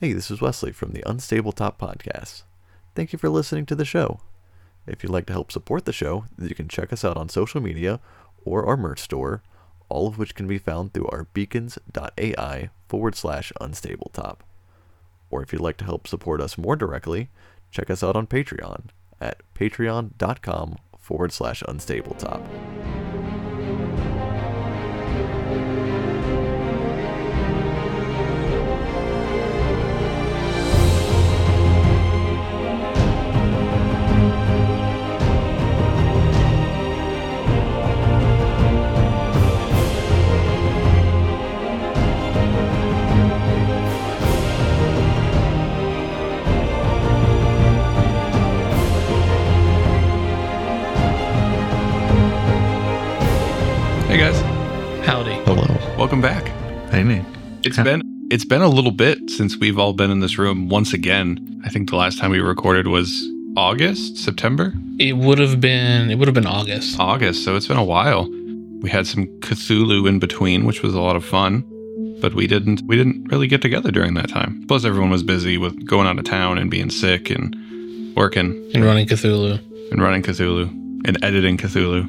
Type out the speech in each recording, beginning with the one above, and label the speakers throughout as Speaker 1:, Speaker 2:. Speaker 1: Hey, this is Wesley from the Unstable Top Podcast. Thank you for listening to the show. If you'd like to help support the show, you can check us out on social media or our merch store, all of which can be found through our beacons.ai forward slash unstable top. Or if you'd like to help support us more directly, check us out on Patreon at patreon.com forward slash unstable top.
Speaker 2: Hey guys,
Speaker 3: Howdy.
Speaker 1: Hello.
Speaker 2: welcome back.
Speaker 1: Hey, man.
Speaker 2: It's
Speaker 3: Huh.
Speaker 2: been it's been a little bit since we've all been in this room once again. I think the last time we recorded was August, September,
Speaker 3: It would have been it would have been August.
Speaker 2: August. So it's been a while. We had some Cthulhu in between, which was a lot of fun, but we didn't we didn't really get together during that time. Plus, everyone was busy with going out of town and being sick and working
Speaker 3: And running Cthulhu.
Speaker 2: and running Cthulhu and editing Cthulhu.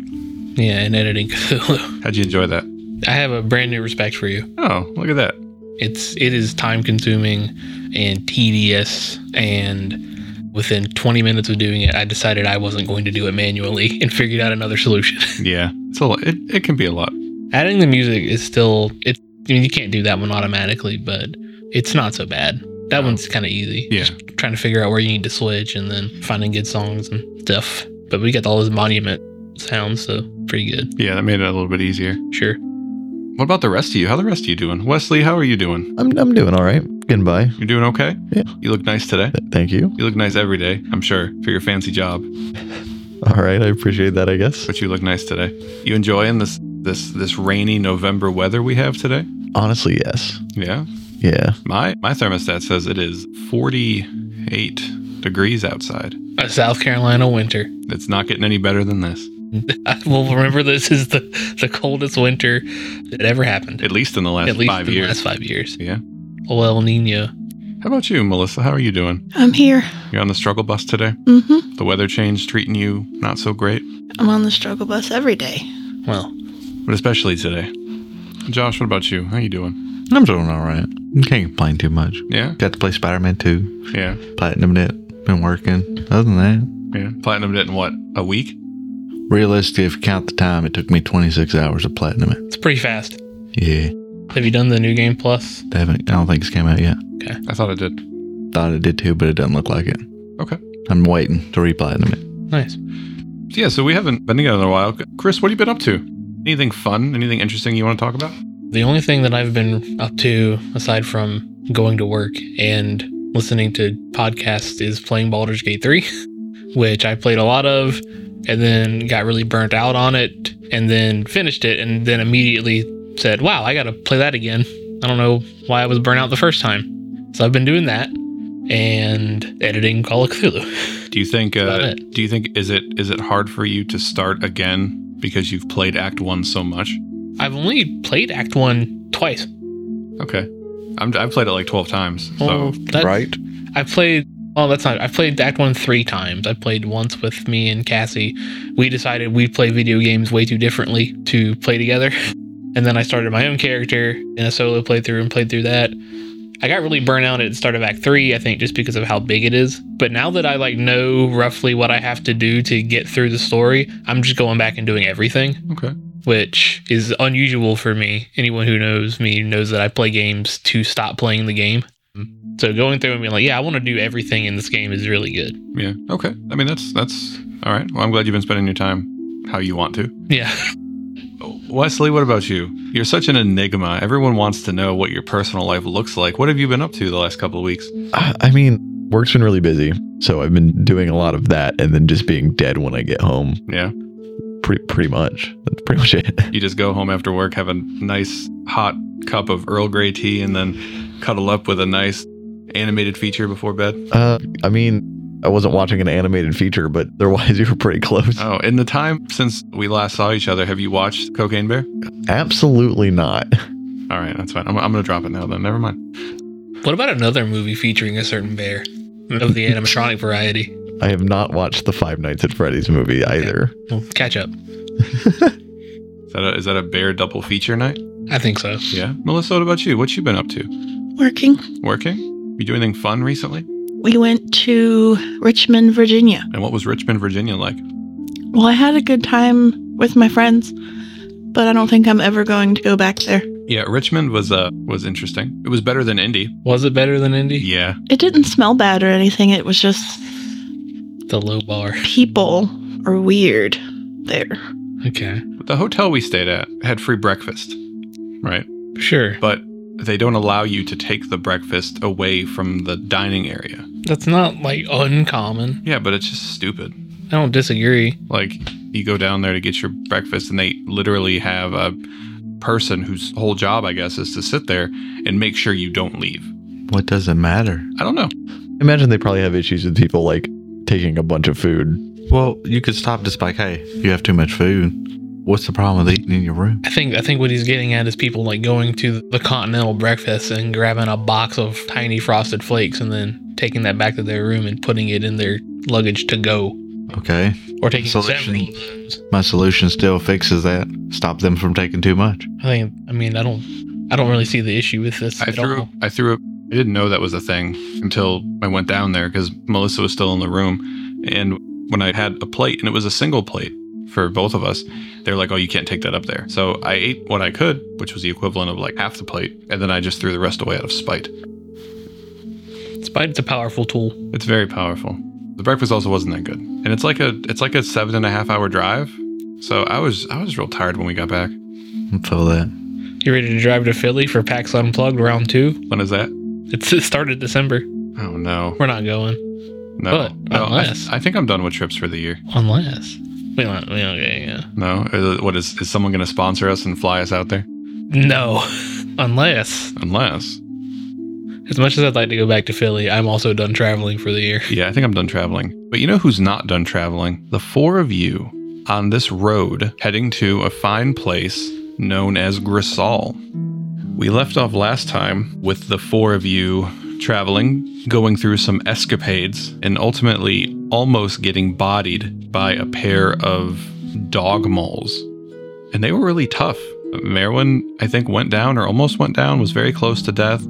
Speaker 3: Yeah, and editing Cthulhu.
Speaker 2: How'd you enjoy that?
Speaker 3: I have a brand new respect for you.
Speaker 2: Oh, look at that.
Speaker 3: It's it is time consuming and tedious and within 20 minutes of doing it, I decided I wasn't going to do it manually and figured out another solution.
Speaker 2: Yeah, it's a lo- it, it can be a lot.
Speaker 3: Adding the music is still it's I mean you can't do that one automatically, but it's not so bad. That
Speaker 2: No.
Speaker 3: one's kind of easy.
Speaker 2: Yeah.
Speaker 3: Just trying to figure out where you need to switch and then finding good songs and stuff. But we got all those monument sounds, so pretty good.
Speaker 2: Yeah, that made it a little bit easier.
Speaker 3: Sure.
Speaker 2: What about the rest of you? How the rest of you doing? Wesley, how are you doing?
Speaker 1: I'm, I'm doing all right. Getting by.
Speaker 2: You're doing okay?
Speaker 1: Yeah.
Speaker 2: You look nice today.
Speaker 1: Th- Thank you.
Speaker 2: You look nice every day, I'm sure, for your fancy job.
Speaker 1: All right. I appreciate that, I guess.
Speaker 2: But you look nice today. You enjoying this this this rainy November weather we have today?
Speaker 1: Honestly, yes.
Speaker 2: Yeah.
Speaker 1: Yeah.
Speaker 2: My my thermostat says it is 48 degrees outside.
Speaker 3: A South Carolina winter.
Speaker 2: It's not getting any better than this,
Speaker 3: I will remember this is the, the coldest winter that ever happened.
Speaker 2: at least in the last
Speaker 3: at least
Speaker 2: five
Speaker 3: in
Speaker 2: years.
Speaker 3: the last five years.
Speaker 2: Yeah.
Speaker 3: Oh, El Nino.
Speaker 2: How about you, Melissa? How are you doing?
Speaker 4: I'm here.
Speaker 2: You're on the struggle bus today.
Speaker 4: Mm-hmm.
Speaker 2: The weather change treating you not so great,
Speaker 4: I'm on the struggle bus every day.
Speaker 3: Well,
Speaker 2: but especially today. Josh, what about you? How you doing?
Speaker 5: I'm doing all right. Can't complain too much.
Speaker 2: Yeah,
Speaker 5: Got to play Spider Man 2,
Speaker 2: yeah.
Speaker 5: Platinum it. Been working. Other than that,
Speaker 2: Yeah. Platinum it in what? A week?
Speaker 5: realistically, if you count the time, it took me 26 hours to platinum it.
Speaker 3: it's pretty fast.
Speaker 5: Yeah.
Speaker 3: Have you done the new game plus?
Speaker 5: They haven't, I don't think it's came out yet.
Speaker 2: I thought it did.
Speaker 5: Thought it did too, but it doesn't look like it.
Speaker 2: Okay.
Speaker 5: I'm waiting to re platinum it.
Speaker 3: Nice.
Speaker 2: Yeah, so we haven't been together in a while. Chris, what have you been up to? Anything fun? Anything interesting you want to talk about?
Speaker 3: The only thing that I've been up to, aside from going to work and listening to podcasts, is playing Baldur's Gate 3, which I played a lot of and then got really burnt out on it and then finished it and then immediately said, wow, I got to play that again. I don't know why I was burnt out the first time. So I've been doing that and editing Call of Cthulhu.
Speaker 2: Do you think
Speaker 3: That's
Speaker 2: uh,
Speaker 3: about
Speaker 2: do you think is it is it hard for you to start again because you've played act 1 so much?
Speaker 3: I've only played Act 1 twice.
Speaker 2: Okay. I'm, I've played it like 12 times. So
Speaker 3: Well, Oh, that's- I played. Well, that's not. I played Act One three times. I played once with me and Cassie. We decided we play video games way too differently to play together, and then I started my own character in a solo playthrough and played through that. I got really burnt out at the start of Act three. I think just because of how big it is. But now that I like know roughly what I have to do to get through the story, I'm just going back and doing everything
Speaker 2: okay.
Speaker 3: which is unusual for me. Anyone who knows me knows that I play games to stop playing the game. So going through and being like, yeah, I want to do everything in this game is really good.
Speaker 2: Yeah. Okay. I mean that's that's all right. Well, I'm glad you've been spending your time how you want to.
Speaker 3: Yeah.
Speaker 2: Wesley, what about you? You're such an enigma. Everyone wants to know what your personal life looks like. What have you been up to the last couple of weeks?
Speaker 1: I I mean, work's been really busy, so I've been doing a lot of that, and then just being dead when I get home.
Speaker 2: Yeah.
Speaker 1: Pretty pretty much. That's pretty much it.
Speaker 2: You just go home after work, have a nice hot cup of Earl Grey tea, and then cuddle up with a nice animated feature before bed.
Speaker 1: Uh, I mean, I wasn't watching an animated feature, but otherwise you were pretty close.
Speaker 2: Oh, in the time since we last saw each other, have you watched Cocaine Bear?
Speaker 1: Absolutely not.
Speaker 2: All right, that's fine. I'm, I'm going to drop it now then. Never mind.
Speaker 3: What about another movie featuring a certain bear of the animatronic variety?
Speaker 1: I have not watched the Five Nights at Freddy's movie either.
Speaker 3: Well, catch up.
Speaker 2: Is that a, is that a bear double feature night?
Speaker 3: I think so.
Speaker 2: Yeah. Melissa, what about you? What you been up to?
Speaker 4: Working.
Speaker 2: Working? You do anything fun recently?
Speaker 4: We went to Richmond, Virginia.
Speaker 2: And what was Richmond, Virginia like?
Speaker 4: Well, I had a good time with my friends, but I don't think I'm ever going to go back there.
Speaker 2: Yeah, Richmond was uh was interesting. It was better than Indy.
Speaker 3: Was it better than Indy?
Speaker 2: Yeah.
Speaker 4: It didn't smell bad or anything. It was just
Speaker 3: The low bar.
Speaker 4: people are weird there.
Speaker 3: Okay.
Speaker 2: But the hotel we stayed at had free breakfast. Right?
Speaker 3: Sure.
Speaker 2: But they don't allow you to take the breakfast away from the dining area.
Speaker 3: That's not like uncommon.
Speaker 2: Yeah, but it's just stupid.
Speaker 3: I don't disagree.
Speaker 2: Like you go down there to get your breakfast and they literally have a person whose whole job I guess is to sit there and make sure you don't leave.
Speaker 5: What does it matter?
Speaker 2: I don't know.
Speaker 1: Imagine they probably have issues with people like taking a bunch of food.
Speaker 5: Well, you could stop just like, hey, you have too much food. What's the problem with eating in your room?
Speaker 3: I think I think what he's getting at is people like going to the continental breakfast and grabbing a box of tiny frosted flakes and then taking that back to their room and putting it in their luggage to go
Speaker 5: Okay.
Speaker 3: or taking
Speaker 5: Selection.
Speaker 3: several of those.
Speaker 5: My solution still fixes that. Stop them from taking too much.
Speaker 3: I think I mean I don't I don't really see the issue with this
Speaker 2: I
Speaker 3: at
Speaker 2: threw
Speaker 3: all.
Speaker 2: I threw up. I didn't know that was a thing until I went down there because Melissa was still in the room. And when I had a plate, and it was a single plate for both of us, they were like, oh, you can't take that up there. So I ate what I could, which was the equivalent of like half the plate. And then I just threw the rest away out of spite.
Speaker 3: Spite's a powerful tool.
Speaker 2: It's very powerful. The breakfast also wasn't that good. And it's like a it's like a seven and a half hour drive. So I was I was real tired when we got back.
Speaker 5: I feel that.
Speaker 3: You ready to drive to Philly for PAX Unplugged round two?
Speaker 2: When is that?
Speaker 3: It's it started December.
Speaker 2: Oh no.
Speaker 3: We're not going
Speaker 2: No.
Speaker 3: But
Speaker 2: no I,
Speaker 3: unless-
Speaker 2: I think I'm done with trips for the year.
Speaker 3: unless we don't. We don't get, yeah.
Speaker 2: No, Uh, what is is someone going to sponsor us and fly us out there?
Speaker 3: No, unless
Speaker 2: Unless,
Speaker 3: as much as I'd like to go back to Philly, I'm also done traveling for the year.
Speaker 2: yeah, I think I'm done traveling. But you know who's not done traveling? The four of you on this road heading to a fine place known as Grisal. We left off last time with the four of you traveling, going through some escapades, and ultimately almost getting bodied by a pair of dog mauls. And they were really tough. Merwin, I think, went down or almost went down, was very close to death.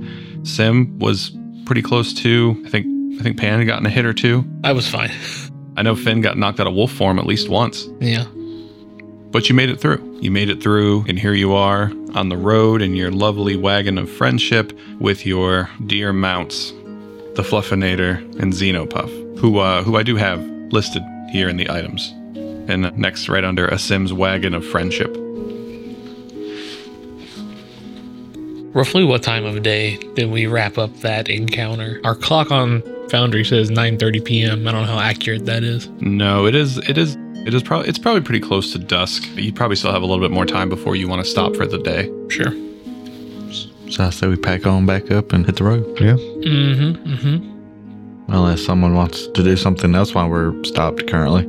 Speaker 2: Sim was pretty close too. I think I think Pan had gotten a hit or two.
Speaker 3: I was fine.
Speaker 2: I know Finn got knocked out of wolf form at least once.
Speaker 3: Yeah.
Speaker 2: But you made it through. You made it through, and here you are on the road in your lovely wagon of friendship with your dear mounts, the Fluffinator and Xenopuff, who uh, who I do have listed here in the items. And next, right under a Sim's wagon of friendship.
Speaker 3: Roughly what time of day did we wrap up that encounter? Our clock on Foundry says 9:30 p.m. I don't know how accurate that is.
Speaker 2: No, it is it is it is probably it's probably pretty close to dusk. You probably still have a little bit more time before you want to stop for the day.
Speaker 3: Sure.
Speaker 5: So I say we pack on back up and hit the road.
Speaker 3: Mm-hmm. Mm-hmm.
Speaker 5: Unless someone wants to do something else while we're stopped currently.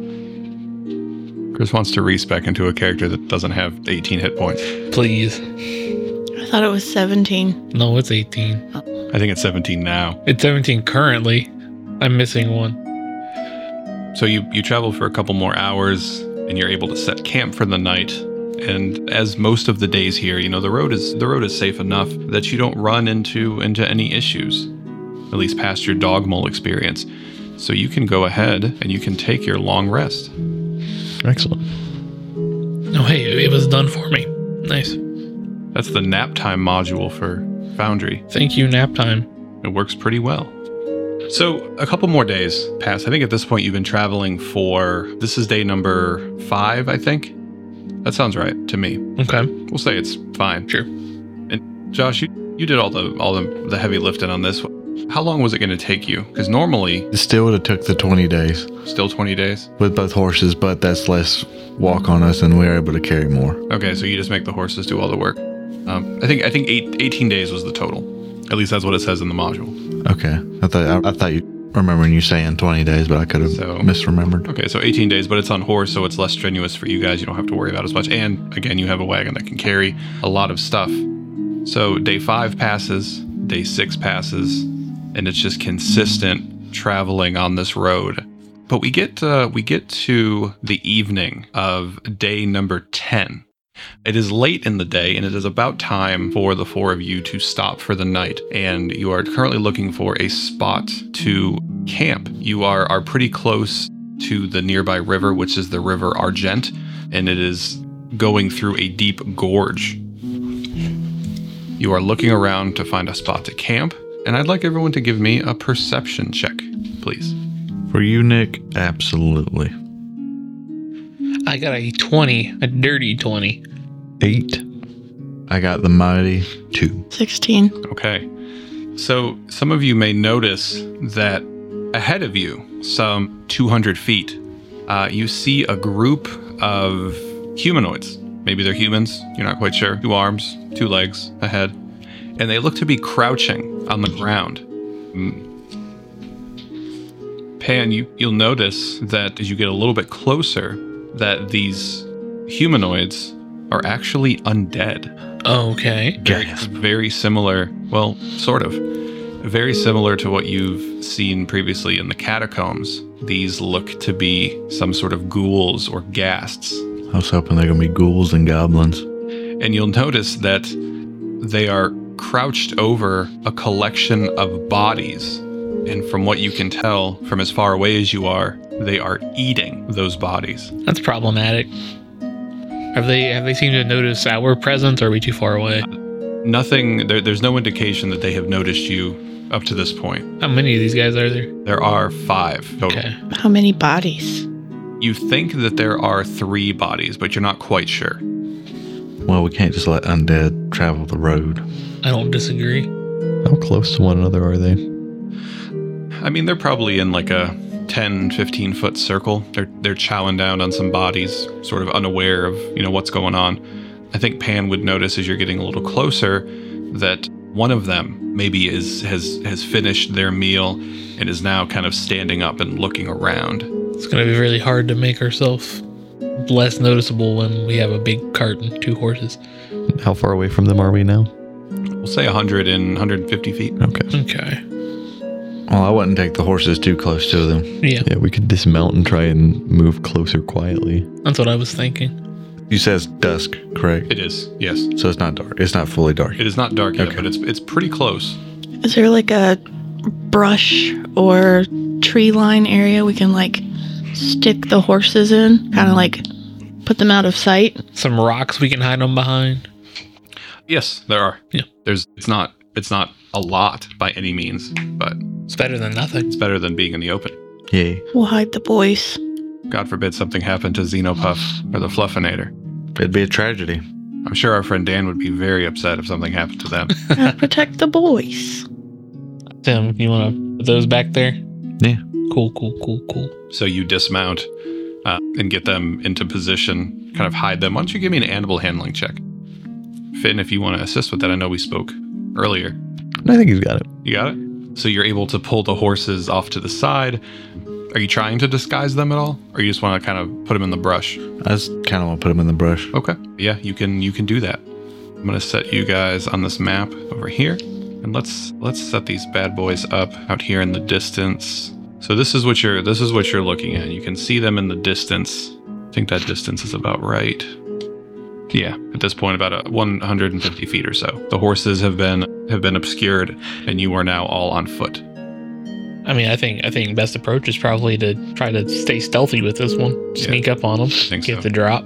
Speaker 2: Chris wants to respec into a character that doesn't have 18 hit points.
Speaker 3: Please.
Speaker 4: I thought it was 17.
Speaker 3: No, it's 18.
Speaker 2: I think it's 17 now.
Speaker 3: It's 17 currently. I'm missing one.
Speaker 2: So you you travel for a couple more hours and you're able to set camp for the night. And as most of the days here, you know, the road is the road is safe enough that you don't run into into any issues. At least past your dog mole experience. So you can go ahead and you can take your long rest.
Speaker 1: Excellent.
Speaker 3: No, hey, it was done for me. Nice.
Speaker 2: That's the nap time module for Foundry.
Speaker 3: Thank you, nap time.
Speaker 2: It works pretty well. So, a couple more days pass. I think at this point you've been traveling for this is day number 5, I think. That sounds right to me.
Speaker 3: Okay.
Speaker 2: We'll say it's fine.
Speaker 3: Sure.
Speaker 2: And Josh, you, you did all the all the, the heavy lifting on this. How long was it going to take you? Cuz normally
Speaker 5: It still would have took the 20 days
Speaker 2: still 20 days.
Speaker 5: with both horses, but that's less walk on us and we're able to carry more.
Speaker 2: Okay, so you just make the horses do all the work. Um, I think I think eight, 18 days was the total. At least that's what it says in the module.
Speaker 5: Okay. I thought I, I thought you remembering you saying 20 days, but I could have
Speaker 2: So-
Speaker 5: misremembered.
Speaker 2: Okay, so 18 days, but it's on horse, so it's less strenuous for you guys. You don't have to worry about it as much. And again, you have a wagon that can carry a lot of stuff. So day five passes, day six passes, and it's just consistent traveling on this road. But we get uh, we get to the evening of day number ten. It is late in the day, and it is about time for the four of you to stop for the night. And you are currently looking for a spot to camp. You are are pretty close to the nearby river, which is the River Argent, and it is going through a deep gorge. You are looking around to find a spot to camp, and I'd like everyone to give me a perception check, please.
Speaker 5: For you, Nick, absolutely.
Speaker 3: I got a 20, a dirty 20.
Speaker 5: Eight. I got the mighty two.
Speaker 4: 16.
Speaker 2: Okay. So some of you may notice that ahead of you, some 200 feet, uh, you see a group of humanoids. Maybe they're humans, you're not quite sure. Two arms, two legs, a head. And they look to be crouching on the ground. Mm. Pan, you, you'll notice that as you get a little bit closer, that these humanoids are actually undead
Speaker 3: Okay.
Speaker 2: very, very similar well sort of very similar to what you've seen previously in the catacombs these look to be some sort of ghouls or ghasts
Speaker 5: I was hoping they're gonna be ghouls and goblins.
Speaker 2: and you'll notice that they are crouched over a collection of bodies and from what you can tell from as far away as you are they are eating those bodies
Speaker 3: That's problematic. Have they have they seemed to notice our presence? Or are we too far away?
Speaker 2: nothing there, there's no indication that they have noticed you up to this point
Speaker 3: How many of these guys are there?
Speaker 2: there are five total
Speaker 3: Okay.
Speaker 4: How many bodies?
Speaker 2: You think that there are three bodies, but you're not quite sure.
Speaker 5: Well, we can't just let undead travel the road.
Speaker 3: I don't disagree.
Speaker 1: How close to one another are they?
Speaker 2: I mean, they're probably in like a 10, 15 foot circle. They're they're chowing down on some bodies, sort of unaware of you know what's going on. I think Pan would notice as you're getting a little closer that one of them maybe is has has finished their meal and is now kind of standing up and looking around.
Speaker 3: It's gonna be really hard to make ourselves less noticeable when we have a big cart and two horses.
Speaker 1: How far away from them are we now?
Speaker 2: We'll say 100 and 150 feet.
Speaker 1: Okay.
Speaker 3: Okay.
Speaker 5: Well, I wouldn't take the horses too close to them.
Speaker 3: Yeah,
Speaker 1: Yeah, we could dismount and try and move closer quietly.
Speaker 3: that's what I was thinking.
Speaker 5: You says dusk, correct?
Speaker 2: It is yes.
Speaker 5: So it's not dark. It's not fully dark.
Speaker 2: It is not dark yet,
Speaker 5: Okay.
Speaker 2: but it's it's pretty close.
Speaker 4: Is there like a brush or tree line area we can like stick the horses in? Kind of like put them out of sight?
Speaker 3: Some rocks we can hide them behind.
Speaker 2: Yes, there are.
Speaker 3: Yeah.
Speaker 2: There's it's not it's not a lot by any means, but
Speaker 3: It's better than nothing.
Speaker 2: it's better than being in the open.
Speaker 5: Yeah.
Speaker 4: We'll hide the boys.
Speaker 2: God forbid something happened to Xenopuff or the Fluffinator.
Speaker 5: It'd be a tragedy.
Speaker 2: I'm sure our friend Dan would be very upset if something happened to them.
Speaker 4: Gotta Uh, protect the boys.
Speaker 3: Tim, you want to put those back there?
Speaker 5: Yeah.
Speaker 3: Cool, cool, cool, cool.
Speaker 2: so you dismount uh, and get them into position, kind of hide them. Why don't you give me an animal handling check? Finn, if you want to assist with that, I know we spoke earlier.
Speaker 1: I think he's got it.
Speaker 2: You got it? So you're able to pull the horses off to the side. Are you trying to disguise them at all? Or you just want to kind of put them in the brush?
Speaker 5: I just kind of want to put them in the brush.
Speaker 2: Okay. Yeah, you can you can do that. I'm gonna set you guys on this map over here, and let's let's set these bad boys up out here in the distance. So this is what you're this is what you're looking at. You can see them in the distance. I think that distance is about right. Yeah, at this point, about a 150 feet or so. The horses have been have been obscured, and you are now all on foot.
Speaker 3: I mean, I think I think best approach is probably to try to stay stealthy with this one. Sneak up on them,
Speaker 2: think
Speaker 3: get
Speaker 2: so.
Speaker 3: the drop.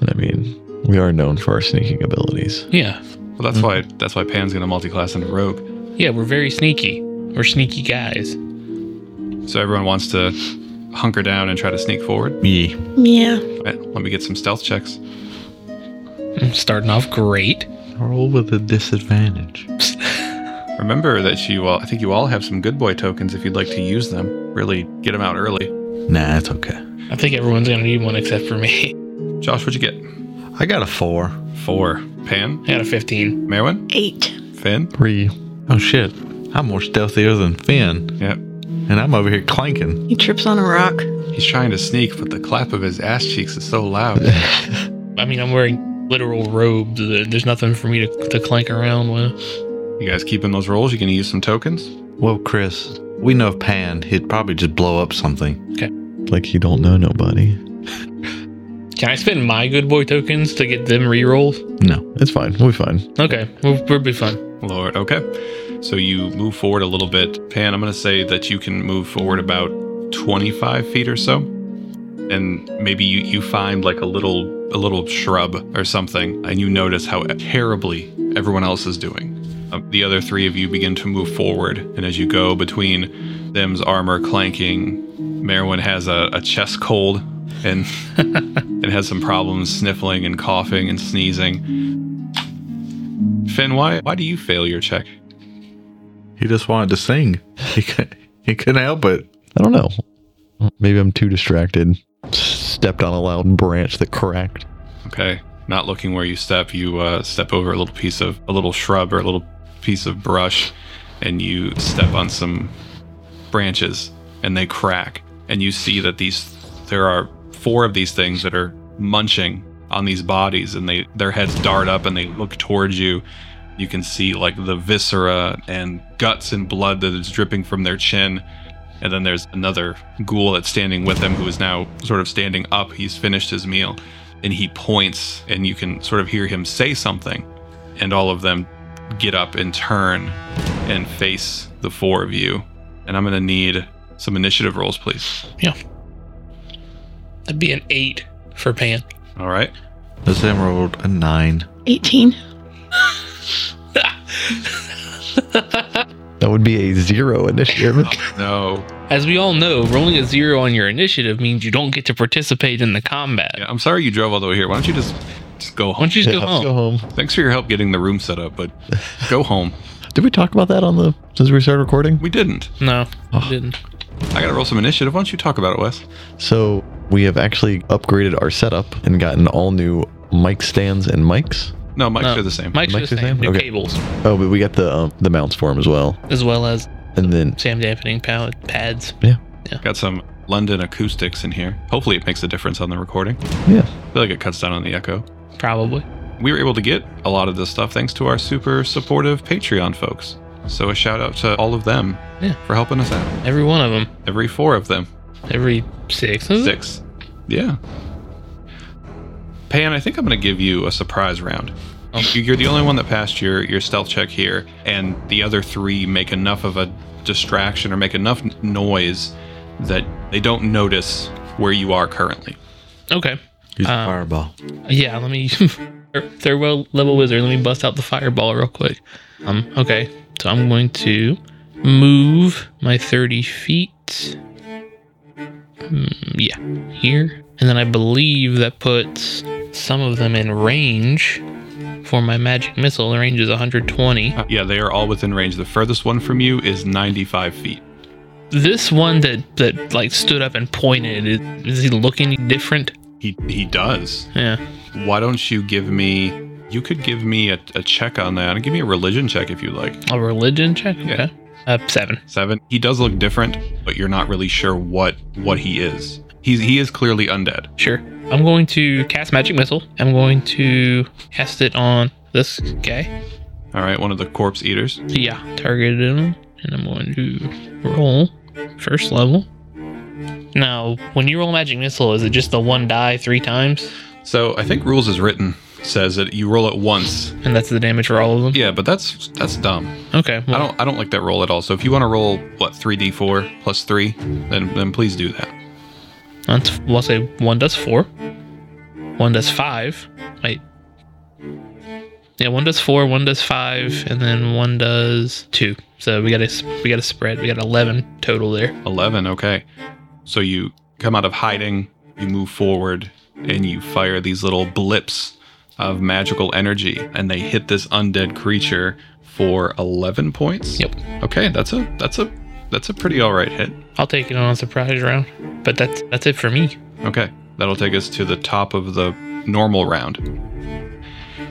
Speaker 1: And I mean, we are known for our sneaking abilities.
Speaker 3: Yeah,
Speaker 2: Well, that's why that's why Pan's gonna multi-class into rogue.
Speaker 3: yeah, we're very sneaky. We're sneaky guys.
Speaker 2: So everyone wants to hunker down and try to sneak forward.
Speaker 5: Yeah.
Speaker 4: Yeah.
Speaker 2: Alright, let me get some stealth checks.
Speaker 3: I'm Mm, starting off great.
Speaker 5: Roll with a disadvantage.
Speaker 2: Remember that you all, I think you all have some good boy tokens if you'd like to use them. Really get them out early.
Speaker 5: Nah, it's okay.
Speaker 3: I think everyone's gonna need one except for me.
Speaker 2: Josh, what'd you get?
Speaker 5: I got a four.
Speaker 2: Four. Pan,
Speaker 3: I got a 15.
Speaker 2: Merwin,
Speaker 4: Eight.
Speaker 2: Finn.
Speaker 1: Three.
Speaker 5: Oh shit. I'm more stealthier than Finn,
Speaker 2: Yep.
Speaker 5: and I'm over here clanking.
Speaker 4: He trips on a rock.
Speaker 2: He's trying to sneak, but the clap of his ass cheeks is so loud.
Speaker 3: I mean, I'm wearing literal robes. There's nothing for me to, to clank around with.
Speaker 2: You guys keeping those rolls? You gonna use some tokens?
Speaker 5: Well, Chris, we know of Pan. He'd probably just blow up something.
Speaker 1: Like you don't know nobody.
Speaker 3: Can I spend my good boy tokens to get them rerolls?
Speaker 5: No.
Speaker 1: It's fine. We'll be fine.
Speaker 3: Okay, we'll, we'll be fun.
Speaker 2: Lord, okay. So you move forward a little bit. Pan, I'm going to say that you can move forward about 25 feet or so. And maybe you, you find like a little a little shrub or something, and you notice how terribly everyone else is doing. Um, the other three of you begin to move forward, and as you go between them's armor clanking, Merwin has a, a chest cold and and has some problems sniffling and coughing and sneezing. Finn, why why do you fail your check?
Speaker 5: He just wanted to sing. He could, he couldn't help it.
Speaker 1: I don't know. Maybe I'm too distracted. Stepped on a loud branch that cracked.
Speaker 2: Okay, not looking where you step, you uh, step over a little piece of a little shrub or a little piece of brush, and you step on some branches, and they crack, and you see that these there are four of these things that are munching on these bodies, and they their heads dart up and they look towards you. You can see like the viscera and guts and blood that is dripping from their chin. And then there's another ghoul that's standing with them who is now sort of standing up. He's finished his meal and he points, and you can sort of hear him say something. And all of them get up and turn and face the four of you. And I'm going to need some initiative rolls, please.
Speaker 3: That'd be an eight for Pan.
Speaker 2: All right.
Speaker 5: This emerald a nine.
Speaker 4: 18.
Speaker 1: That would be a zero initiative.
Speaker 2: No.
Speaker 3: As we all know, rolling a zero on your initiative means you don't get to participate in the combat.
Speaker 2: Yeah, I'm sorry you drove all the way here. Why don't you just, just go
Speaker 3: Why
Speaker 2: home?
Speaker 3: don't you just
Speaker 1: Yeah,
Speaker 3: go
Speaker 1: let's
Speaker 3: home?
Speaker 1: home.
Speaker 2: Thanks for your help getting the room set up, but go home.
Speaker 1: Did we talk about that on the since we started recording?
Speaker 2: We didn't.
Speaker 3: No,
Speaker 1: Oh.
Speaker 3: I didn't.
Speaker 2: I got to roll some initiative. Why don't you talk about it, Wes?
Speaker 1: So we have actually upgraded our setup and gotten all new mic stands and mics.
Speaker 2: No, Mike's
Speaker 3: No.
Speaker 2: are the same.
Speaker 3: Mike's,
Speaker 1: Mike's
Speaker 3: just
Speaker 1: his
Speaker 3: saying
Speaker 1: name?
Speaker 3: new
Speaker 1: Okay.
Speaker 3: cables,
Speaker 1: Oh, but we got the um, the mounts for them as well.
Speaker 3: as well as
Speaker 1: And then
Speaker 3: Sam dampening pow- pads.
Speaker 2: Got some London acoustics in here. Hopefully, it makes a difference on the recording.
Speaker 1: yeah,
Speaker 2: I feel like it cuts down on the echo.
Speaker 3: Probably.
Speaker 2: we were able to get a lot of this stuff thanks to our super supportive Patreon folks. So a shout out to all of them
Speaker 3: Yeah.
Speaker 2: for helping us out.
Speaker 3: Every one of them.
Speaker 2: Every four of them.
Speaker 3: Every six. of them?
Speaker 2: Six. Yeah. Pan, I think I'm going to give you a surprise round. You- You're the only one that passed your, your stealth check here, and the other three make enough of a distraction or make enough n- noise that they don't notice where you are currently.
Speaker 3: Okay.
Speaker 5: Use the
Speaker 3: Um,
Speaker 5: fireball.
Speaker 3: Yeah, let me third well level wizard. Let me bust out the fireball real quick. Um, okay, so I'm going to move my 30 feet. Hmm, yeah, here, and then I believe that puts some of them in range for my magic missile. The range is 120.
Speaker 2: Uh, Yeah, they are all within range. The furthest one from you is 95 feet.
Speaker 3: This one that that like stood up and pointed is, is he looking different?
Speaker 2: He, he does.
Speaker 3: Yeah.
Speaker 2: Why don't you give me? You could give me a, a check on that. Give me a religion check if you like.
Speaker 3: A religion check?
Speaker 2: Yeah.
Speaker 3: Okay. Uh, seven.
Speaker 2: Seven. He does look different, but you're not really sure what what he is. He's he is clearly undead.
Speaker 3: Sure. I'm going to cast Magic Missile. I'm going to cast it on this guy.
Speaker 2: All right, one of the corpse eaters.
Speaker 3: Yeah, targeted him. And I'm going to roll first level. Now, when you roll Magic Missile, is it just the one die three times?
Speaker 2: So I think rules is written says that you roll it once.
Speaker 3: And that's the damage for all of them?
Speaker 2: Yeah, but that's that's dumb.
Speaker 3: Okay.
Speaker 2: I
Speaker 3: Well,
Speaker 2: don't I don't like that roll at all. So if you want to roll what three d four plus three, then then please do that.
Speaker 3: that's, we'll say one does four, one does five. Wait. Yeah, one does four, one does five, and then one does two. So we got a we got a spread. We got eleven total there.
Speaker 2: Eleven. Okay. So you come out of hiding, you move forward, and you fire these little blips of magical energy, and they hit this undead creature for eleven points.
Speaker 3: Yep.
Speaker 2: Okay, that's a that's a that's a pretty all right hit.
Speaker 3: I'll take it on a surprise round. But that's that's it for me.
Speaker 2: Okay, that'll take us to the top of the normal round.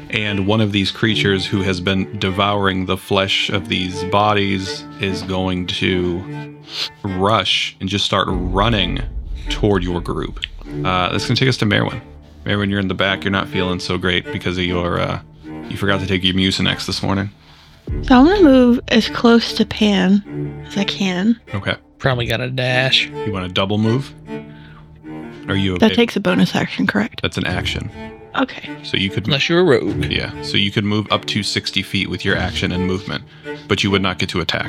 Speaker 2: And one of these creatures who has been devouring the flesh of these bodies is going to rush and just start running toward your group. Uh, that's going to take us to Merwin. Merwin, you're in the back. You're not feeling so great because of your. Uh, you forgot to take your Mucinex this morning.
Speaker 4: So I'm gonna move as close to Pan as I can.
Speaker 2: Okay.
Speaker 3: Probably got a dash.
Speaker 2: You want a double move? Are you okay?
Speaker 4: That takes a bonus action, correct?
Speaker 2: That's an action.
Speaker 4: Okay.
Speaker 2: So you could
Speaker 3: Unless you're a rogue.
Speaker 2: Yeah, so you could move up to 60 feet with your action and movement, but you would not get to attack.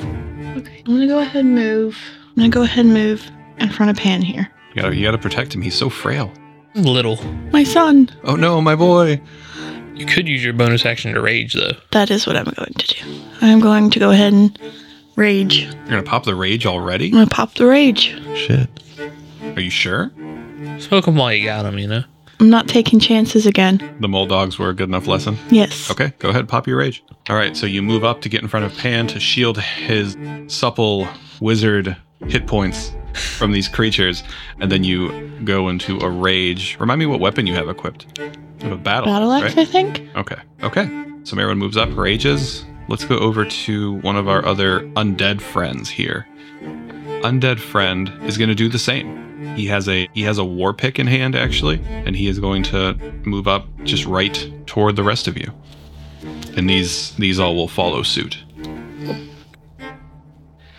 Speaker 4: Okay. I'm gonna go ahead and move. I'm gonna go ahead and move in front of Pan here.
Speaker 2: You gotta, you gotta protect him. He's so frail.
Speaker 3: Little.
Speaker 4: My son.
Speaker 2: Oh no, my boy!
Speaker 3: You could use your bonus action to rage though.
Speaker 4: That is what I'm going to do. I'm going to go ahead and rage.
Speaker 2: You're gonna pop the rage
Speaker 4: I'm
Speaker 2: already?
Speaker 4: gonna pop the rage.
Speaker 1: Shit.
Speaker 2: Are you sure?
Speaker 3: Smoke them while you got them, you know.
Speaker 4: I'm not taking chances again.
Speaker 2: The mole dogs were a good enough lesson.
Speaker 4: Yes.
Speaker 2: Okay, go ahead, pop your rage. All right, so you move up to get in front of Pan to shield his supple wizard hit points from these creatures, and then you go into a rage. Remind me what weapon you have equipped. You have a battle.
Speaker 4: Battle axe,
Speaker 2: right?
Speaker 4: I think.
Speaker 2: Okay. Okay. So everyone moves up, rages. Let's go over to one of our other undead friends here. Undead friend is going to do the same. He has a he has a war pick in hand actually, and he is going to move up just right toward the rest of you. And these these all will follow suit. And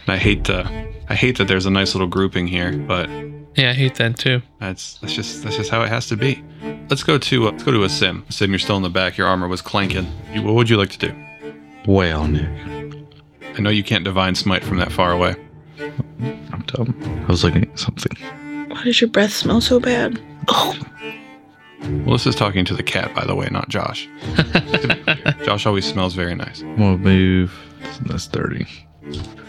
Speaker 2: I hate the I hate that there's a nice little grouping here, but
Speaker 3: Yeah, I hate that too.
Speaker 2: that's that's just that's just how it has to be. Let's go to uh, let's go to a sim. Sim, you're still in the back. Your armor was clanking. You- What would you like to do?
Speaker 5: Well, Nick,
Speaker 2: I know you can't divine smite from that far away.
Speaker 5: I'm dumb. I was looking at something.
Speaker 4: Why does your breath smell so bad? Oh,
Speaker 2: Melissa's talking to the cat, by the way, not Josh. To be clear, Josh always smells very nice.
Speaker 5: I'm gonna move. so That's thirty,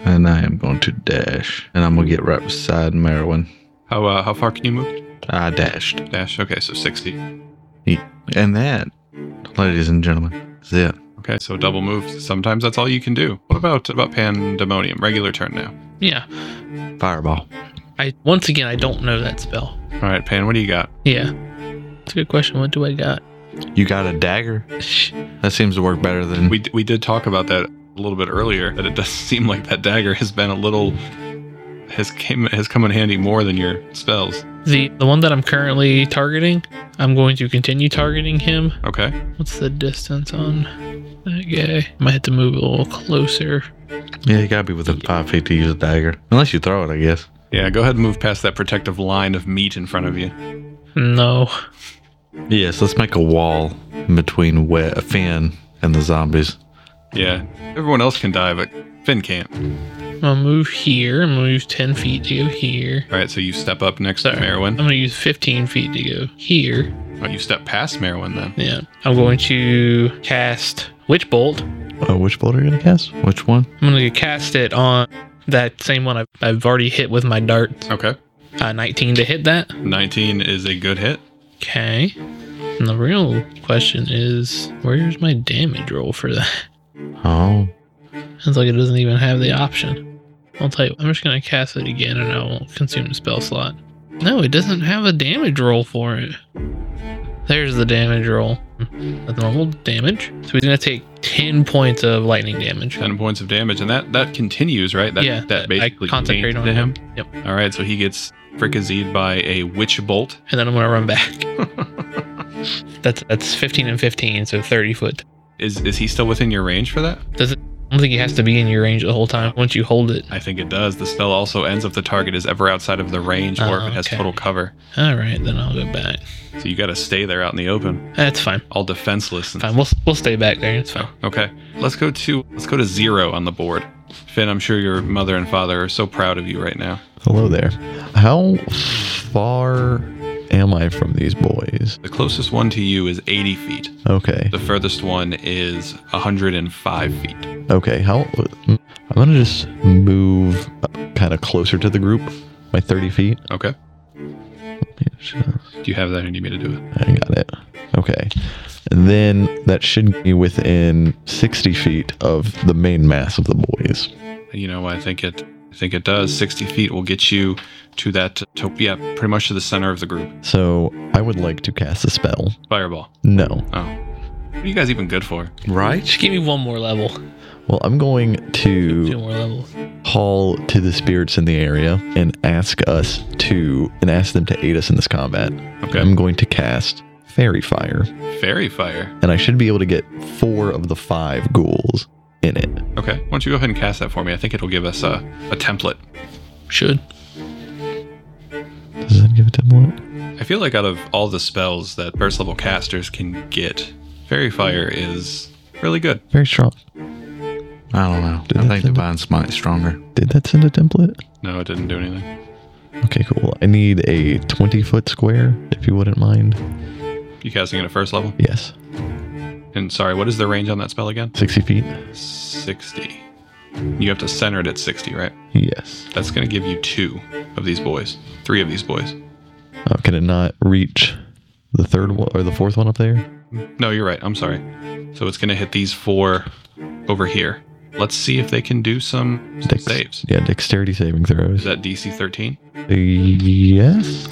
Speaker 5: and I am going to dash, and I'm gonna get right beside Merwin.
Speaker 2: How uh, how far can you move?
Speaker 5: I dashed,
Speaker 2: Dash. Okay, so sixty.
Speaker 5: and that, ladies and gentlemen, is it.
Speaker 2: Okay, so double move. Sometimes that's all you can do. What about about pandemonium? Regular turn now.
Speaker 3: Yeah.
Speaker 5: Fireball.
Speaker 3: I once again I don't know that spell.
Speaker 2: All right, Pan, what do you got?
Speaker 3: Yeah. It's a good question. What do I got?
Speaker 5: You got a dagger. That seems to work better than
Speaker 2: We d- we did talk about that a little bit earlier. That it does seem like that dagger has been a little has came has come in handy more than your spells.
Speaker 3: The the one that I'm currently targeting, I'm going to continue targeting him.
Speaker 2: Okay.
Speaker 3: What's the distance on that guy? Might have to move a little closer.
Speaker 5: Yeah, you gotta be within five feet to use a dagger. Unless you throw it, I guess.
Speaker 2: Yeah, go ahead and move past that protective line of meat in front of you.
Speaker 3: No.
Speaker 5: Yes, let's make a wall in between wet a fin and the zombies.
Speaker 2: Yeah, everyone else can die, but Finn can't.
Speaker 3: I'll move here. I'm gonna move ten feet to go here.
Speaker 2: All right, so you step up next to
Speaker 3: Sorry.
Speaker 2: Merwin.
Speaker 3: I'm gonna use fifteen feet to go here.
Speaker 2: Oh, you step past Merwin then.
Speaker 3: Yeah. I'm going to cast Witch Bolt. I'm
Speaker 1: Uh, which bolt are you gonna cast?
Speaker 5: Which one?
Speaker 3: gonna cast it on that same one I've, I've already hit with my dart.
Speaker 2: Okay.
Speaker 3: Uh, 19 to hit that.
Speaker 2: 19 is a good hit.
Speaker 3: Okay. And the real question is, where's my damage roll for that?
Speaker 5: Oh.
Speaker 3: Sounds like it doesn't even have the option. I'll tell you, I'm just gonna cast it again and I won't consume the spell slot. No, it doesn't have a damage roll for it. There's the damage roll. The normal damage. So he's gonna take 10 points of lightning damage.
Speaker 2: 10 points of damage, and that that continues, right? That,
Speaker 3: yeah,
Speaker 2: that
Speaker 3: I
Speaker 2: basically
Speaker 3: concentrate
Speaker 2: changed
Speaker 3: on
Speaker 2: to
Speaker 3: him.
Speaker 2: him.
Speaker 3: Yep.
Speaker 2: All right, so he gets fricasseed by a witch bolt.
Speaker 3: And then I'm gonna run back. that's that's 15 and 15, so 30 foot.
Speaker 2: Is is he still within your range for that?
Speaker 3: I don't think he has to be in your range the whole time once you hold it.
Speaker 2: I think it does. The spell also ends if the target is ever outside of the range or if
Speaker 3: Oh,
Speaker 2: it has
Speaker 3: okay.
Speaker 2: total cover.
Speaker 3: All right, then I'll go back.
Speaker 2: So you got to stay there out in the open,
Speaker 3: That's fine.
Speaker 2: all defenseless. And
Speaker 3: Fine. We'll we'll stay back there. It's fine.
Speaker 2: Okay, let's go to let's go to zero on the board. Finn, I'm sure your mother and father are so proud of you right now.
Speaker 1: Hello there. How far am I from these boys?
Speaker 2: The closest one to you is 80 feet.
Speaker 1: Okay.
Speaker 2: The furthest one is 105 feet.
Speaker 1: Okay. How? I'm gonna just move kind of closer to the group. My 30 feet.
Speaker 2: Okay. Do you have that? Or do you need me to do it?
Speaker 1: I got it. Okay. And then that should be within 60 feet of the main mass of the boys.
Speaker 2: You know, I think it. I think it does. 60 feet will get you to that. To, yeah, pretty much to the center of the group.
Speaker 1: So I would like to cast a spell.
Speaker 2: Fireball.
Speaker 1: No.
Speaker 2: Oh, what are you guys even good for?
Speaker 5: Right?
Speaker 3: Just give me one more level.
Speaker 1: Well, I'm going
Speaker 3: Two
Speaker 1: to
Speaker 3: more levels.
Speaker 1: call to the spirits in the area and ask us to and ask them to aid us in this combat.
Speaker 2: Okay.
Speaker 1: I'm going to cast fairy fire,
Speaker 2: Fairy fire.
Speaker 1: and I should be able to get four of the five ghouls in it.
Speaker 2: Okay. Why don't you go ahead and cast that for me? I think it'll give us a, a template.
Speaker 3: Should.
Speaker 1: Does that give a template?
Speaker 2: I feel like out of all the spells that first level casters can get, Fairy Fire is really good.
Speaker 1: Very strong.
Speaker 5: I don't know.
Speaker 1: Did
Speaker 5: I
Speaker 1: that
Speaker 5: think
Speaker 1: send
Speaker 5: Divine Smite's stronger.
Speaker 1: Did that send a template?
Speaker 2: No, it didn't do anything.
Speaker 1: Okay, cool. I need a 20 foot square, if you wouldn't mind.
Speaker 2: You casting it at first level?
Speaker 1: Yes,
Speaker 2: And sorry, what is the range on that spell again?
Speaker 1: 60 feet.
Speaker 2: 60. You have to center it at 60, right?
Speaker 1: Yes.
Speaker 2: That's going to give you two of these boys, three of these boys.
Speaker 1: Oh, can it not reach the third one or the fourth one up there?
Speaker 2: No, you're right. I'm sorry. So it's going to hit these four over here. Let's see if they can do some, some
Speaker 1: Dex-
Speaker 2: saves.
Speaker 1: Yeah, dexterity saving
Speaker 2: Is
Speaker 1: throws. Uh,
Speaker 2: that DC 13?
Speaker 1: yes.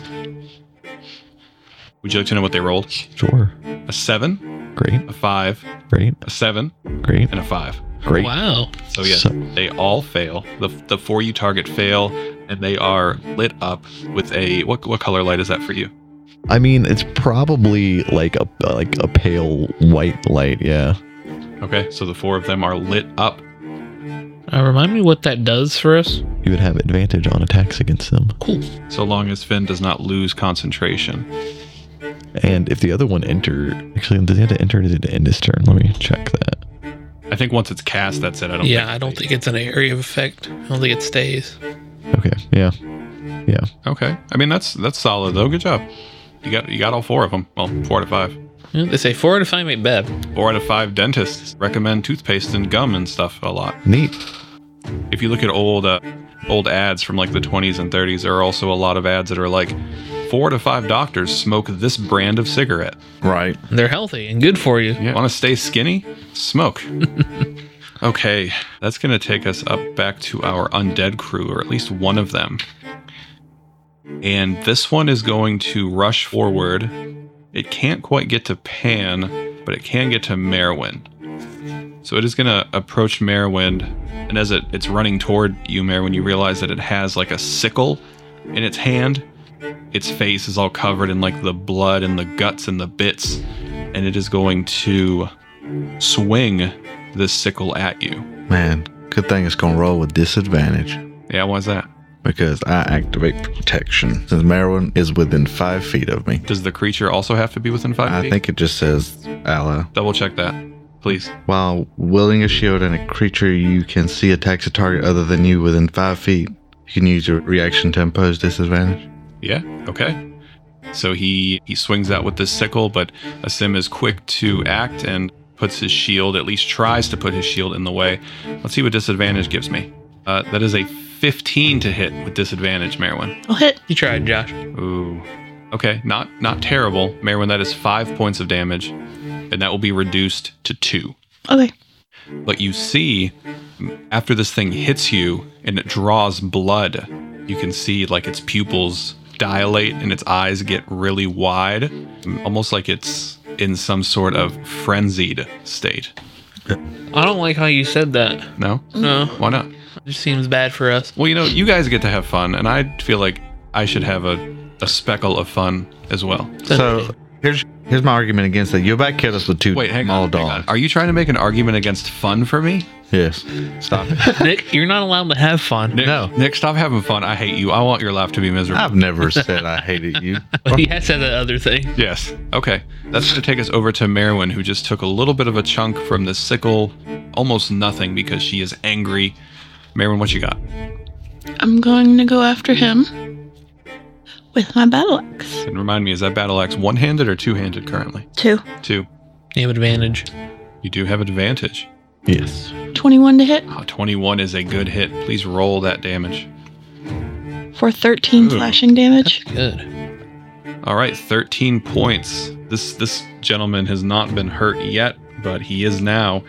Speaker 2: Would you like to know what they rolled?
Speaker 1: Sure.
Speaker 2: A seven,
Speaker 1: Great.
Speaker 2: a five,
Speaker 1: Great.
Speaker 2: a seven,
Speaker 1: Great.
Speaker 2: and a five.
Speaker 1: Great.
Speaker 3: Wow.
Speaker 2: So yeah,
Speaker 1: So-
Speaker 2: they all fail. The the four you target fail, and they are lit up with a what what color light is that for you?
Speaker 1: I mean, it's probably like a like a pale white light. Yeah.
Speaker 2: Okay, so the four of them are lit up.
Speaker 3: Uh, remind me what that does for us.
Speaker 1: You would have advantage on attacks against them,
Speaker 3: Cool.
Speaker 2: So long as Finn does not lose concentration.
Speaker 1: and if the other one enter, actually, does he have to enter? Or does it end his turn? Let me check that.
Speaker 2: I think once it's cast, that's it. I don't.
Speaker 3: yeah,
Speaker 2: think
Speaker 3: I don't think it's an area of effect. I don't think it stays.
Speaker 1: Okay. Yeah. Yeah.
Speaker 2: Okay, I mean that's that's solid though. Good job. You got you got all four of them. Well, four out of five.
Speaker 3: Yeah, they say four to five ain't bad.
Speaker 2: Four out of five dentists recommend toothpaste and gum and stuff a lot.
Speaker 1: Neat.
Speaker 2: if you look at old uh, old ads from like the 20s and 30s there are also a lot of ads that are like four to five doctors smoke this brand of cigarette
Speaker 1: Right.
Speaker 3: They're healthy and good for you.
Speaker 2: want to stay skinny smoke okay that's going to take us up back to our undead crew or at least one of them and this one is going to rush forward it can't quite get to pan but it can get to merwin so it is going to approach Merwind, and as it, it's running toward you, Merwin, you realize that it has like a sickle in its hand. Its face is all covered in like the blood and the guts and the bits, and it is going to swing this sickle at you.
Speaker 5: Man, good thing it's gonna roll with disadvantage
Speaker 2: Yeah, why's that?
Speaker 5: because I activate protection since Merwin is within five feet of me.
Speaker 2: Does the creature also have to be within five
Speaker 5: I
Speaker 2: feet?
Speaker 5: think it just says ally.
Speaker 2: Double check that, please.
Speaker 5: While wielding a shield and a creature you can see attacks a target other than you within five feet, you can use your reaction to impose disadvantage.
Speaker 2: Yeah. Okay. So he he swings out with this sickle, but Asim is quick to act and puts his shield, at least tries to put his shield in the way. Let's see what disadvantage gives me. Uh, that is a 15 to hit with disadvantage, Merwin.
Speaker 4: I'll hit.
Speaker 3: You tried, Josh.
Speaker 2: Ooh. Okay, not not terrible, Merwin. That is five points of damage, and that will be reduced to two.
Speaker 4: Okay.
Speaker 2: But you see, after this thing hits you and it draws blood, you can see like its pupils dilate and its eyes get really wide, almost like it's in some sort of frenzied state.
Speaker 3: I don't like how you said that.
Speaker 2: No?
Speaker 3: No,
Speaker 2: Why not?
Speaker 3: it just seems bad for us.
Speaker 2: Well, you know, you guys get to have fun, and I feel like I should have a, a speckle of fun as well.
Speaker 5: So here's here's my argument against that. You about killed us with two
Speaker 2: Wait, hang
Speaker 5: small
Speaker 2: on. hang on.
Speaker 5: dogs.
Speaker 2: Are you trying to make an argument against fun for me?
Speaker 5: Yes. Stop it.
Speaker 3: Nick, you're not allowed to have fun.
Speaker 2: Nick,
Speaker 5: No. Ah,
Speaker 2: Nick, stop having fun. I hate you. I want your life to be miserable.
Speaker 5: I've never said I hated you.
Speaker 3: He has said that other thing.
Speaker 2: Yes. Okay. That's going to take us over to Merwin, who just took a little bit of a chunk from the sickle, almost nothing because she is angry. Merwin, what you got?
Speaker 4: I'm going to go after him with my battle axe.
Speaker 2: And remind me, is that battle axe one handed or two handed currently?
Speaker 4: Two.
Speaker 2: Two.
Speaker 3: You have advantage.
Speaker 2: You do have advantage.
Speaker 1: Yes.
Speaker 4: 21 to hit
Speaker 2: Ah, 21 is a good hit. Please roll that damage.
Speaker 4: for 13
Speaker 2: Ooh.
Speaker 4: slashing damage.
Speaker 3: Good.
Speaker 2: All right, 13 points. This this gentleman has not been hurt yet, but he is now.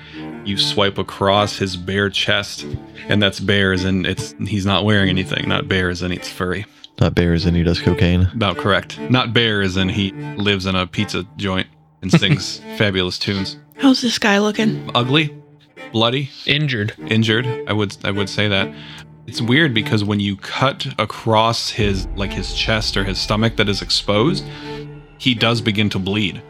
Speaker 2: You swipe across his bare chest, and that's bears, and it's he's not wearing anything. Not bears, and it's furry.
Speaker 1: Not bears and he does cocaine.
Speaker 2: About correct. Not bear as in he lives in a pizza joint and sings fabulous tunes.
Speaker 4: How's this guy looking?
Speaker 2: Ugly, bloody,
Speaker 3: Injured.
Speaker 2: injured. I would I would say that. It's weird because when you cut across his like his chest or his stomach that is exposed, he does begin to bleed.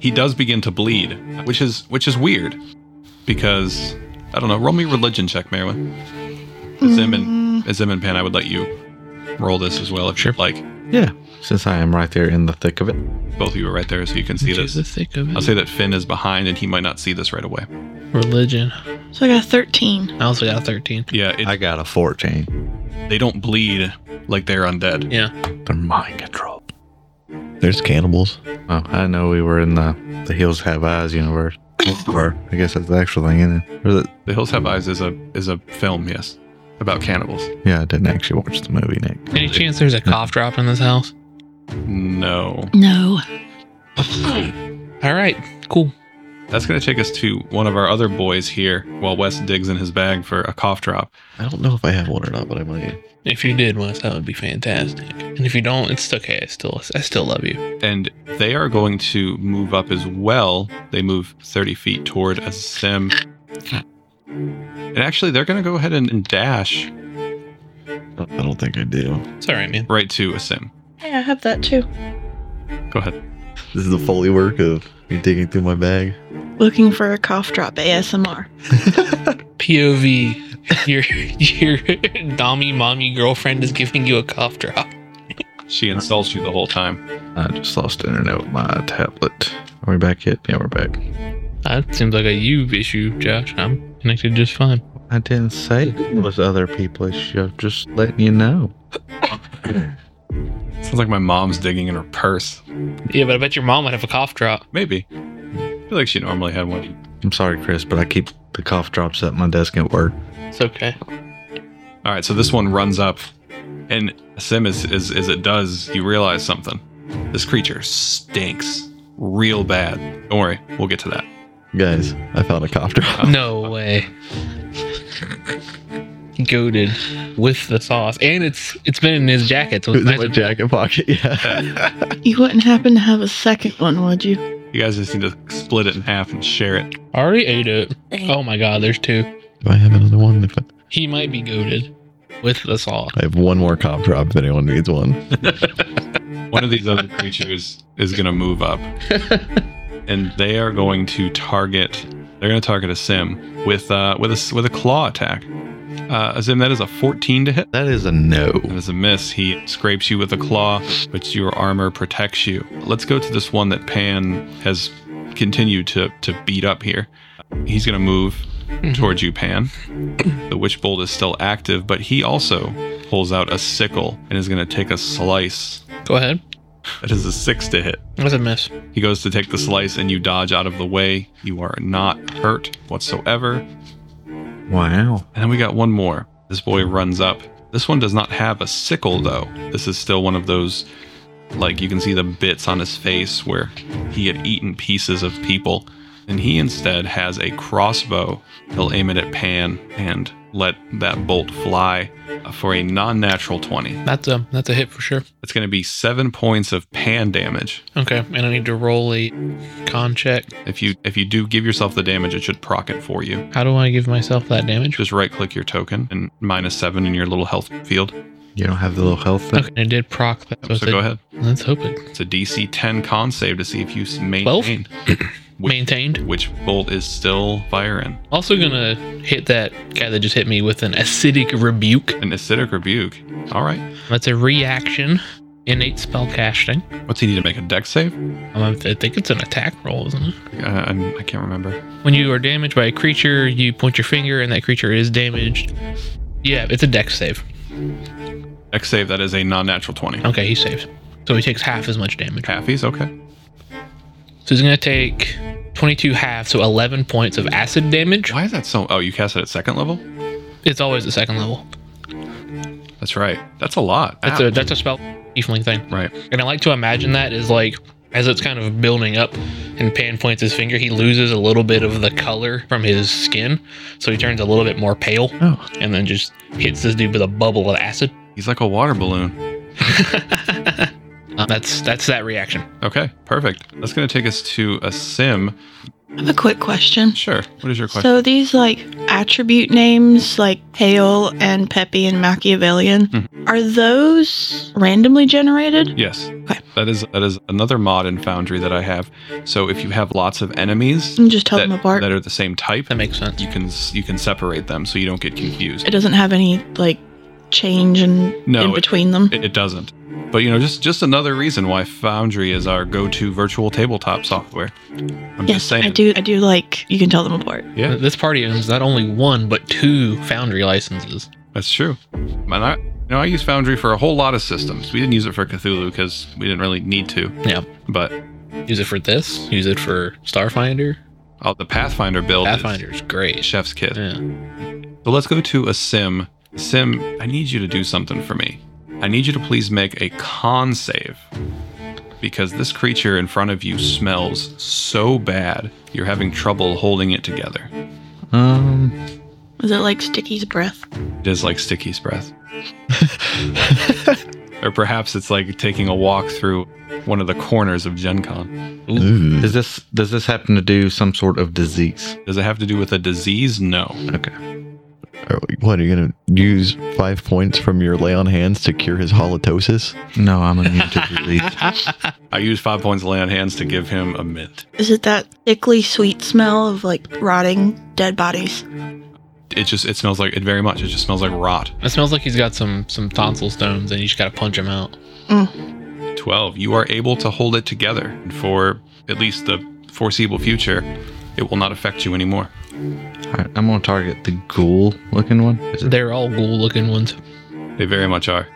Speaker 2: he does begin to bleed, which is which is weird. because I don't know. Roll me a religion check, Marilyn. As Zim and as Zim and Pan, I would let you roll this as well if you'd like.
Speaker 5: Yeah, since I am right there in the thick of it.
Speaker 2: Both of you are right there, so you can see
Speaker 3: To the
Speaker 2: this.
Speaker 3: thick of
Speaker 2: I'll
Speaker 3: it.
Speaker 2: say that Finn is behind, and he might not see this right away.
Speaker 3: Religion.
Speaker 4: So I got 13.
Speaker 3: I also got a 13.
Speaker 2: Yeah, it,
Speaker 5: I got a 14.
Speaker 2: they don't bleed like they're undead.
Speaker 3: Yeah.
Speaker 5: They're mind control.
Speaker 1: There's cannibals.
Speaker 5: Well, I know we were in the the hills have eyes universe. or I guess that's the actual thing in it. Or the,
Speaker 2: The Hills Have Eyes is a is a film, yes, about cannibals.
Speaker 5: yeah, I didn't actually watch the movie, Nick.
Speaker 3: Any chance there's a cough drop in this house?
Speaker 2: No,
Speaker 4: No.
Speaker 3: All right. Cool.
Speaker 2: that's going to take us to one of our other boys here, while Wes digs in his bag for a cough drop.
Speaker 1: I don't know if I have one or not, but I might.
Speaker 3: If you did, Wes, that would be fantastic. And if you don't, it's okay. I still, I still love you.
Speaker 2: and they are going to move up as well. They move 30 feet toward a sim. And actually, they're going to go ahead and, and dash
Speaker 1: I don't think I do.
Speaker 3: It's all right, man.
Speaker 2: right to a sim.
Speaker 4: Hey, I have that too.
Speaker 2: Go ahead.
Speaker 1: This is the foley work of me digging through my bag.
Speaker 4: Looking for a cough drop ASMR.
Speaker 3: POV. Your, your dommy mommy girlfriend is giving you a cough drop.
Speaker 2: She insults you the whole time.
Speaker 5: I just lost internet with my tablet. Are we back yet? Yeah, we're back.
Speaker 3: That seems like a you issue, Josh. I'm connected just fine.
Speaker 5: I didn't say it was other people. It's ju- just letting you know.
Speaker 2: Sounds like my mom's digging in her purse.
Speaker 3: Yeah, but I bet your mom would have a cough drop.
Speaker 2: Maybe. I feel like she normally had one.
Speaker 5: I'm sorry, Chris, but I keep the cough drops at my desk at work.
Speaker 3: It's okay.
Speaker 2: All right, so this one runs up. And a sim, is, is, as it does, you realize something. This creature stinks real bad. Don't worry, we'll get to that.
Speaker 1: Guys, I found a copter.
Speaker 3: No way. Goaded with the sauce, and it's it's been in his jacket, so
Speaker 1: It
Speaker 3: it's
Speaker 1: was in
Speaker 3: nice.
Speaker 1: my jacket pocket. Yeah.
Speaker 4: You wouldn't happen to have a second one, would you?
Speaker 2: You guys just need to split it in half and share it.
Speaker 3: Already ate it. Oh my god, there's two.
Speaker 1: Do I have another one? If I-
Speaker 3: He might be goaded with the sauce.
Speaker 1: I have one more cop drop if anyone needs one.
Speaker 2: One of these other creatures is going to move up, and they are going to target. They're going to target a sim with uh, with a s- with a claw attack. Uh, a sim that is a 14 to hit.
Speaker 5: That is a no.
Speaker 2: That is a miss. He scrapes you with a claw, but your armor protects you. Let's go to this one that Pan has continued to to beat up here. He's going to move towards you, Pan. The witch bolt is still active, but he also pulls out a sickle and is going to take a slice.
Speaker 3: Go ahead.
Speaker 2: That is a six to hit.
Speaker 3: That's a miss.
Speaker 2: He goes to take the slice and you dodge out of the way. You are not hurt whatsoever. And
Speaker 5: Wow.
Speaker 2: then we got one more. This boy runs up. This one does not have a sickle though. This is still one of those like you can see the bits on his face where he had eaten pieces of people. And he instead has a crossbow. He'll aim it at Pan and let that bolt fly for a non-natural 20.
Speaker 3: That's a that's a hit for sure.
Speaker 2: It's going to be 7 points of pan damage.
Speaker 3: Okay, and I need to roll a con check.
Speaker 2: If you if you do give yourself the damage, it should proc it for you.
Speaker 3: How do I give myself that damage?
Speaker 2: Just right click your token and minus seven in your little health field.
Speaker 5: You don't have the little health thing?
Speaker 3: Okay, I did proc that.
Speaker 2: So go ahead.
Speaker 3: Let's hope it
Speaker 2: It's a DC 10 con save to see if you s- maintain. Which,
Speaker 3: maintained.
Speaker 2: which bolt is still firing.
Speaker 3: Also gonna hit that guy that just hit me with an acidic rebuke.
Speaker 2: An acidic rebuke. All right.
Speaker 3: That's a reaction, innate spell casting.
Speaker 2: What's he need to make a deck save?
Speaker 3: Um, I think it's an attack roll, isn't it?
Speaker 2: Uh, I'm- I can't remember.
Speaker 3: When you are damaged by a creature, you point your finger and that creature is damaged. Yeah, it's a dex save.
Speaker 2: Deck save, that is a non natural 20.
Speaker 3: Okay, he saves. So he takes half as much damage.
Speaker 2: Halfies, okay.
Speaker 3: So he's going to take 22 half, so 11 points of acid damage.
Speaker 2: Why is that so? Oh, you cast it at second level?
Speaker 3: It's always the second level.
Speaker 2: That's right. That's a lot.
Speaker 3: That's
Speaker 2: Ow.
Speaker 3: a that's a spell tiefling thing.
Speaker 2: right.
Speaker 3: And I like to imagine that is like as it's kind of building up and Pan points his finger, he loses a little bit of the color from his skin. So he turns a little bit more pale
Speaker 5: Oh.
Speaker 3: and then just hits this dude with a bubble of acid.
Speaker 2: He's like a water balloon.
Speaker 3: Uh, that's that's that reaction.
Speaker 2: Okay, perfect. That's going to take us to a sim.
Speaker 4: I have a quick question.
Speaker 2: Sure. What is your question?
Speaker 4: So these like attribute names like Pale and Peppy and Machiavellian,
Speaker 2: Hmm.
Speaker 4: are those randomly generated?
Speaker 2: yes.
Speaker 4: Okay.
Speaker 2: That is that is another mod in Foundry that I have. So if you have lots of enemies
Speaker 4: You can just tell
Speaker 2: that,
Speaker 4: them apart.
Speaker 2: that are the same type,
Speaker 3: That makes sense.
Speaker 2: you can s- you can separate them so you don't get confused.
Speaker 4: it doesn't have any like change in,
Speaker 2: No,
Speaker 4: in
Speaker 2: it-
Speaker 4: between them.
Speaker 2: It, it doesn't. But you know, just just another reason why Foundry is our go-to virtual tabletop software. I'm just
Speaker 4: yes,
Speaker 2: saying.
Speaker 4: I do. I do like you can tell them apart.
Speaker 2: Yeah.
Speaker 3: This party owns not only one but two foundry licenses.
Speaker 2: That's true. And I, you know, I use Foundry for a whole lot of systems. We didn't use it for Cthulhu because we didn't really need to.
Speaker 3: Yeah.
Speaker 2: But
Speaker 3: Use it for this. Use it for Starfinder.
Speaker 2: oh, the Pathfinder build is
Speaker 3: Pathfinder's great.
Speaker 2: chef's kit.
Speaker 3: Yeah.
Speaker 2: So let's go to a sim. Sim, I need you to do something for me. I need you to please make a con save because this creature in front of you smells so bad. You're having trouble holding it together.
Speaker 5: Um,
Speaker 4: Is it like Sticky's breath?
Speaker 2: It is like Sticky's breath. or perhaps it's like taking a walk through one of the corners of Gen Con.
Speaker 5: does this does this happen to do some sort of disease?
Speaker 2: Does it have to do with a disease? No.
Speaker 5: Okay.
Speaker 1: Are we- what are you gonna use five points from your lay on hands to cure his halitosis?
Speaker 5: No, I'm immune to disease.
Speaker 2: I used five points of lay on hands to give him a mint.
Speaker 4: Is it that thickly sweet smell of like rotting dead bodies?
Speaker 2: It just it smells like it very much. It just smells like rot.
Speaker 3: It smells like he's got some some tonsil stones, and you just gotta punch him out.
Speaker 2: Twelve. You are able to hold it together, and for at least the foreseeable future, it will not affect you anymore.
Speaker 5: All right, I'm gonna target the ghoul looking one. Is it-
Speaker 3: They're all ghoul looking ones.
Speaker 2: They very much are.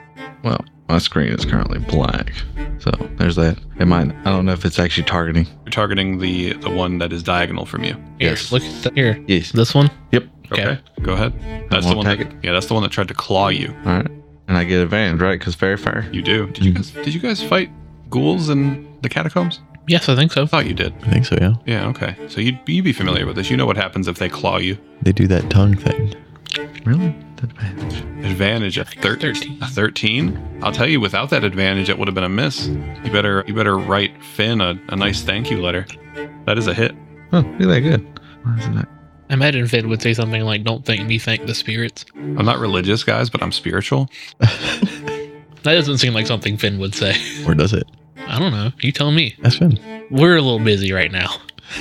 Speaker 5: Well, my screen is currently black, so there's that. It might. I don't know if it's actually targeting.
Speaker 2: You're targeting the the one that is diagonal from you.
Speaker 3: Here,
Speaker 5: Yes.
Speaker 3: look at the, here.
Speaker 5: Yes.
Speaker 3: This one.
Speaker 5: Yep.
Speaker 2: Okay.
Speaker 3: Okay.
Speaker 2: Go ahead. That's the
Speaker 5: won't
Speaker 2: one that,
Speaker 5: take
Speaker 2: yeah, that's the one that tried to claw you.
Speaker 5: All right. And I get advantage, right? Because fairy fire.
Speaker 2: You do. Did you
Speaker 1: Mm.
Speaker 2: guys did you guys fight ghouls in the catacombs?
Speaker 3: Yes, I think so.
Speaker 2: I thought you did.
Speaker 1: I think so, yeah.
Speaker 2: Yeah, okay. So you'd, you'd be familiar with this. You know what happens if they claw you.
Speaker 1: They do that tongue thing.
Speaker 5: Really? Advantage.
Speaker 2: Advantage of thir-
Speaker 3: 13.
Speaker 2: a 13. I'll tell you without that advantage it would have been a miss. You better you better write Finn a, a nice thank you letter. That is a hit.
Speaker 5: Oh, look at that. Good. Why is it not?
Speaker 3: I imagine Fid would say something like, "Don't thank me, thank the spirits."
Speaker 2: I'm not religious, guys, but I'm spiritual.
Speaker 3: That doesn't seem like something Finn would say.
Speaker 1: Or does it?
Speaker 3: I don't know. You tell me.
Speaker 1: That's fun.
Speaker 3: We're a little busy right now.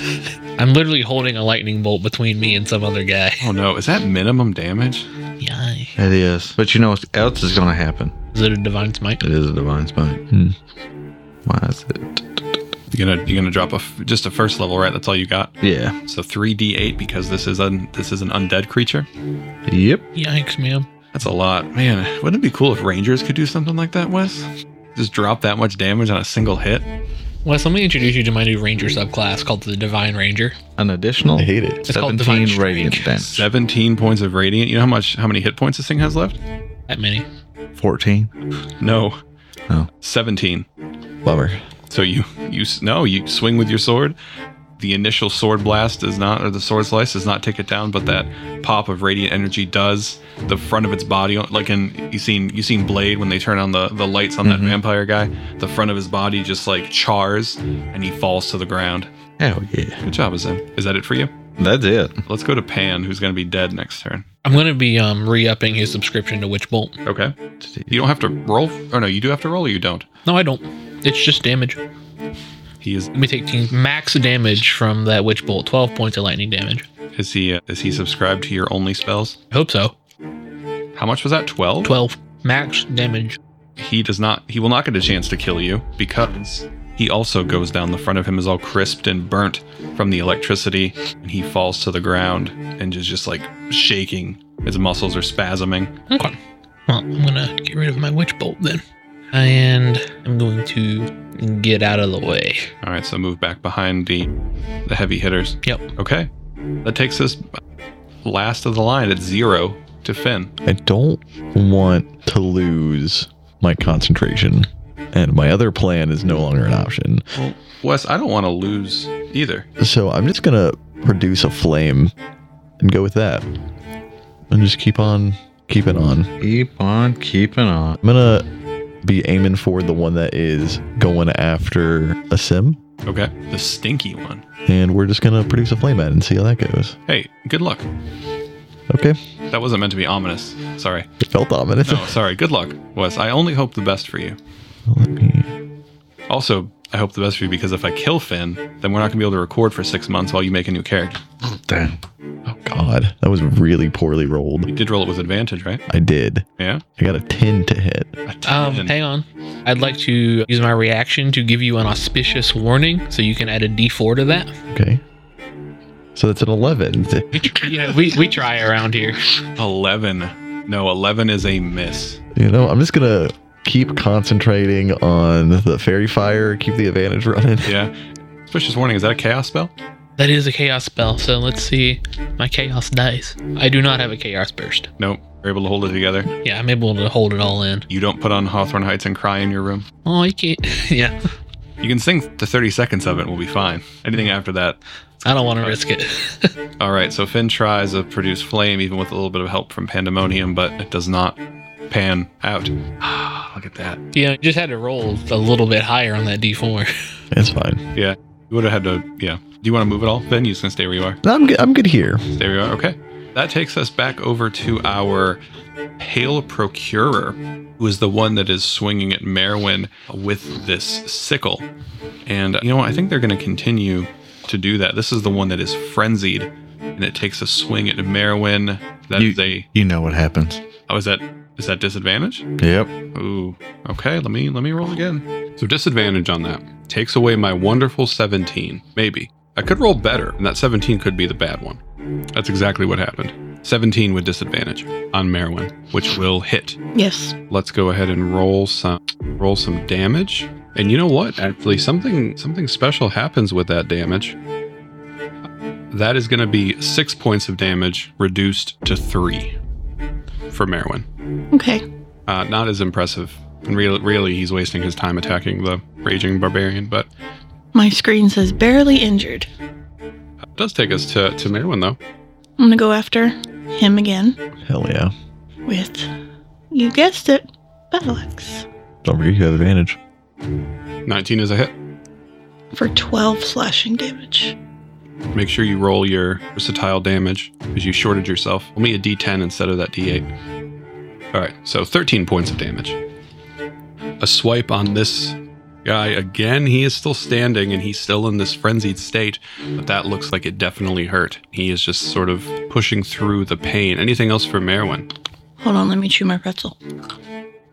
Speaker 3: I'm literally holding a lightning bolt between me and some other guy.
Speaker 2: Oh no, is that minimum damage?
Speaker 3: Yay.
Speaker 5: It is. But you know what else is gonna happen?
Speaker 3: Is it a divine smite?
Speaker 5: It is a divine spite.
Speaker 1: Hmm.
Speaker 5: Why is it?
Speaker 2: You're gonna you're gonna drop a f- just a first level, right? That's all you got.
Speaker 5: Yeah.
Speaker 2: So 3d8 because this is un, this is an undead creature.
Speaker 5: Yep.
Speaker 3: Yikes, ma'am.
Speaker 2: That's a lot. Man, wouldn't it be cool if Rangers could do something like that, Wes? Just drop that much damage on a single hit?
Speaker 3: Wes, let me introduce you to my new ranger subclass called the Divine Ranger.
Speaker 5: An additional
Speaker 1: I hate it.
Speaker 3: It's called divine
Speaker 5: 17 radiant
Speaker 3: strike.
Speaker 5: damage.
Speaker 2: 17 points of radiant. You know how much how many hit points this thing has left?
Speaker 3: That many.
Speaker 5: 14.
Speaker 2: No.
Speaker 5: Oh.
Speaker 2: 17.
Speaker 1: Bummer.
Speaker 2: So you you s- no, you swing with your sword. The initial sword blast does not or the sword slice does not take it down, but that pop of radiant energy does. The front of its body like in you seen you seen Blade when they turn on the the lights on that vampire guy, the front of his body just like chars and he falls to the ground.
Speaker 5: Hell yeah.
Speaker 2: Good job, Azim. Is that it for you?
Speaker 5: That's it.
Speaker 2: Let's go to Pan, who's going to be dead next turn.
Speaker 3: I'm going to be um, re upping his subscription to Witch Bolt.
Speaker 2: Okay. You don't have to roll. Oh, no, you do have to roll or you don't.
Speaker 3: No, I don't. It's just damage.
Speaker 2: He is.
Speaker 3: Let me take team max damage from that Witch Bolt 12 points of lightning damage.
Speaker 2: Is he? Uh, is he subscribed to your only spells?
Speaker 3: I hope so.
Speaker 2: How much was that? Twelve.
Speaker 3: 12 max damage.
Speaker 2: He does not. He will not get a chance to kill you because he also goes down. The front of him is all crisped and burnt from the electricity, and he falls to the ground and is just like shaking. His muscles are spasming.
Speaker 3: Okay. Well, I'm gonna get rid of my witch bolt then. And I'm going to get out of the way.
Speaker 2: All right, so move back behind the the heavy hitters.
Speaker 3: Yep.
Speaker 2: Okay. That takes us last of the line at zero to Finn.
Speaker 1: I don't want to lose my concentration. And my other plan is no longer an option.
Speaker 2: Well, Wes, I don't want to lose either.
Speaker 1: So I'm just gonna produce a flame and go with that. And just keep on keeping on.
Speaker 5: Keep on keeping on.
Speaker 1: I'm gonna be aiming for the one that is going after a sim,
Speaker 2: Okay. The stinky one.
Speaker 1: and we're just gonna produce a flame at it and see how that goes.
Speaker 2: Hey, good luck.
Speaker 1: Okay,
Speaker 2: That wasn't meant to be ominous. Sorry.
Speaker 1: it felt ominous.
Speaker 2: No, sorry. Good luck, Wes. I only hope the best for you.
Speaker 1: Let me-
Speaker 2: Also, I hope the best for you because if I kill Finn, then we're not going to be able to record for six months while you make a new character.
Speaker 5: Damn.
Speaker 1: Oh God, that was really poorly rolled.
Speaker 2: You did roll it with advantage, right?
Speaker 1: I did.
Speaker 2: Yeah.
Speaker 1: I got a ten to hit.
Speaker 2: A
Speaker 3: Um,
Speaker 2: ten.
Speaker 3: hang on. I'd like to use my reaction to give you an auspicious warning, so you can add a D4 to that.
Speaker 1: Okay, so that's an eleven.
Speaker 3: yeah, we, we try around here.
Speaker 2: Eleven. No, eleven is a miss.
Speaker 1: You know, I'm just gonna keep concentrating on the fairy fire, keep the advantage running.
Speaker 2: Yeah. Suspicious warning. Is that a chaos spell?
Speaker 3: That is a chaos spell, so let's see my chaos dice. I do not have a chaos burst.
Speaker 2: Nope. You're able to hold it together.
Speaker 3: Yeah, I'm able to hold it all in.
Speaker 2: You don't put on Hawthorne Heights and cry in your room.
Speaker 3: Oh, you can't. yeah,
Speaker 2: You can sing to 30 seconds of it. and We'll be fine. Anything after that.
Speaker 3: I don't want to risk it.
Speaker 2: All right. So Finn tries to produce flame, even with a little bit of help from Pandemonium, but it does not pan out. Look at that.
Speaker 3: yeah, you just had to roll a little bit higher on that D4.
Speaker 1: It's fine.
Speaker 2: You would have had to, yeah. Do you want to move at all? Then you just gonna stay where you are.
Speaker 1: No, I'm good. I'm good here.
Speaker 2: Stay where you are. Okay. That takes us back over to our pale procurer, who is the one that is swinging at Merwin with this sickle. And you know what? I think they're gonna continue to do that. This is the one that is frenzied, and it takes a swing at Merwin. That
Speaker 5: You-
Speaker 2: is a
Speaker 5: You know what happens.
Speaker 2: oh, is that is that disadvantage?
Speaker 5: Yep.
Speaker 2: Ooh. Okay, let me let me roll again. So disadvantage on that takes away my wonderful 17. Maybe. I could roll better, and that 17 could be the bad one. That's exactly what happened. 17 with disadvantage on Merwin, which will hit.
Speaker 4: Yes.
Speaker 2: Let's go ahead and roll some roll some damage. And you know what? Actually, something something special happens with that damage. That is going to be 6 points of damage reduced to 3 for Merwin
Speaker 4: Okay.
Speaker 2: uh, not as impressive. And really, really, he's wasting his time attacking the raging barbarian. But
Speaker 4: My screen says barely injured.
Speaker 2: it does take us to to Merwin, though.
Speaker 4: I'm gonna go after him again
Speaker 1: Hell yeah.
Speaker 4: with, you guessed it, battle axe
Speaker 1: Don't forget you have advantage.
Speaker 2: Nineteen is a hit.
Speaker 4: for 12 slashing damage.
Speaker 2: Make sure you roll your versatile damage because you shorted yourself. Roll me a D10 instead of that D8. All right, so 13 points of damage. A swipe on this guy again. He is still standing and he's still in this frenzied state, but that looks like it definitely hurt. He is just sort of pushing through the pain. Anything else for Merwin?
Speaker 4: Hold on, let me chew my pretzel.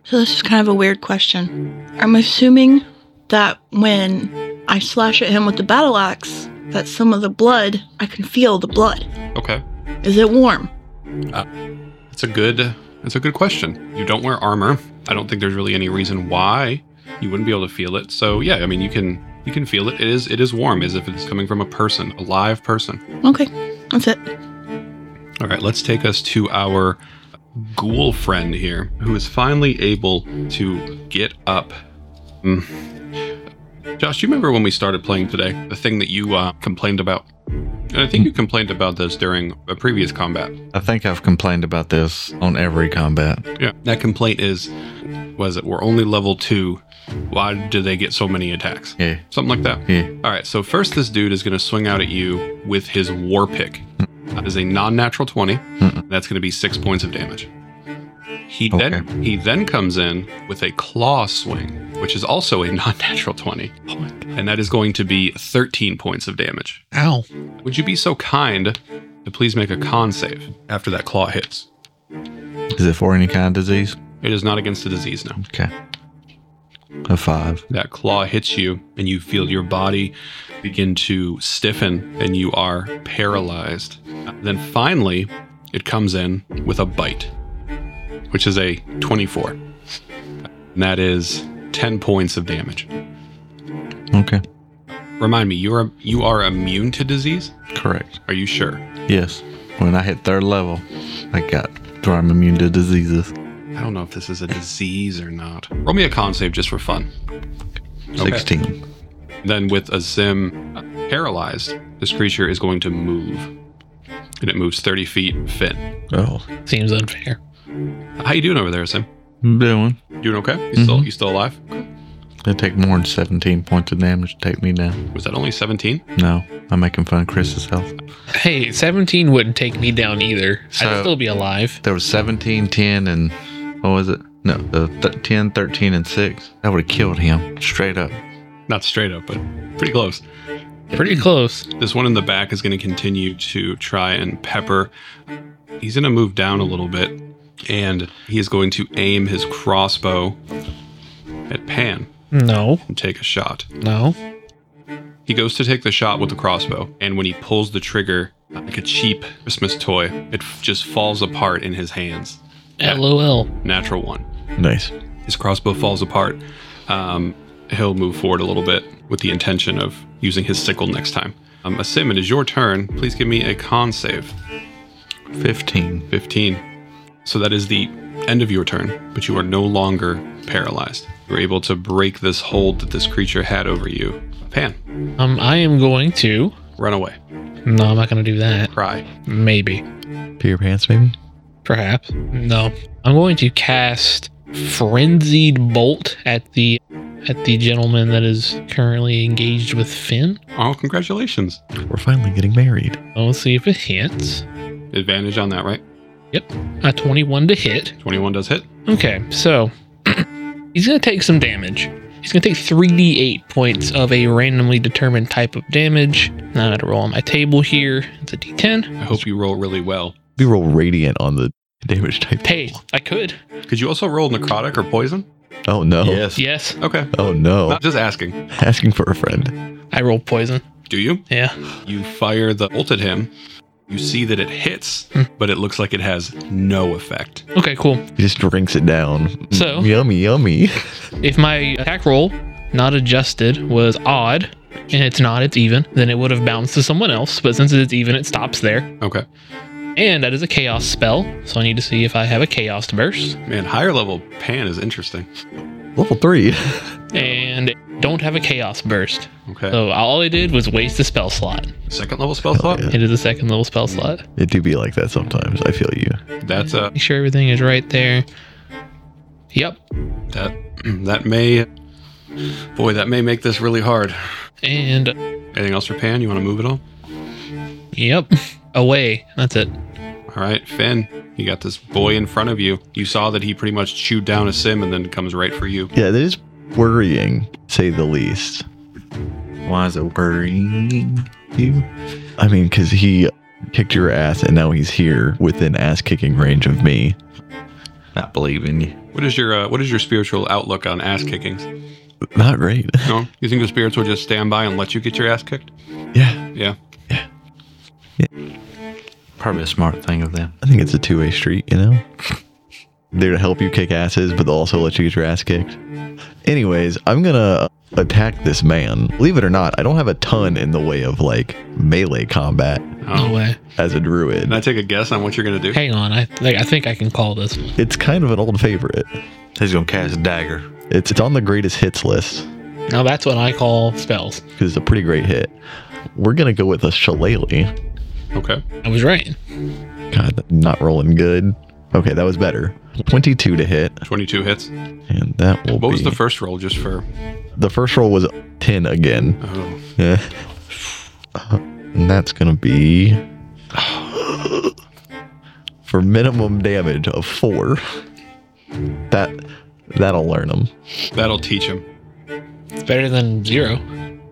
Speaker 4: So this is kind of a weird question. I'm assuming that when I slash at him with the battle axe, that some of the blood, I can feel the blood.
Speaker 2: Okay.
Speaker 4: Is it warm?
Speaker 2: It's a good it's a good question. You don't wear armor. I don't think there's really any reason why you wouldn't be able to feel it. So yeah, I mean you can you can feel it. It is it is warm as if it's coming from a person, a live person.
Speaker 4: Okay, that's it.
Speaker 2: All right, let's take us to our ghoul friend here who is finally able to get up. Hmm. Josh, do you remember when we started playing today? The thing that you uh, complained about? And I think you complained about this during a previous combat.
Speaker 5: I think I've complained about this on every combat.
Speaker 2: Yeah. That complaint is was it we're only level two. Why do they get so many attacks?
Speaker 5: Yeah.
Speaker 2: Something like that.
Speaker 5: Yeah.
Speaker 2: All right, so first this dude is going to swing out at you with his war pick.
Speaker 5: Hmm.
Speaker 2: That is a non-natural 20.
Speaker 5: Mm-mm.
Speaker 2: That's going to be 6 points of damage. He then
Speaker 5: Okay.
Speaker 2: he then comes in with a claw swing, which is also a non-natural 20. and that is going to be 13 points of damage.
Speaker 3: Ow.
Speaker 2: Would you be so kind to please make a con save after that claw hits?
Speaker 5: Is it for any kind of disease?
Speaker 2: It is not against the disease now.
Speaker 5: Okay. A five.
Speaker 2: That claw hits you, and you feel your body begin to stiffen, and you are paralyzed. Then finally, it comes in with a bite, which is a 24. And that is 10 points of damage.
Speaker 5: Okay.
Speaker 2: Remind me, you are you are immune to disease?
Speaker 5: Correct.
Speaker 2: Are you sure?
Speaker 5: Yes. When I hit third level, I got where I'm immune to diseases.
Speaker 2: I don't know if this is a disease or not. Roll me a con save just for fun. Okay.
Speaker 5: Sixteen.
Speaker 2: Then, with a Zim paralyzed, this creature is going to move. And it moves 30 feet, Finn.
Speaker 1: Oh,
Speaker 3: Seems unfair.
Speaker 2: How you doing over there, Sim?
Speaker 5: I'm doing.
Speaker 2: Doing okay? You still you still alive?
Speaker 5: It'd take more than 17 points of damage to take me down.
Speaker 2: Was that only 17?
Speaker 5: No, I'm making fun of Chris's health.
Speaker 3: Hey, 17 wouldn't take me down either. I'd
Speaker 5: So-
Speaker 3: still be alive.
Speaker 5: There was 17, 10, and what was it? No, the th- 10, 13, and 6. That would have killed him straight up.
Speaker 2: Not straight up, but pretty close.
Speaker 3: Pretty close.
Speaker 2: This one in the back is going to continue to try and pepper. He's going to move down a little bit, and he is going to aim his crossbow at Pan
Speaker 3: No,
Speaker 2: and take a shot.
Speaker 3: no.
Speaker 2: He goes to take the shot with the crossbow, and when he pulls the trigger, uh, like a cheap Christmas toy, it f- just falls apart in his hands.
Speaker 3: LOL.
Speaker 2: Natural one.
Speaker 5: Nice.
Speaker 2: His crossbow falls apart. Um, he'll move forward a little bit with the intention of using his sickle next time. Um, Asim, it is your turn. Please give me a con save.
Speaker 5: 15.
Speaker 2: 15. So that is the end of your turn, but you are no longer paralyzed. You're able to break this hold that this creature had over you. Pan,
Speaker 3: Um, I am going to.
Speaker 2: run away.
Speaker 3: No, I'm not going to do that.
Speaker 2: Cry.
Speaker 3: Maybe.
Speaker 1: Pee your pants, maybe?
Speaker 3: Perhaps. No. I'm going to cast Frenzied Bolt at the at the gentleman that is currently engaged with Finn.
Speaker 2: Oh, congratulations.
Speaker 1: We're finally getting married.
Speaker 3: Let's see if it hits.
Speaker 2: Advantage on that, right?
Speaker 3: A 21 to hit.
Speaker 2: 21 does hit.
Speaker 3: Okay, so he's going to take some damage. He's going to take 3d8 points of a randomly determined type of damage. Now I'm going to roll on my table here. It's a d10.
Speaker 2: I hope you roll really well.
Speaker 1: We roll radiant on the damage type.
Speaker 3: Hey, I could.
Speaker 2: Could you also roll necrotic or poison?
Speaker 1: Oh no.
Speaker 5: Yes.
Speaker 3: Yes,
Speaker 2: Okay.
Speaker 1: Oh
Speaker 3: Uh,
Speaker 1: no.
Speaker 2: Not just asking.
Speaker 1: Asking for a friend.
Speaker 3: I rolled poison.
Speaker 2: Do you?
Speaker 3: Yeah.
Speaker 2: You fire the bolt at him. You see that it hits,
Speaker 3: Hmm.
Speaker 2: but it looks like it has no effect.
Speaker 3: Okay, cool.
Speaker 1: He just drinks it down.
Speaker 3: So-
Speaker 1: yummy, yummy.
Speaker 3: If my attack roll, not adjusted, was odd, and it's not, it's even, then it would have bounced to someone else. But since it's even, it stops there.
Speaker 2: Okay.
Speaker 3: And that is a chaos spell, so I need to see if I have a chaos burst.
Speaker 2: Man, higher level pan is interesting.
Speaker 1: Level three.
Speaker 3: And don't have a chaos burst.
Speaker 2: Okay.
Speaker 3: So all I did was waste a spell slot.
Speaker 2: Second level spell slot?
Speaker 1: yeah.
Speaker 3: It is a second level spell slot.
Speaker 1: It do be like that sometimes. I feel you.
Speaker 2: That's uh, a
Speaker 3: Make sure everything is right there. Yep.
Speaker 2: that that may boy, that may make this really hard.
Speaker 3: And
Speaker 2: Anything else for Pan? You want to move it all?
Speaker 3: yep. Away. That's it.
Speaker 2: All right, Finn. You got this boy in front of you. You saw that he pretty much chewed down a sim and then comes right for you.
Speaker 1: Yeah, that is worrying, to say the least.
Speaker 5: Why is it worrying you?
Speaker 1: I mean, because he kicked your ass and now he's here within ass kicking range of me.
Speaker 5: Not believing you.
Speaker 2: What is your uh, what is your spiritual outlook on ass kickings?
Speaker 1: Not great.
Speaker 2: No, you think the spirits will just stand by and let you get your ass kicked?
Speaker 1: yeah,
Speaker 2: Yeah.
Speaker 5: Probably a smart thing of them.
Speaker 1: I think it's a two way street, you know? There to help you kick asses, but they'll also let you get your ass kicked. Anyways, I'm gonna attack this man. Believe it or not, I don't have a ton in the way of like melee combat
Speaker 2: Oh.
Speaker 3: Away.
Speaker 1: as a druid.
Speaker 2: Can I take a guess on what you're gonna do?
Speaker 3: Hang on. I like, I think I can call this.
Speaker 1: It's kind of an old favorite.
Speaker 5: He's gonna cast a dagger.
Speaker 1: It's, it's on the greatest hits list
Speaker 3: Now that's what I call spells.
Speaker 1: because it's a pretty great hit. We're gonna go with a shillelagh.
Speaker 2: Okay.
Speaker 3: I was right.
Speaker 1: God, not rolling good. Okay, that was better. 22 to hit,
Speaker 2: Twenty-two hits.
Speaker 1: and that will
Speaker 2: What was
Speaker 1: be-
Speaker 2: the first roll? Just for
Speaker 1: the first roll was 10 again.
Speaker 2: oh,
Speaker 1: Yeah. and that's going to be for minimum damage of 4. That that'll learn them.
Speaker 2: that'll teach him.
Speaker 3: It's better than zero.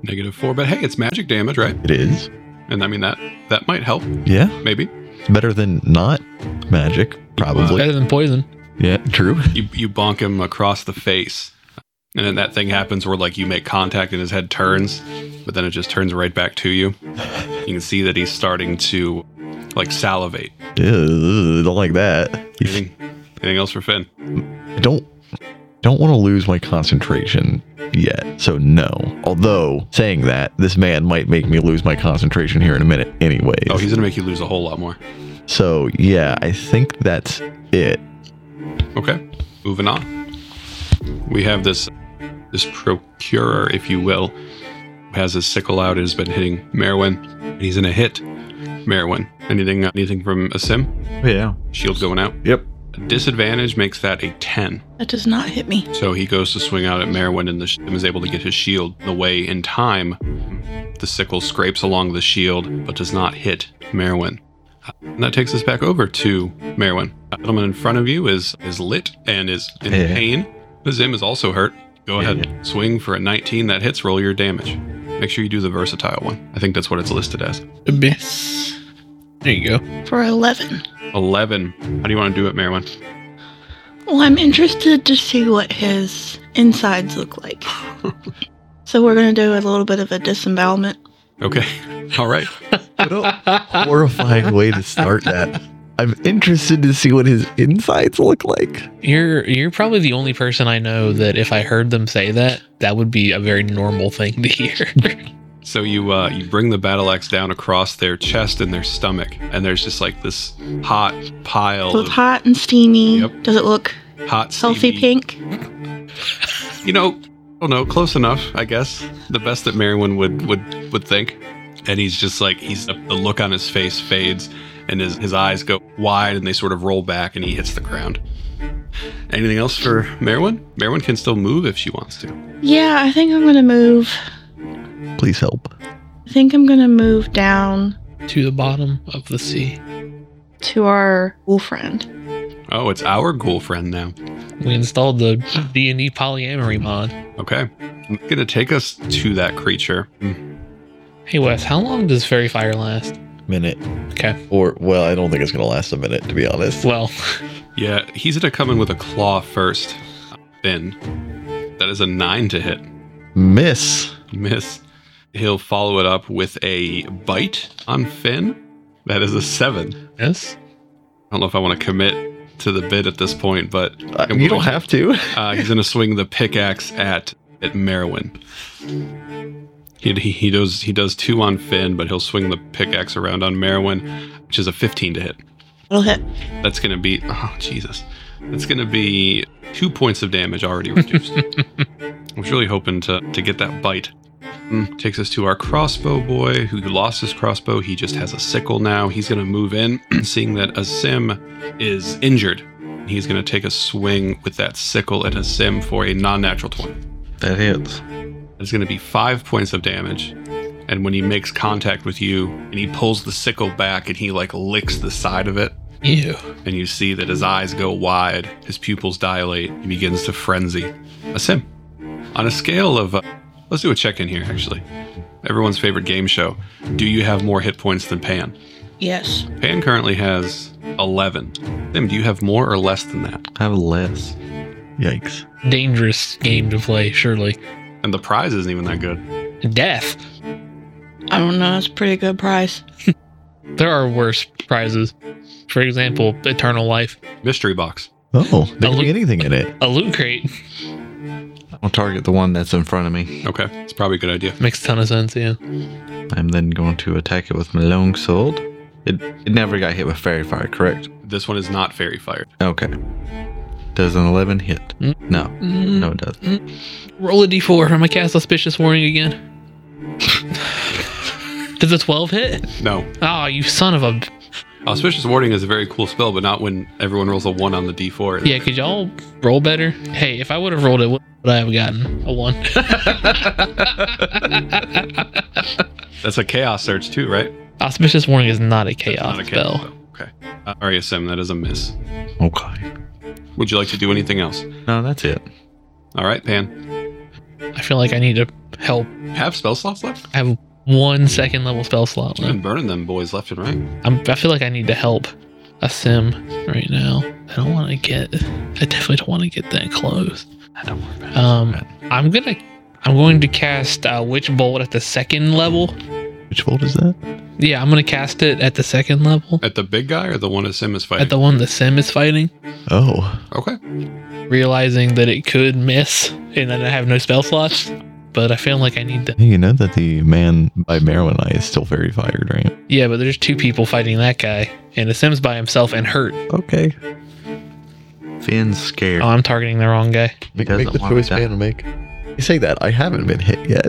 Speaker 2: Negative four, but hey, it's magic damage, right?
Speaker 1: It is.
Speaker 2: And I mean that that might help,
Speaker 1: Yeah,
Speaker 2: maybe.
Speaker 1: better than not magic probably.
Speaker 3: Better than poison.
Speaker 1: yeah, Uh, true.
Speaker 2: You you bonk him across the face, and then that thing happens where like you make contact and his head turns, but then it just turns right back to you. You can see that he's starting to like salivate.
Speaker 1: Ew, don't like that.
Speaker 2: Anything, anything else for Finn?
Speaker 1: I don't don't want to lose my concentration yet. So no. Although saying that, this man might make me lose my concentration here in a minute anyways.
Speaker 2: Oh, he's gonna make you lose a whole lot more.
Speaker 1: so yeah, I think that's it.
Speaker 2: Okay, moving on. We have this this procurer, if you will, who has his sickle out and has been hitting Merwin. And he's gonna hit Merwin. Anything anything from a sim?
Speaker 5: Yeah.
Speaker 2: Shield going out.
Speaker 5: Yep.
Speaker 2: Disadvantage makes that a 10.
Speaker 4: That does not hit me.
Speaker 2: So he goes to swing out at Merwin and, the sh- and is able to get his shield away in time. The sickle scrapes along the shield but does not hit Merwin. Uh, And that takes us back over to Merwin. The gentleman in front of you is is lit and is in
Speaker 5: Yeah.
Speaker 2: pain. Zim is also hurt. Go
Speaker 5: Yeah,
Speaker 2: ahead, swing for a 19 that hits. Roll your damage. Make sure you do the versatile one. I think that's what it's listed as.
Speaker 3: Abyss. There you go.
Speaker 4: For 11.
Speaker 2: 11. How do you want to do it, Merwin?
Speaker 4: Well, I'm interested to see what his insides look like. so we're going to do a little bit of a disembowelment.
Speaker 2: Okay. All right.
Speaker 1: What a horrifying way to start that. I'm interested to see what his insides look like.
Speaker 3: You're you're probably the only person I know that if I heard them say that, that would be a very normal thing to hear.
Speaker 2: So you uh, you bring the battle axe down across their chest and their stomach, and there's just like this hot pile
Speaker 4: So
Speaker 2: of
Speaker 4: it's hot and steamy.
Speaker 2: Yep.
Speaker 4: Does it look
Speaker 2: hot
Speaker 4: healthy
Speaker 2: steamy-
Speaker 4: pink?
Speaker 2: You know, I don't know, close enough, I guess. The best that Merwin would would would think. And he's just like he's the look on his face fades, and his his eyes go wide, and they sort of roll back, and he hits the ground. Anything else for Merwin? Merwin can still move if she wants to.
Speaker 4: Yeah, I think I'm going to move.
Speaker 1: Please help.
Speaker 4: I think I'm going to move down
Speaker 3: to the bottom of the sea.
Speaker 4: to our wolf friend.
Speaker 2: Oh, it's our ghoul friend now.
Speaker 3: We installed the D and D polyamory mod.
Speaker 2: Okay, I'm gonna take us to that creature.
Speaker 3: Hey Wes, how long does fairy fire last?
Speaker 1: Minute.
Speaker 3: Okay.
Speaker 1: Or, well, I don't think it's going to last a minute, to be honest.
Speaker 3: Well,
Speaker 2: Yeah, he's gonna come in with a claw first. Ben, that is a nine to hit.
Speaker 5: Miss.
Speaker 2: Miss. He'll follow it up with a bite on Finn. That is a seven.
Speaker 3: yes.
Speaker 2: I don't know if I want to commit to the bid at this point, but
Speaker 1: Uh, you don't have to.
Speaker 2: uh, he's gonna swing the pickaxe at at Merwin. He, he, he does he does two on Finn, but he'll swing the pickaxe around on Merwin, which is a fifteen to hit.
Speaker 4: It'll hit.
Speaker 2: That's gonna be oh Jesus. That's gonna be two points of damage already reduced. I was really hoping to to get that bite. Mm, Takes us to our crossbow boy who lost his crossbow. He just has a sickle now. He's gonna move in, seeing that Asim is injured. He's gonna take a swing with that sickle at Asim for a non-natural twenty.
Speaker 5: That hits.
Speaker 2: It's going to be five points of damage. And when he makes contact with you, and he pulls the sickle back, and he like licks the side of it,
Speaker 3: Ew.
Speaker 2: and you see that his eyes go wide, his pupils dilate, he begins to frenzy. A sim. On a scale of, uh, let's do a check in here, actually. Everyone's favorite game show. Do you have more hit points than Pan?
Speaker 4: Yes.
Speaker 2: Pan currently has 11. Sim, do you have more or less than that?
Speaker 5: I have less.
Speaker 1: Yikes.
Speaker 3: Dangerous game to play, surely.
Speaker 2: And the prize isn't even that good.
Speaker 3: Death.
Speaker 4: I don't know. It's a pretty good price.
Speaker 3: There are worse prizes. For example, eternal life,
Speaker 2: Mystery box.
Speaker 1: Oh, there could
Speaker 3: look-
Speaker 1: be anything in it.
Speaker 3: a loot crate
Speaker 5: I'll target the one that's in front of me.
Speaker 2: Okay, it's probably a good idea.
Speaker 3: makes a ton of sense. Yeah.
Speaker 5: I'm then going to attack it with my longsword. It it never got hit with fairy fire, correct?
Speaker 2: This one is not fairy fired.
Speaker 5: Okay. Does an eleven hit?
Speaker 3: Mm.
Speaker 5: No. No, it doesn't.
Speaker 3: Roll a d4. I'm gonna cast auspicious warning again. Does a 12 hit?
Speaker 2: No,
Speaker 3: Ah, you son of a.
Speaker 2: Auspicious warning is a very cool spell, but not when everyone rolls a one on the d4.
Speaker 3: Yeah, could y'all roll better? Hey, if I would have rolled it, what would I have gotten? A one.
Speaker 2: That's a chaos search too, right?
Speaker 3: auspicious warning is not a
Speaker 2: That's
Speaker 3: chaos
Speaker 2: not a
Speaker 3: spell.
Speaker 2: Okay. Uh, RSM, that is a miss.
Speaker 5: Okay.
Speaker 2: Would you like to do anything else?
Speaker 5: No, that's it.
Speaker 2: All right, Pan.
Speaker 3: I feel like I need to help.
Speaker 2: Have spell slots left?
Speaker 3: I have one second level spell slot
Speaker 2: You've been
Speaker 3: left.
Speaker 2: burning them boys left and right.
Speaker 3: I'm, I feel like I need to help a sim right now. I don't want to get. I definitely don't want to get that close.
Speaker 2: I don't worry about
Speaker 3: Um, I'm gonna. I'm going to cast uh, Witch Bolt at the second level.
Speaker 1: Which fold is that?
Speaker 3: Yeah, I'm gonna cast it at the second level.
Speaker 2: it. At the big guy or the one Sim is fighting?
Speaker 3: At the one the sim is fighting,
Speaker 1: Oh,
Speaker 2: okay.
Speaker 3: realizing that it could miss, and then I have no spell slots. But I feel like I need to.
Speaker 1: hey, you know that the man by Marilyn Eye is still very fired, right?
Speaker 3: Yeah, but there's two people fighting that guy, and the sim's by himself and hurt.
Speaker 1: Okay.
Speaker 5: Finn's scared.
Speaker 3: Oh, I'm targeting the wrong guy.
Speaker 1: Make,
Speaker 5: doesn't
Speaker 1: make the
Speaker 5: want
Speaker 1: choice
Speaker 5: that.
Speaker 1: man will make. You say that, I haven't been hit yet.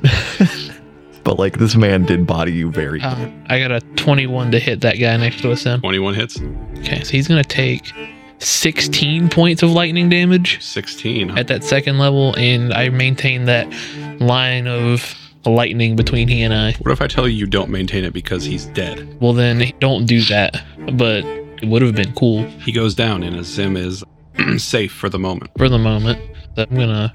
Speaker 1: but like this man did body you very
Speaker 3: Uh, Um, I got a 21 to hit that guy next to us. Then
Speaker 2: 21 hits.
Speaker 3: okay, so he's gonna take 16 points of lightning damage
Speaker 2: 16.
Speaker 3: at that second level, and I maintain that line of lightning between he and I.
Speaker 2: What if I tell you you don't maintain it because he's dead?
Speaker 3: Well, then don't do that. But it would have been cool
Speaker 2: He goes down and Azim is safe for the moment.
Speaker 3: for the moment. But I'm gonna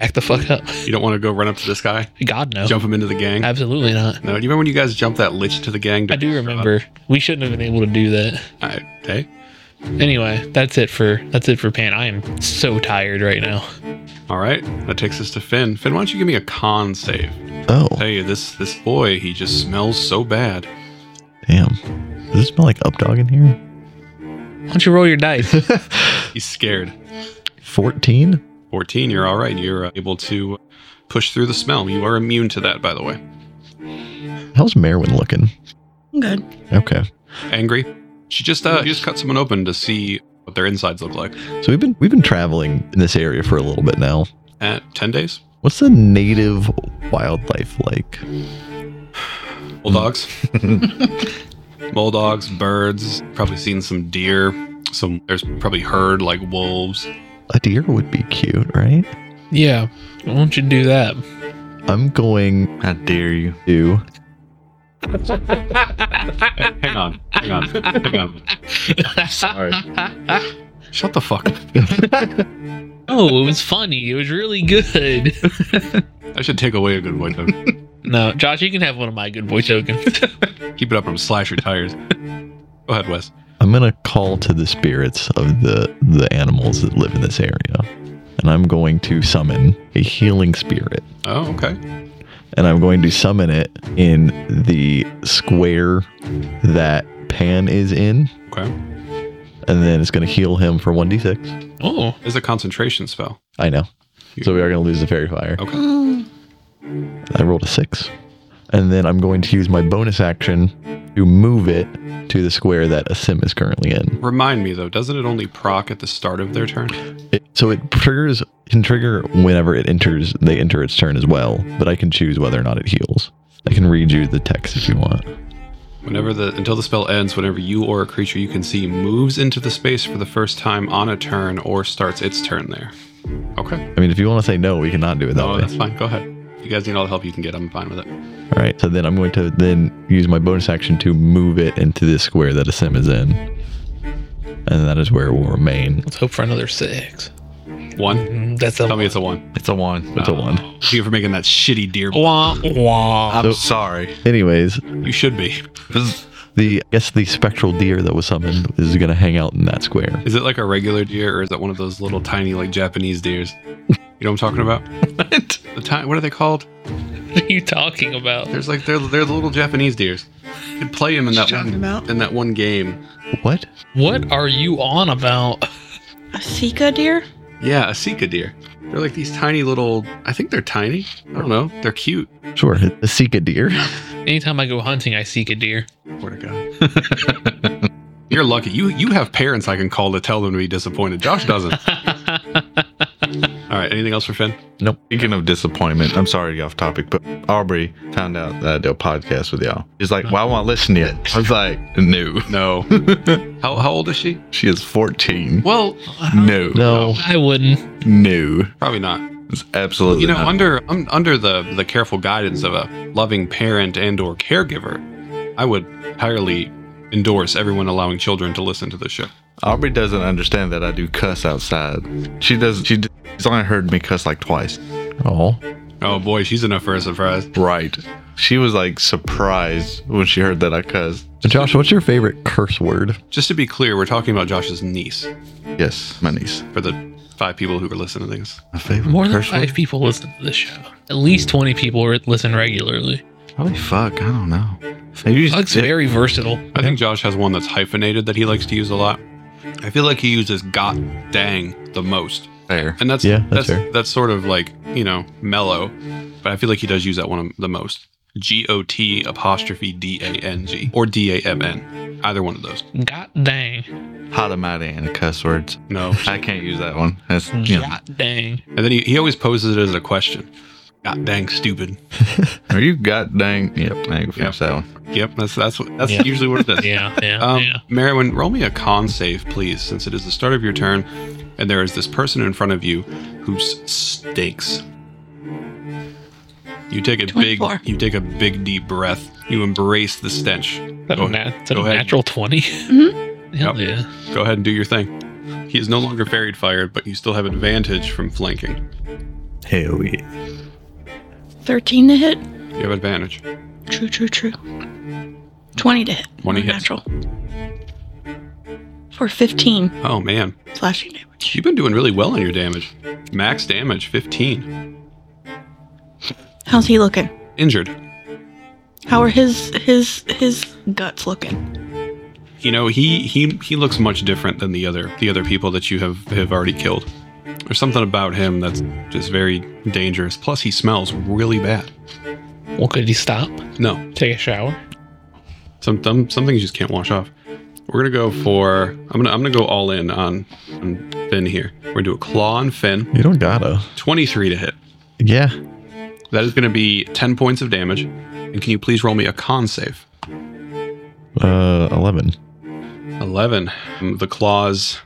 Speaker 3: act the fuck up.
Speaker 2: You don't want to go run up to this guy,
Speaker 3: God no,
Speaker 2: jump him into the gang.
Speaker 3: absolutely not.
Speaker 2: No, do you remember when you guys jumped that lich to the gang? to-
Speaker 3: I do remember we shouldn't have been able to do that.
Speaker 2: I, hey,
Speaker 3: Anyway, that's it for that's it for Pan. I am so tired right now.
Speaker 2: all right. That takes us to Finn. Finn, why don't you give me a con save?
Speaker 1: Oh,
Speaker 2: tell you this this boy he just smells so bad
Speaker 1: damn. Does it smell like updog in here?
Speaker 3: Why don't you roll your dice?
Speaker 2: he's scared
Speaker 1: 14?
Speaker 2: 14 you're all right you're uh, able to push through the smell you are immune to that by the way
Speaker 1: How's Merwin looking?
Speaker 4: I'm good.
Speaker 1: Okay.
Speaker 2: angry she just uh she just cut someone open to see what their insides look like
Speaker 1: So we've been we've been traveling in this area for a little bit now.
Speaker 2: at 10 Eh, days
Speaker 1: What's the native wildlife like?
Speaker 2: mole dogs mole dogs birds probably seen some deer some there's probably herd like wolves
Speaker 1: A deer would be cute, right?
Speaker 3: yeah, why don't you do that?
Speaker 1: I'm going
Speaker 5: How dare you?
Speaker 1: to
Speaker 2: hang on hang on hang on
Speaker 5: Sorry.
Speaker 2: shut the fuck up
Speaker 3: Oh, it was funny. It was really good.
Speaker 2: i should take away a good voice though.
Speaker 3: No, Josh, you can have one of my good boy tokens.
Speaker 2: keep it up or i'm slash your tires go ahead wes
Speaker 1: I'm gonna call to the spirits of the the animals that live in this area, and I'm going to summon a healing spirit,
Speaker 2: oh okay
Speaker 1: and I'm going to summon it in the square that Pan is in,
Speaker 2: okay
Speaker 1: and then it's gonna heal him for one d six.
Speaker 3: oh,
Speaker 2: It's a concentration spell.
Speaker 1: I know. So we are gonna lose the fairy fire.
Speaker 2: Okay.
Speaker 4: Mm,
Speaker 1: I rolled a six, and then I'm going to use my bonus action to move it to the square that a sim is currently in.
Speaker 2: Remind me though, doesn't it only proc at the start of their turn?
Speaker 1: It, so it triggers can trigger whenever it enters they enter its turn as well, but I can choose whether or not it heals. I can read you the text if you want.
Speaker 2: Whenever the until the spell ends, whenever you or a creature you can see moves into the space for the first time on a turn or starts its turn there. Okay.
Speaker 1: I mean, if you want to say no, we cannot do it that
Speaker 2: No,
Speaker 1: way.
Speaker 2: that's fine. Go ahead. You guys need all the help you can get. I'm fine with it.
Speaker 1: All right. So then I'm going to then use my bonus action to move it into this square that a sim is in, and that is where it will remain.
Speaker 3: let's hope for another six.
Speaker 2: One.
Speaker 3: Mm, That's a
Speaker 2: Tell me it's a one.
Speaker 5: It's a one.
Speaker 1: It's a one.
Speaker 2: Thank you for making that shitty deer.
Speaker 3: wah wah.
Speaker 5: I'm
Speaker 1: So-
Speaker 5: sorry.
Speaker 1: Anyways,
Speaker 2: You should be.
Speaker 1: the I guess the spectral deer that was summoned is going to hang out in that square.
Speaker 2: Is it like a regular deer or is that one of those little tiny like Japanese deers? You know what I'm talking about?
Speaker 3: What
Speaker 2: The ti- what are they called?
Speaker 3: are you talking about?
Speaker 2: There's like they're they're the little Japanese deers. You could play him in that one, in that one game.
Speaker 1: What?
Speaker 3: What are you on about?
Speaker 4: a Sika deer?
Speaker 2: Yeah, a Sika deer. They're like these tiny little. I think they're tiny. I don't know. They're cute.
Speaker 1: Sure, a Sika deer.
Speaker 3: Anytime I go hunting, I seek a deer.
Speaker 2: Where to go? You're lucky. You you have parents I can call to tell them to be disappointed. Josh doesn't. All right. Anything else for Finn?
Speaker 5: Speaking of disappointment, I'm sorry to get off topic, but Aubrey found out that I do a podcast with y'all. She's like, "Why won't I listen to it?" I was like, "No."
Speaker 2: No. how how old is she?
Speaker 5: She is 14.
Speaker 2: Well,
Speaker 5: No,
Speaker 1: No.
Speaker 3: I wouldn't.
Speaker 5: no,
Speaker 2: probably not.
Speaker 5: it's absolutely
Speaker 2: You know,
Speaker 5: not.
Speaker 2: under un, under the the careful guidance of a loving parent and or caregiver, I would entirely endorse everyone allowing children to listen to this show.
Speaker 5: Aubrey doesn't understand that I do cuss outside. She does. She d- she's only heard me cuss like twice.
Speaker 1: Oh,
Speaker 2: Oh boy, she's enough for a surprise.
Speaker 5: Right. She was like surprised when she heard that I cussed.
Speaker 1: Josh, what's your favorite curse word?
Speaker 2: Just to be clear, we're talking about Josh's niece
Speaker 5: Yes, my niece.
Speaker 2: for the five people who are listening to this.
Speaker 5: My favorite
Speaker 3: More than
Speaker 5: curse word?
Speaker 3: five people listen to this show. At least twenty people re- listen regularly.
Speaker 5: Probably fuck. I don't know. Maybe
Speaker 3: Fuck's
Speaker 5: it-
Speaker 3: very versatile.
Speaker 2: I think Josh has one that's hyphenated that he likes to use a lot. I feel like he uses "god dang" the most,
Speaker 5: fair.
Speaker 2: and that's
Speaker 1: Yeah, that's
Speaker 2: that's that's,
Speaker 1: fair.
Speaker 2: sort of like you know mellow, but I feel like he does use that one the most. G O T apostrophe D A N G or D A M N, either one of those.
Speaker 3: God dang.
Speaker 5: Hot and mighty and cuss words.
Speaker 2: No,
Speaker 3: Hmm.
Speaker 5: I can't use that one. That's you know,
Speaker 3: God dang.
Speaker 2: and then he, he always poses it as a question. God dang stupid.
Speaker 5: Are you god dang? Yep, I ain't gonna finish that one.
Speaker 2: Yep, that's that's what that's
Speaker 3: Yeah.
Speaker 2: usually what it is.
Speaker 3: Yeah, yeah,
Speaker 2: Um,
Speaker 3: Oh, yeah.
Speaker 2: Merwin, roll me a con save, please, since it is the start of your turn, and there is this person in front of you who s- stinks. You take a
Speaker 4: 24.
Speaker 2: big, you take a big deep breath. You embrace the stench.
Speaker 3: Is that
Speaker 2: Go-
Speaker 3: a, nat- is that
Speaker 2: go
Speaker 3: a
Speaker 2: ahead.
Speaker 3: natural 20?
Speaker 2: Yep.
Speaker 3: Hell yeah.
Speaker 2: Go ahead and do your thing. He is no longer ferried fired, but you still have advantage from flanking.
Speaker 5: Hell yeah.
Speaker 4: 13 to hit.
Speaker 2: You have advantage.
Speaker 4: True, true, true. 20 to hit.
Speaker 2: 20 hits.
Speaker 4: Natural. For 15
Speaker 2: Oh man,
Speaker 4: slashing damage.
Speaker 2: you've been doing really well on your damage. Max damage, 15.
Speaker 4: How's he looking?
Speaker 2: Injured.
Speaker 4: How are his his his guts looking?
Speaker 2: You know, he he he looks much different than the other the other people that you have have already killed. There's something about him that's just very dangerous. Plus, he smells really bad.
Speaker 3: Well, could he stop?
Speaker 2: No,
Speaker 3: Take a shower?
Speaker 2: some some, some things you just can't wash off. We're gonna go for I'm gonna I'm gonna go all in on, on Finn here. We're gonna do a claw on Finn,
Speaker 1: You don't gotta.
Speaker 2: 23 to hit.
Speaker 5: Yeah.
Speaker 2: That is gonna be 10 points of damage. And can you please roll me a con save?
Speaker 5: Uh, eleven.
Speaker 2: 11. Um, The claws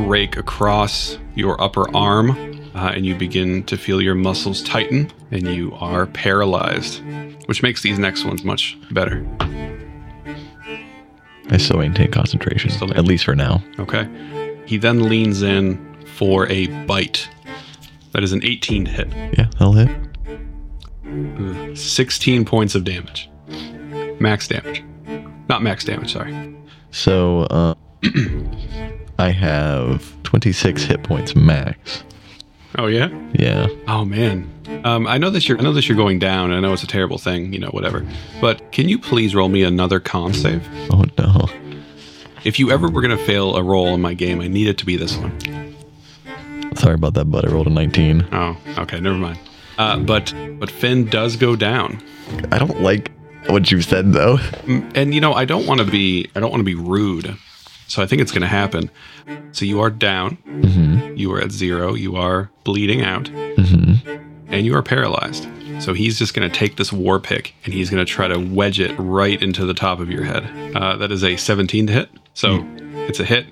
Speaker 2: rake across your upper arm, uh, and you begin to feel your muscles tighten, and you are paralyzed, which makes these next ones much better.
Speaker 1: I still maintain concentration,
Speaker 2: Still maintain-
Speaker 1: at least for now.
Speaker 2: Okay. He then leans in for a bite. That is an 18 to hit,
Speaker 1: Yeah, that'll hit.
Speaker 2: 16 points of damage. Max damage. Not max damage, sorry.
Speaker 1: So, uh, I have 26 hit points max.
Speaker 2: Oh, yeah?
Speaker 1: Yeah.
Speaker 2: Oh man, um, I know that you're. I know that you're going down. and I know it's a terrible thing. You know, whatever. But can you please roll me another con save?
Speaker 1: Oh no.
Speaker 2: If you ever were gonna fail a roll in my game, I need it to be this one.
Speaker 1: Sorry about that, bud. I rolled a 19.
Speaker 2: Oh, okay, never mind. Uh, but but Finn does go down,
Speaker 1: I don't like what you said though.
Speaker 2: Mm, and you know I don't want to be. I don't want to be rude. So I think it's gonna happen. So you are down.
Speaker 1: Mm-hmm.
Speaker 2: You are at zero. You are bleeding out,
Speaker 1: Mm-hmm.
Speaker 2: and you are paralyzed. So he's just gonna take this war pick and he's gonna try to wedge it right into the top of your head. Uh, that is a 17 to hit. So
Speaker 1: Hmm.
Speaker 2: it's a hit,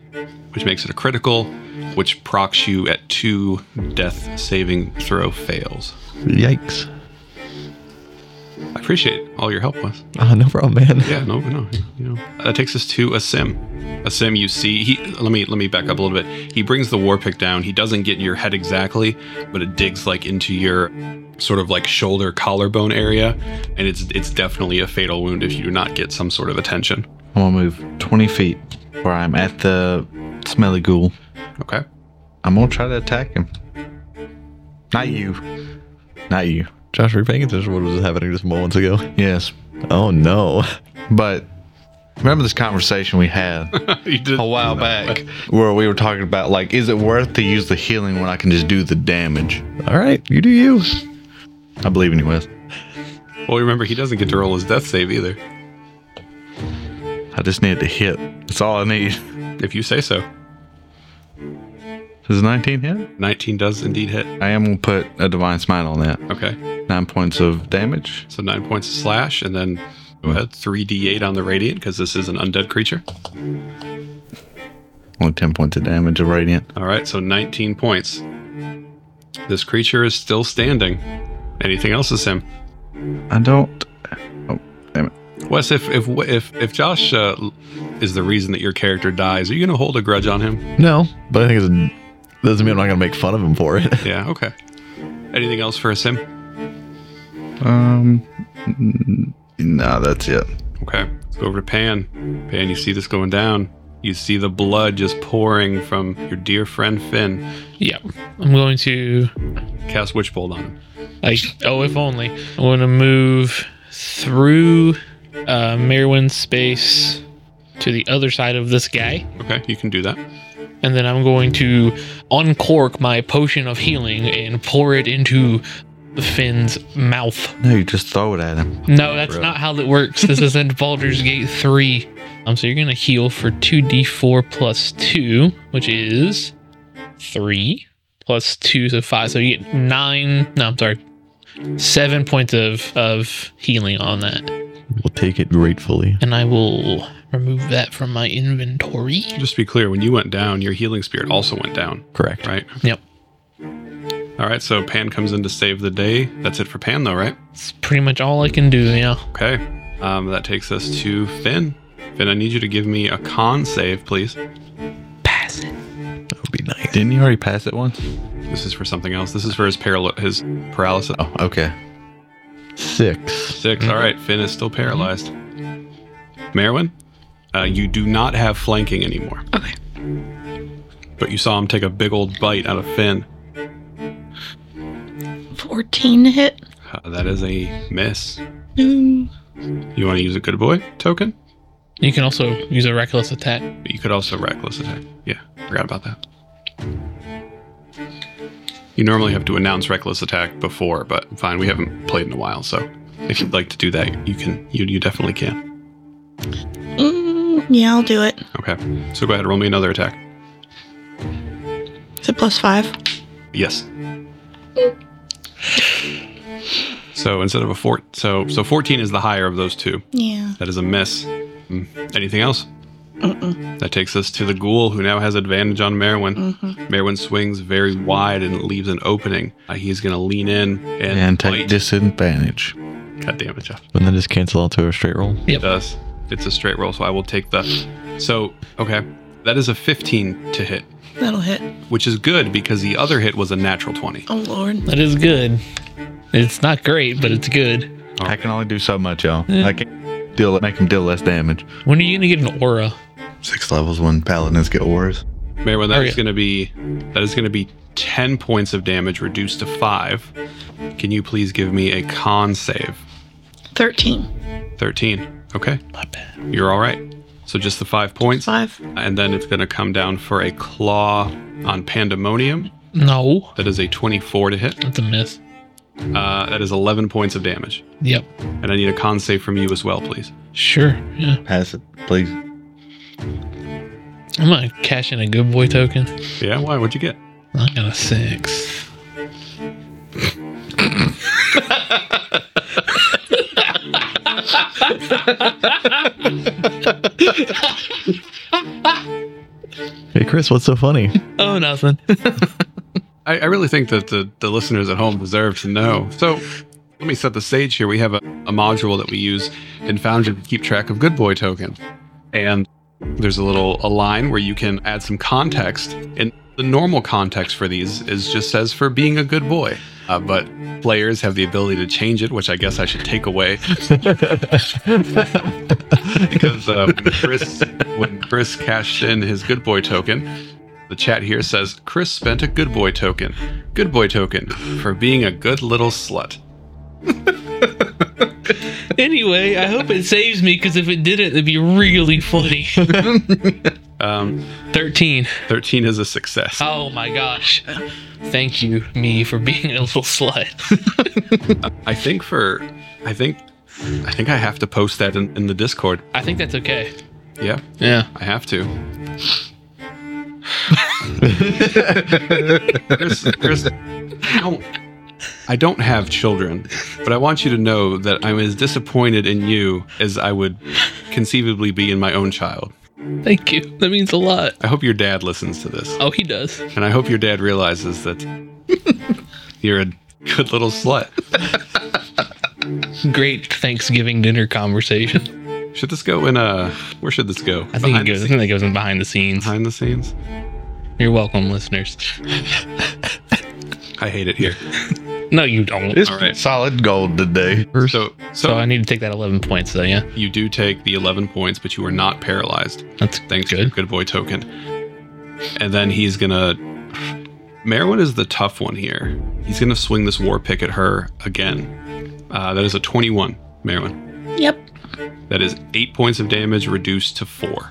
Speaker 2: which makes it a critical, which procs you at two death saving throw fails.
Speaker 1: Yikes.
Speaker 2: I appreciate all your help with.
Speaker 1: Ah, no problem, man.
Speaker 2: Yeah, no, no, you know. That takes us to a sim. A sim you see he let me let me back up a little bit. He brings the war pick down. He doesn't get in your head exactly, but it digs like into your sort of like shoulder collarbone area, and it's it's definitely a fatal wound if you do not get some sort of attention.
Speaker 5: I'm gonna move twenty feet where I'm at the smelly ghoul.
Speaker 2: Okay.
Speaker 5: I'm gonna try to attack him. Not you. Not you.
Speaker 1: Josh, are you paying attention to what was happening just moments ago?
Speaker 5: Yes.
Speaker 1: Oh no.
Speaker 5: But remember this conversation we had
Speaker 2: you did
Speaker 5: a while back where we were talking about like, is it worth to use the healing when I can just do the damage?
Speaker 1: All right, you do you.
Speaker 5: I believe in you, Wes.
Speaker 2: Well, remember he doesn't get to roll his death save either.
Speaker 5: I just need to hit. That's all I need.
Speaker 2: If you say so.
Speaker 5: Is 19 hit?
Speaker 2: 19 does indeed hit.
Speaker 5: I am gonna put a divine smite on that.
Speaker 2: Okay.
Speaker 5: Nine points of damage.
Speaker 2: So 9 points of slash and then go ahead 3d8 on the radiant because this is an undead creature.
Speaker 5: Only 10 points of damage of radiant.
Speaker 2: All right, so 19 points. This creature is still standing. Anything else is him.
Speaker 5: I don't. Oh, damn it.
Speaker 2: Wes, if if if if Josh uh, is the reason that your character dies, are you gonna hold a grudge on him?
Speaker 1: No, but I think it's doesn't mean I'm not gonna make fun of him for it.
Speaker 2: Yeah. Okay. Anything else for a sim?
Speaker 5: Um. mm, No, that's it.
Speaker 2: Okay. Let's go over to Pan. Pan, you see this going down. You see the blood just pouring from your dear friend Finn.
Speaker 3: Yep. I'm going to,
Speaker 2: Cast Witch Bolt on him.
Speaker 3: like, oh, if only. I'm going to move through uh, Merwin's space to the other side of this guy.
Speaker 2: Okay, you can do that.
Speaker 3: And then I'm going to uncork my potion of healing and pour it into Finn's mouth.
Speaker 5: No, you just throw it at him.
Speaker 3: No, that's not how that works. This isn't Baldur's Gate 3. Um, so you're going to heal for 2d4 plus 2, which is 3 plus 2, so 5. So you get 9. No, I'm sorry. seven points of of healing on that,
Speaker 1: We'll take it gratefully.
Speaker 3: and I will remove that from my inventory.
Speaker 2: Just to be clear, when you went down, your healing spirit also went down,
Speaker 1: Correct.
Speaker 2: right?
Speaker 3: Yep,
Speaker 2: All right, so Pan comes in to save the day. That's it for Pan, though, right?
Speaker 3: it's pretty much all I can do. Yeah.
Speaker 2: Okay. Um, that takes us to Finn. Finn, I need you to give me a con save, please.
Speaker 3: Pass it.
Speaker 1: That would be nice.
Speaker 5: Didn't you already pass it once?
Speaker 2: This is for something else. This is for his paral- his paralysis.
Speaker 5: Oh, okay. Six.
Speaker 2: Six. All right, Finn is still paralyzed. Merwin, uh, you do not have flanking anymore,
Speaker 4: Okay.
Speaker 2: but you saw him take a big old bite out of Finn.
Speaker 4: 14 to hit. Mm,
Speaker 2: Uh, that is a miss.
Speaker 4: No.
Speaker 2: You want to use a good boy token?
Speaker 3: You can also use a reckless attack.
Speaker 2: But you could also reckless attack. Yeah, forgot about that. You normally have to announce reckless attack before, but fine, we haven't played in a while, so if you'd like to do that, you can. You you definitely can.
Speaker 4: Mm, yeah, I'll do it.
Speaker 2: Okay, so go ahead, roll me another attack.
Speaker 4: Is it plus five?
Speaker 2: Yes. So instead of a four, so so fourteen is the higher of those two.
Speaker 4: Yeah.
Speaker 2: That is a miss. Mm, Anything else? That takes us to the ghoul, who now has advantage on Merwin. Merwin swings very wide and leaves an opening. Uh, he's going to lean in and,
Speaker 5: And
Speaker 2: bite.
Speaker 5: take disadvantage.
Speaker 2: God damn it, Jeff.
Speaker 1: Wouldn't that just cancel out to a straight roll?
Speaker 2: It does. It's a straight roll, so I will take the. So, okay. That is a 15 to hit,
Speaker 4: That'll hit.
Speaker 2: which is good because the other hit was a natural 20.
Speaker 4: Oh, Lord.
Speaker 3: That is good. It's not great, but it's good.
Speaker 5: I can only do so much, y'all. I can deal make him deal less damage.
Speaker 3: When are you gonna get an aura?
Speaker 5: Six levels when paladins get auras.
Speaker 2: Merwin, that
Speaker 3: Okay.
Speaker 2: is going to be that is going to be 10 points of damage reduced to 5. Can you please give me a con save?
Speaker 4: 13.
Speaker 2: 13. Okay.
Speaker 3: My bad.
Speaker 2: You're all right. So just the five points,
Speaker 4: Five.
Speaker 2: and then it's going to come down for a claw on Pandemonium.
Speaker 3: No,
Speaker 2: That is a 24 to hit.
Speaker 3: that's a miss.
Speaker 2: Uh, that is 11 points of damage.
Speaker 3: Yep.
Speaker 2: And I need a con save from you as well, please.
Speaker 3: Sure. Yeah.
Speaker 5: Pass it, please.
Speaker 3: I'm gonna cash in a good boy token.
Speaker 2: Yeah, why? What'd you get?
Speaker 3: I got a six.
Speaker 1: Hey, Chris, what's so funny?
Speaker 3: Oh, nothing.
Speaker 2: I, I really think that the, the listeners at home deserve to know. So let me set the stage here. We have a, a module that we use in Foundry to keep track of Good Boy token. And there's a little a line where you can add some context. And the normal context for these is just says for being a good boy. Uh, but players have the ability to change it, which I guess I should take away. because uh, when Chris when Chris cashed in his good boy token, the chat here says Chris spent a good boy token. Good boy token for being a good little slut.
Speaker 3: anyway, I hope it saves me because if it didn't, it'd be really funny.
Speaker 2: Um,
Speaker 3: Thirteen.
Speaker 2: Thirteen is a success.
Speaker 3: Oh my gosh. Thank you, me, for being a little slut.
Speaker 2: I think for I think I think I have to post that in, in the Discord.
Speaker 3: I think that's okay.
Speaker 2: Yeah,
Speaker 3: Yeah.
Speaker 2: I have to. Chris, Chris, I don't- I don't have children, but I want you to know that I'm as disappointed in you as I would conceivably be in my own child.
Speaker 3: Thank you. That means a lot.
Speaker 2: I hope your dad listens to this,
Speaker 3: Oh, he does.
Speaker 2: and I hope your dad realizes that you're a good little slut.
Speaker 3: Great Thanksgiving dinner conversation.
Speaker 2: Should this go in uh where should this go?
Speaker 3: I think it
Speaker 2: Behind the
Speaker 3: goes. I
Speaker 2: scenes?
Speaker 3: think that goes in behind the scenes.
Speaker 2: behind the scenes?
Speaker 3: You're welcome, listeners.
Speaker 2: I hate it here.
Speaker 3: No, you don't.
Speaker 5: It's
Speaker 2: All right.
Speaker 5: solid gold today.
Speaker 2: So, so,
Speaker 3: So I need to take that 11 points, though. Yeah,
Speaker 2: you do take the 11 points, but you are not paralyzed.
Speaker 3: that's
Speaker 2: Thanks to your
Speaker 3: good.
Speaker 2: good boy token. And then he's gonna. Merwin is the tough one here. He's gonna swing this war pick at her again. Uh, that is a 21, Merwin.
Speaker 4: Yep.
Speaker 2: That is eight points of damage reduced to four.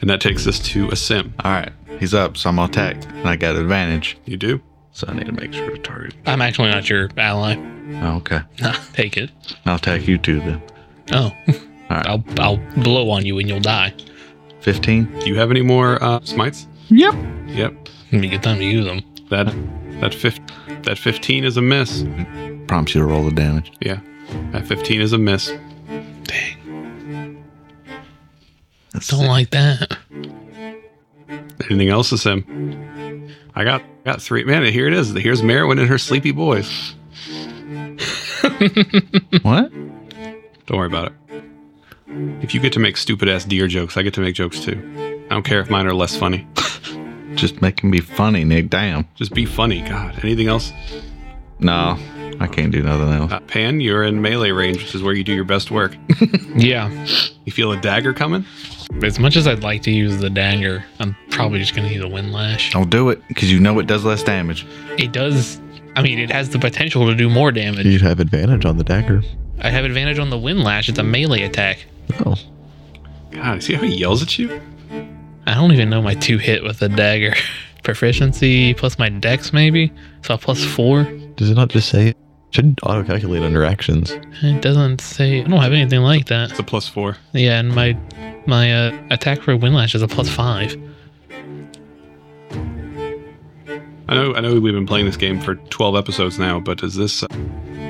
Speaker 2: And that takes us to a sim.
Speaker 5: All right, he's up, so I'm gonna attack, and I got advantage,
Speaker 2: You do?
Speaker 5: so I need to make sure to target.
Speaker 3: I'm actually not your ally.
Speaker 5: Oh, okay,
Speaker 3: Nah, take it.
Speaker 5: I'll attack you too then.
Speaker 3: Oh,
Speaker 5: All right,
Speaker 3: I'll I'll blow on you and you'll die.
Speaker 5: fifteen.
Speaker 2: Do you have any more uh, smites?
Speaker 3: Yep.
Speaker 2: Yep.
Speaker 3: It'd be a good time to use them.
Speaker 2: That that fif- that 15 is a miss.
Speaker 5: Prompts you to roll the damage.
Speaker 2: Yeah. That 15 is a miss.
Speaker 3: Dang. Don't like that.
Speaker 2: Anything else to sim? I got got three. Man, here it is. Here's Merwin and her sleepy boys.
Speaker 5: What?
Speaker 2: Don't worry about it. If you get to make stupid ass deer jokes, I get to make jokes too. I don't care if mine are less funny.
Speaker 5: Just making me funny, Nick. Damn.
Speaker 2: Just be funny. God. Anything else?
Speaker 5: No, I can't do nothing else.
Speaker 2: Uh, Pan, you're in melee range, which is where you do your best work.
Speaker 3: Yeah.
Speaker 2: You feel a dagger coming?
Speaker 3: As much as I'd like to use the dagger, I'm probably just gonna use a windlash.
Speaker 5: Don't do it because you know it does less damage.
Speaker 3: It does. I mean, it has the potential to do more damage.
Speaker 1: You'd have advantage on the dagger.
Speaker 3: I have advantage on the windlash. It's a melee attack.
Speaker 1: Oh,
Speaker 2: God, see how he yells at you?
Speaker 3: I don't even know my two hit with the dagger. Proficiency plus my dex, maybe? So plus four?
Speaker 1: does it not just say it? Shouldn't auto calculate under actions.
Speaker 3: It doesn't say. I don't have anything like that.
Speaker 2: It's a plus four.
Speaker 3: Yeah, and my my uh, attack for windlash is a plus five.
Speaker 2: I know. I know we've been playing this game for 12 episodes now, but is this? uh,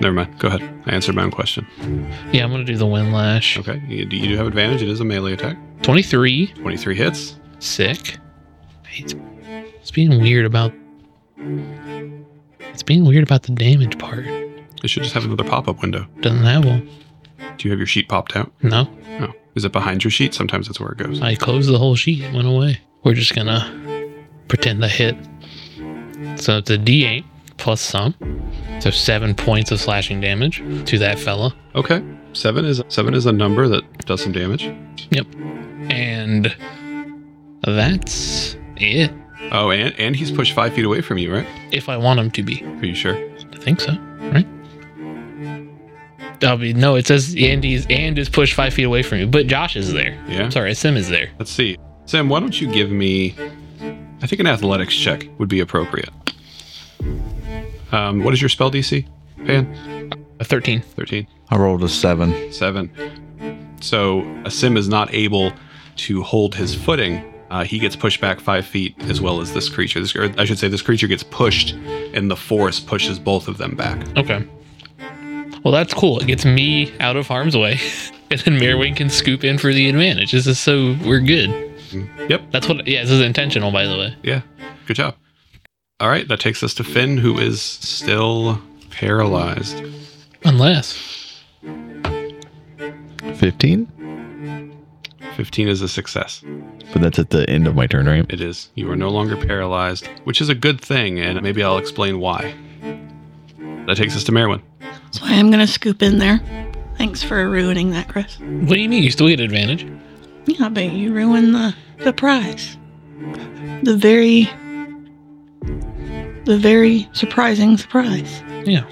Speaker 2: never mind. Go ahead. I answered my own question.
Speaker 3: Yeah, I'm gonna do the windlash.
Speaker 2: Okay. You, do- you do have advantage. It is a melee attack.
Speaker 3: Twenty-three,
Speaker 2: 23 hits.
Speaker 3: sick. It's, it's being weird about. It's being weird about the damage part.
Speaker 2: It should just have another pop-up window.
Speaker 3: Doesn't have one.
Speaker 2: Do you have your sheet popped out?
Speaker 3: No,
Speaker 2: Oh, is it behind your sheet? Sometimes that's where it goes.
Speaker 3: I closed the whole sheet. It went away. We're just gonna pretend I hit. So it's a D8 plus some. So seven points of slashing damage to that fella.
Speaker 2: Okay. Seven is seven is a number that does some damage.
Speaker 3: And that's it.
Speaker 2: Oh, and and he's pushed five feet away from you, right?
Speaker 3: If I want him to be.
Speaker 2: Are you sure?
Speaker 3: I think so, right? I'll be no, it says Andy's and is pushed five feet away from you, but Josh is there.
Speaker 2: Yeah.
Speaker 3: Sorry, Sim is there.
Speaker 2: Let's see. Sam, why don't you give me? I think an athletics check would be appropriate. Um, what is your spell DC? Pan
Speaker 3: A thirteen.
Speaker 2: thirteen.
Speaker 5: I rolled a seven.
Speaker 2: Seven. So a sim is not able to hold his footing. Uh, he gets pushed back five feet, as well as this creature. This, or I should say, this creature gets pushed, and the force pushes both of them back.
Speaker 3: Okay. Well, that's cool. It gets me out of harm's way, and then Mirwin can scoop in for the advantage. This is so we're good.
Speaker 2: Mm-hmm. Yep.
Speaker 3: That's what. Yeah, this is intentional, by the way.
Speaker 2: Yeah. Good job. All right, that takes us to Finn, who is still paralyzed.
Speaker 3: Unless
Speaker 1: 15?
Speaker 2: Fifteen is a success.
Speaker 1: But that's at the end of my turn, right?
Speaker 2: It is. You are no longer paralyzed, which is a good thing, and maybe I'll explain why. That takes us to Merwin.
Speaker 4: So I am going to scoop in there. Thanks for ruining that, Chris.
Speaker 3: what do you mean? You still get advantage.
Speaker 4: Yeah, but you ruined the, the prize. The very, the very surprising surprise.
Speaker 3: Yeah.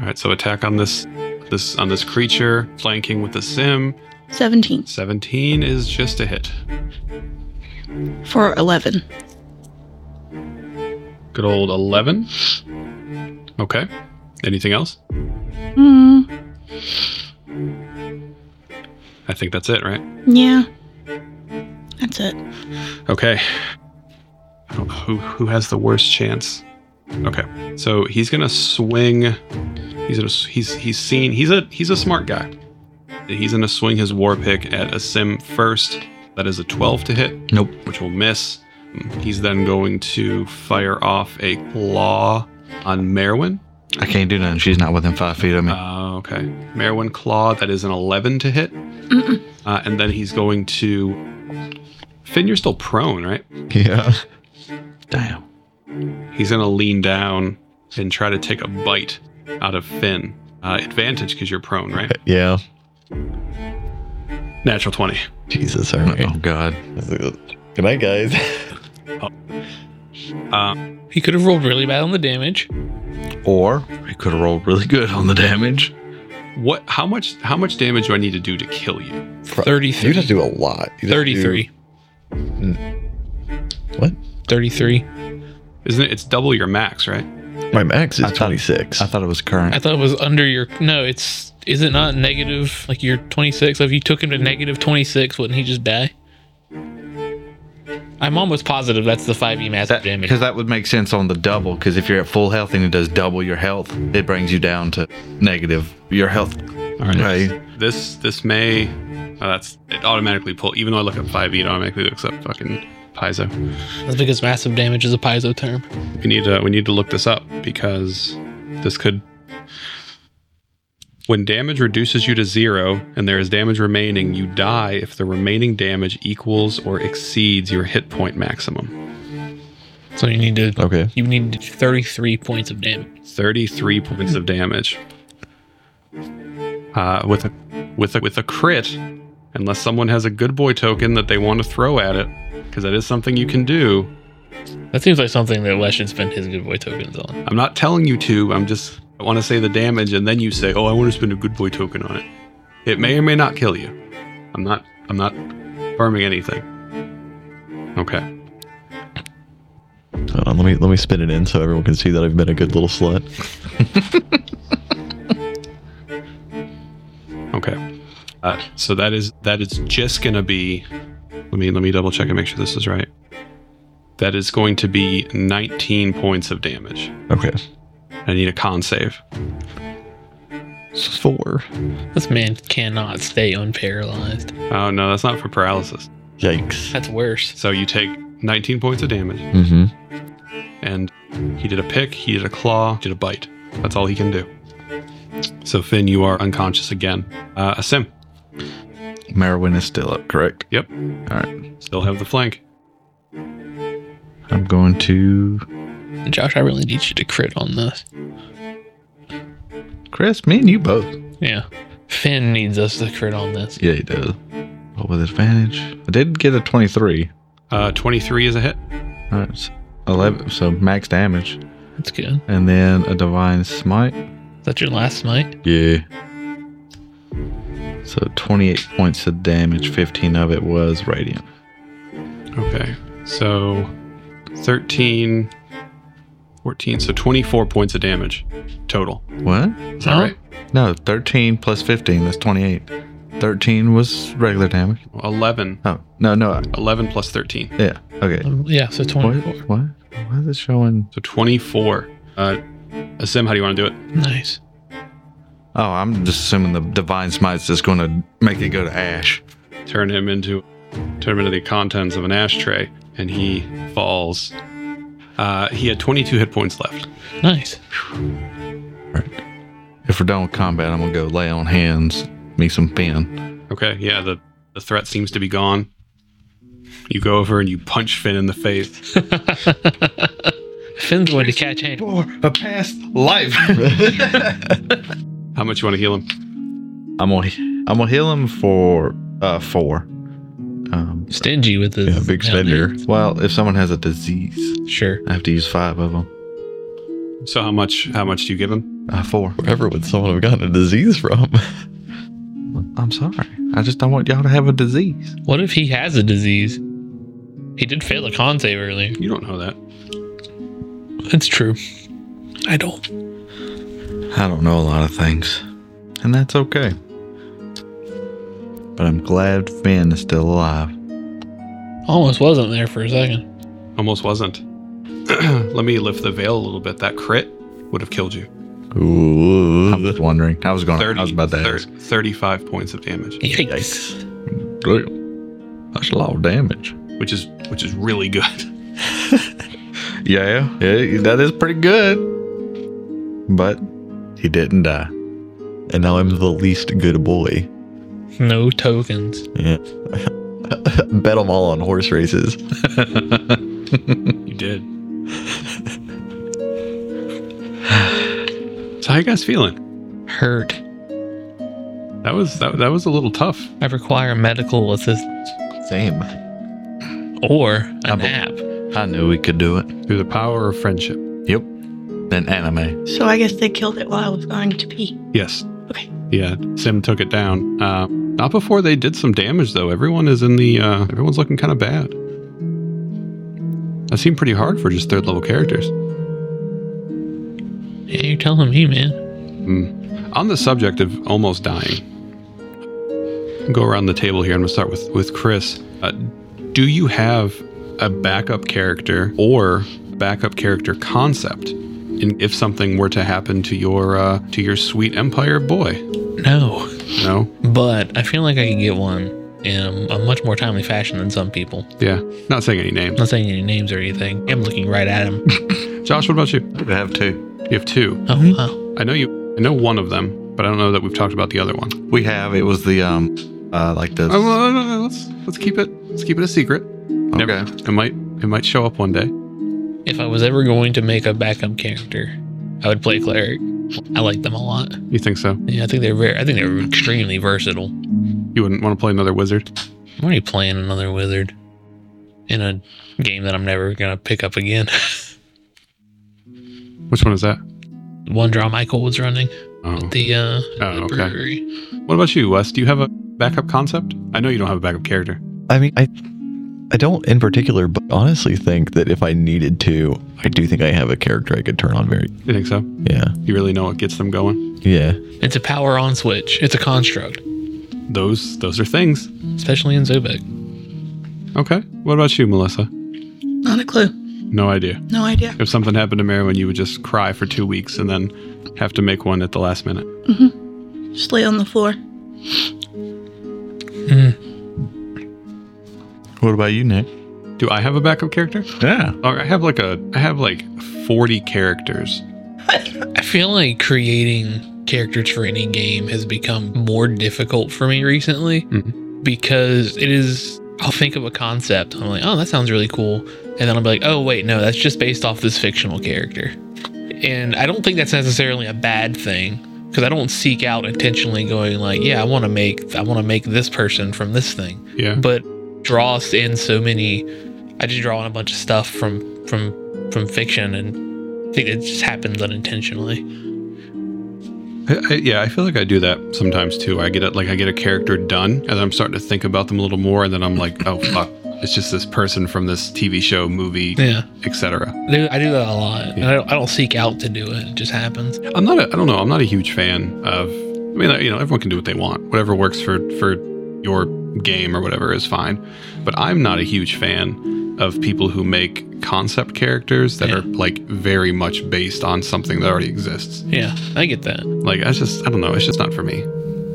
Speaker 2: All right, so attack on this this on this creature, flanking with the sim.
Speaker 4: 17
Speaker 2: 17 is just a hit.
Speaker 4: for 11.
Speaker 2: Good old 11. Okay. Anything else?
Speaker 4: Hmm.
Speaker 2: I think that's it, right?
Speaker 4: Yeah. That's it.
Speaker 2: Okay. I don't know who who has the worst chance. Okay. So he's gonna swing. He's gonna s- he's he's seen. He's a he's a smart guy. He's gonna swing his war pick at a sim first. That is a 12 to hit.
Speaker 5: Nope.
Speaker 2: Which will miss. He's then going to fire off a claw on Merwin.
Speaker 5: I can't do nothing. She's not within five feet of me.
Speaker 2: Uh, okay. Merwin claw. That is an 11 to hit. Uh, and then he's going to. Finn, you're still prone, right?
Speaker 1: Yeah.
Speaker 5: Damn.
Speaker 2: He's going to lean down and try to take a bite out of Finn. Uh, advantage because you're prone, right?
Speaker 1: Yeah.
Speaker 2: Natural 20.
Speaker 1: Jesus, all right.
Speaker 5: Oh God.
Speaker 1: Good night, guys.
Speaker 2: Uh,
Speaker 3: He could have rolled really bad on the damage.
Speaker 5: Or we could have rolled really good on the damage.
Speaker 2: what? How much? How much damage do I need to do to kill you?
Speaker 3: Thirty-three.
Speaker 1: You'd have to do a lot. You'd have to do-
Speaker 3: 33.
Speaker 1: What?
Speaker 3: 33.
Speaker 2: Isn't it? It's double your max, right?
Speaker 1: My max is
Speaker 5: I thought-
Speaker 1: 26.
Speaker 5: I thought it was current.
Speaker 3: I thought it was under your. No, it's. Is it not negative? Like you're 26. So if you took him to negative 26, wouldn't he just die? I'm almost positive that's the 5e massive damage.
Speaker 5: Because that would make sense on the double. Because if you're at full health and it does double your health, it brings you down to negative your health.
Speaker 2: All right.
Speaker 5: Right.
Speaker 2: This this may oh, that's it automatically pull even though I look up five E it automatically looks up fucking piezo.
Speaker 3: That's because massive damage is a piezo term.
Speaker 2: We need to we need to look this up because this could when damage reduces you to zero and there is damage remaining, you die if the remaining damage equals or exceeds your hit point maximum.
Speaker 3: So you need to
Speaker 5: Okay.
Speaker 3: you need to do 33 points of damage.
Speaker 2: 33 points of damage. Uh, with a with a with a crit, unless someone has a good boy token that they want to throw at it, because that is something you can do.
Speaker 3: That seems like something that Les should spend his good boy tokens on.
Speaker 2: I'm not telling you to. I'm just I want to say the damage, and then you say, "Oh, I want to spend a good boy token on it." It may or may not kill you. I'm not. I'm not farming anything. Okay.
Speaker 1: Hold on, let me let me spin it in so everyone can see that I've been a good little slut.
Speaker 2: Okay. Uh, so that is that is just gonna be. Let me let me double check and make sure this is right. That is going to be 19 points of damage.
Speaker 1: Okay.
Speaker 2: I need a con save.
Speaker 1: Four.
Speaker 3: This man cannot stay unparalyzed.
Speaker 2: Oh no, that's not for paralysis.
Speaker 1: Yikes.
Speaker 3: That's worse.
Speaker 2: So you take 19 points of damage.
Speaker 1: Mm-hmm.
Speaker 2: and he did a pick, he did a claw, did a bite. That's all he can do. So Finn, you are unconscious again. Uh, a sim,
Speaker 5: Merwin is still up, correct?
Speaker 2: Yep.
Speaker 5: All right.
Speaker 2: still have the flank.
Speaker 5: I'm going to.
Speaker 3: Josh, I really need you to crit on this.
Speaker 5: Chris, me and you both.
Speaker 3: Yeah. Finn needs us to crit on this.
Speaker 5: Yeah, he does. But with advantage. I did get a 23.
Speaker 2: Uh, 23 is a hit.
Speaker 5: All right. So 11. So max damage.
Speaker 3: That's good.
Speaker 5: And then a divine smite.
Speaker 3: Is that your last smite?
Speaker 5: Yeah. So 28 points of damage, 15 of it was radiant.
Speaker 2: Okay, so 13, 14, so 24 points of damage total.
Speaker 5: What?
Speaker 2: Is that
Speaker 3: Huh?
Speaker 2: right?
Speaker 5: No, 13 plus 15, that's 28. 13 was regular damage.
Speaker 2: 11.
Speaker 5: Oh, no, no. I-
Speaker 2: 11 plus 13.
Speaker 5: Yeah, okay.
Speaker 3: Um, yeah, so
Speaker 5: What?
Speaker 3: 24.
Speaker 5: What? Why is it showing?
Speaker 2: So 24. Uh, a sim, how do you want to do it?
Speaker 3: Nice.
Speaker 5: Oh, I'm just assuming the divine smite's just going to make it go to ash.
Speaker 2: Turn him into, turn him into the contents of an ashtray, and he falls. Uh, he had 22 hit points left.
Speaker 3: Nice.
Speaker 5: If we're done with combat, I'm going to go lay on hands, me some Finn.
Speaker 2: Okay, yeah, the, the threat seems to be gone. You go over and you punch Finn in the face.
Speaker 3: Finn's going to catch hand.
Speaker 5: a past life.
Speaker 2: How much you want to heal him?
Speaker 5: I'm going to I'm gonna heal him for uh, four. Um,
Speaker 3: Stingy with the
Speaker 1: Yeah, big spender.
Speaker 5: Well, if someone has a disease,
Speaker 3: Sure.
Speaker 5: I have to use five of them.
Speaker 2: So how much how much do you give him?
Speaker 5: Uh, four.
Speaker 1: Wherever would someone have gotten a disease from?
Speaker 5: I'm sorry. I just don't want y'all to have a disease.
Speaker 3: What if he has a disease? He did fail a con save earlier.
Speaker 2: You don't know that.
Speaker 3: That's true. I don't.
Speaker 5: I don't know a lot of things, and that's okay. But I'm glad Finn is still alive.
Speaker 3: Almost wasn't there for a second.
Speaker 2: Almost wasn't. Let me lift the veil a little bit. That crit would have killed you.
Speaker 5: I
Speaker 1: Ooh.
Speaker 5: was wondering. I was going. to Oh, I was about to
Speaker 2: thir-
Speaker 5: ask.
Speaker 2: 35 points of damage,
Speaker 3: Yikes.
Speaker 5: Damn, That's a lot of damage.
Speaker 2: which is which is really good.
Speaker 5: Yeah, yeah, that is pretty good. But he didn't die.
Speaker 1: And now I'm the least good boy.
Speaker 3: No tokens.
Speaker 1: Yeah. Bet them all on horse races.
Speaker 2: You did. so how you guys feeling?
Speaker 3: Hurt.
Speaker 2: That was that, that was a little tough.
Speaker 3: I require medical assistance
Speaker 5: Same.
Speaker 3: or a
Speaker 5: I'm-
Speaker 3: nap.
Speaker 5: I knew we could do it.
Speaker 2: Through the power of friendship.
Speaker 5: Yep. An anime.
Speaker 4: So I guess they killed it while I was going to pee.
Speaker 2: Yes.
Speaker 4: Okay.
Speaker 2: Yeah, Sim took it down. Uh, not before they did some damage, though. Everyone is in the. Uh, everyone's looking kind of bad. That seemed pretty hard for just third level characters.
Speaker 3: Yeah, you're telling me, man.
Speaker 2: On the subject of almost dying, go around the table here. I'm gonna start with with Chris. Uh, do you have a backup character or backup character concept. And if something were to happen to your uh, to your sweet empire boy,
Speaker 3: No.
Speaker 2: no,
Speaker 3: But I feel like I can get one in a, a much more timely fashion than some people.
Speaker 2: yeah, not saying any names.
Speaker 3: not saying any names or anything. I'm looking right at him.
Speaker 2: Josh, what about you?
Speaker 5: I have two.
Speaker 2: You have two.
Speaker 3: Oh, wow.
Speaker 2: I know you. I know one of them, but I don't know that we've talked about the other one.
Speaker 5: We have it was the um uh like the
Speaker 2: Oh, well, no, no, no, let's let's keep it let's keep it a secret. Never-
Speaker 5: okay.
Speaker 2: It might it might show up one day.
Speaker 3: If I was ever going to make a backup character, I would play cleric. I like them a lot.
Speaker 2: You think so?
Speaker 3: Yeah, I think they're very. I think they're extremely versatile.
Speaker 2: You wouldn't want to play another wizard?
Speaker 3: I'm already playing another wizard in a game that I'm never gonna pick up again.
Speaker 2: Which one is that?
Speaker 3: One draw Michael was running
Speaker 2: Oh.
Speaker 3: at the, uh,
Speaker 2: Oh,
Speaker 3: the
Speaker 2: okay.
Speaker 3: brewery.
Speaker 2: What about you, Wes? Do you have a backup concept? I know you don't have a backup character.
Speaker 1: I mean, I I don't in particular, but honestly think that if I needed to, I do think I have a character I could turn on very.
Speaker 2: You think so?
Speaker 1: Yeah,
Speaker 2: You really know what gets them going?
Speaker 1: yeah.
Speaker 3: It's a power on switch. It's a construct,
Speaker 2: Those those are things.
Speaker 3: especially in Zubek.
Speaker 2: Okay. What about you, Melissa?
Speaker 4: Not a clue.
Speaker 2: No idea.
Speaker 4: No idea.
Speaker 2: If something happened to Merriman, you would just cry for two weeks and then have to make one at the last minute.
Speaker 4: Just lay on the floor.
Speaker 5: What about you, Nick?
Speaker 2: Do I have a backup character?
Speaker 5: Yeah.
Speaker 2: Or I have like a I have like forty characters.
Speaker 3: I feel like creating characters for any game has become more difficult for me recently because it is. I'll think of a concept. I'm like, oh, that sounds really cool. And then I'll be like, oh, wait, no, that's just based off this fictional character. And I don't think that's necessarily a bad thing because I don't seek out intentionally going like, yeah, I want to make I want to make this person from this thing
Speaker 2: Yeah.
Speaker 3: but draws in so many i just draw on a bunch of stuff from from from fiction and i think it just happens unintentionally
Speaker 2: I, I, yeah, I feel like I do that sometimes too. I get it, like I get a character done, and then I'm starting to think about them a little more, and then I'm like, oh fuck, it's just this person from this TV show, movie,
Speaker 3: yeah
Speaker 2: etc.
Speaker 3: I do- i do that a lot and I, don't, I don't seek out to do it it just happens
Speaker 2: I'm not, a, I don't know, I'm not a huge fan of. I mean, you know, everyone can do what they want, whatever works for for your game or whatever is fine. But I'm not a huge fan of people who make concept characters that
Speaker 3: Yeah.
Speaker 2: are like very much based on something that already exists.
Speaker 3: yeah i get that
Speaker 2: Like, I just, I don't know. It's just not for me.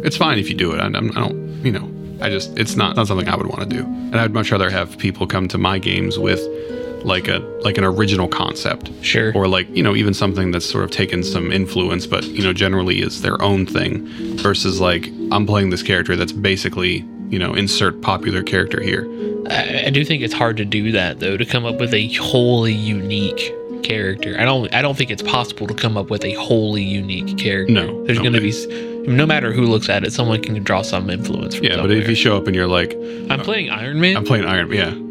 Speaker 2: It's fine if you do it. I, I'm- I don't, you know, I just, it's not, not something I would want to do. And I'd much rather have people come to my games with like a, like an original concept
Speaker 3: sure
Speaker 2: or like, you know, even something that's sort of taken some influence, but, you know, generally is their own thing versus like, I'm playing this character that's basically, you know, insert popular character here.
Speaker 3: I, I do think it's hard to do that though to come up with a wholly unique character i don't i don't think it's possible to come up with a wholly unique character
Speaker 2: No,
Speaker 3: there's
Speaker 2: no
Speaker 3: gonna
Speaker 2: way.
Speaker 3: be s- no matter who looks at it someone can draw some influence from
Speaker 2: Yeah. But if you show up and you're like,
Speaker 3: i'm playing iron man
Speaker 2: I'm playing Iron Man,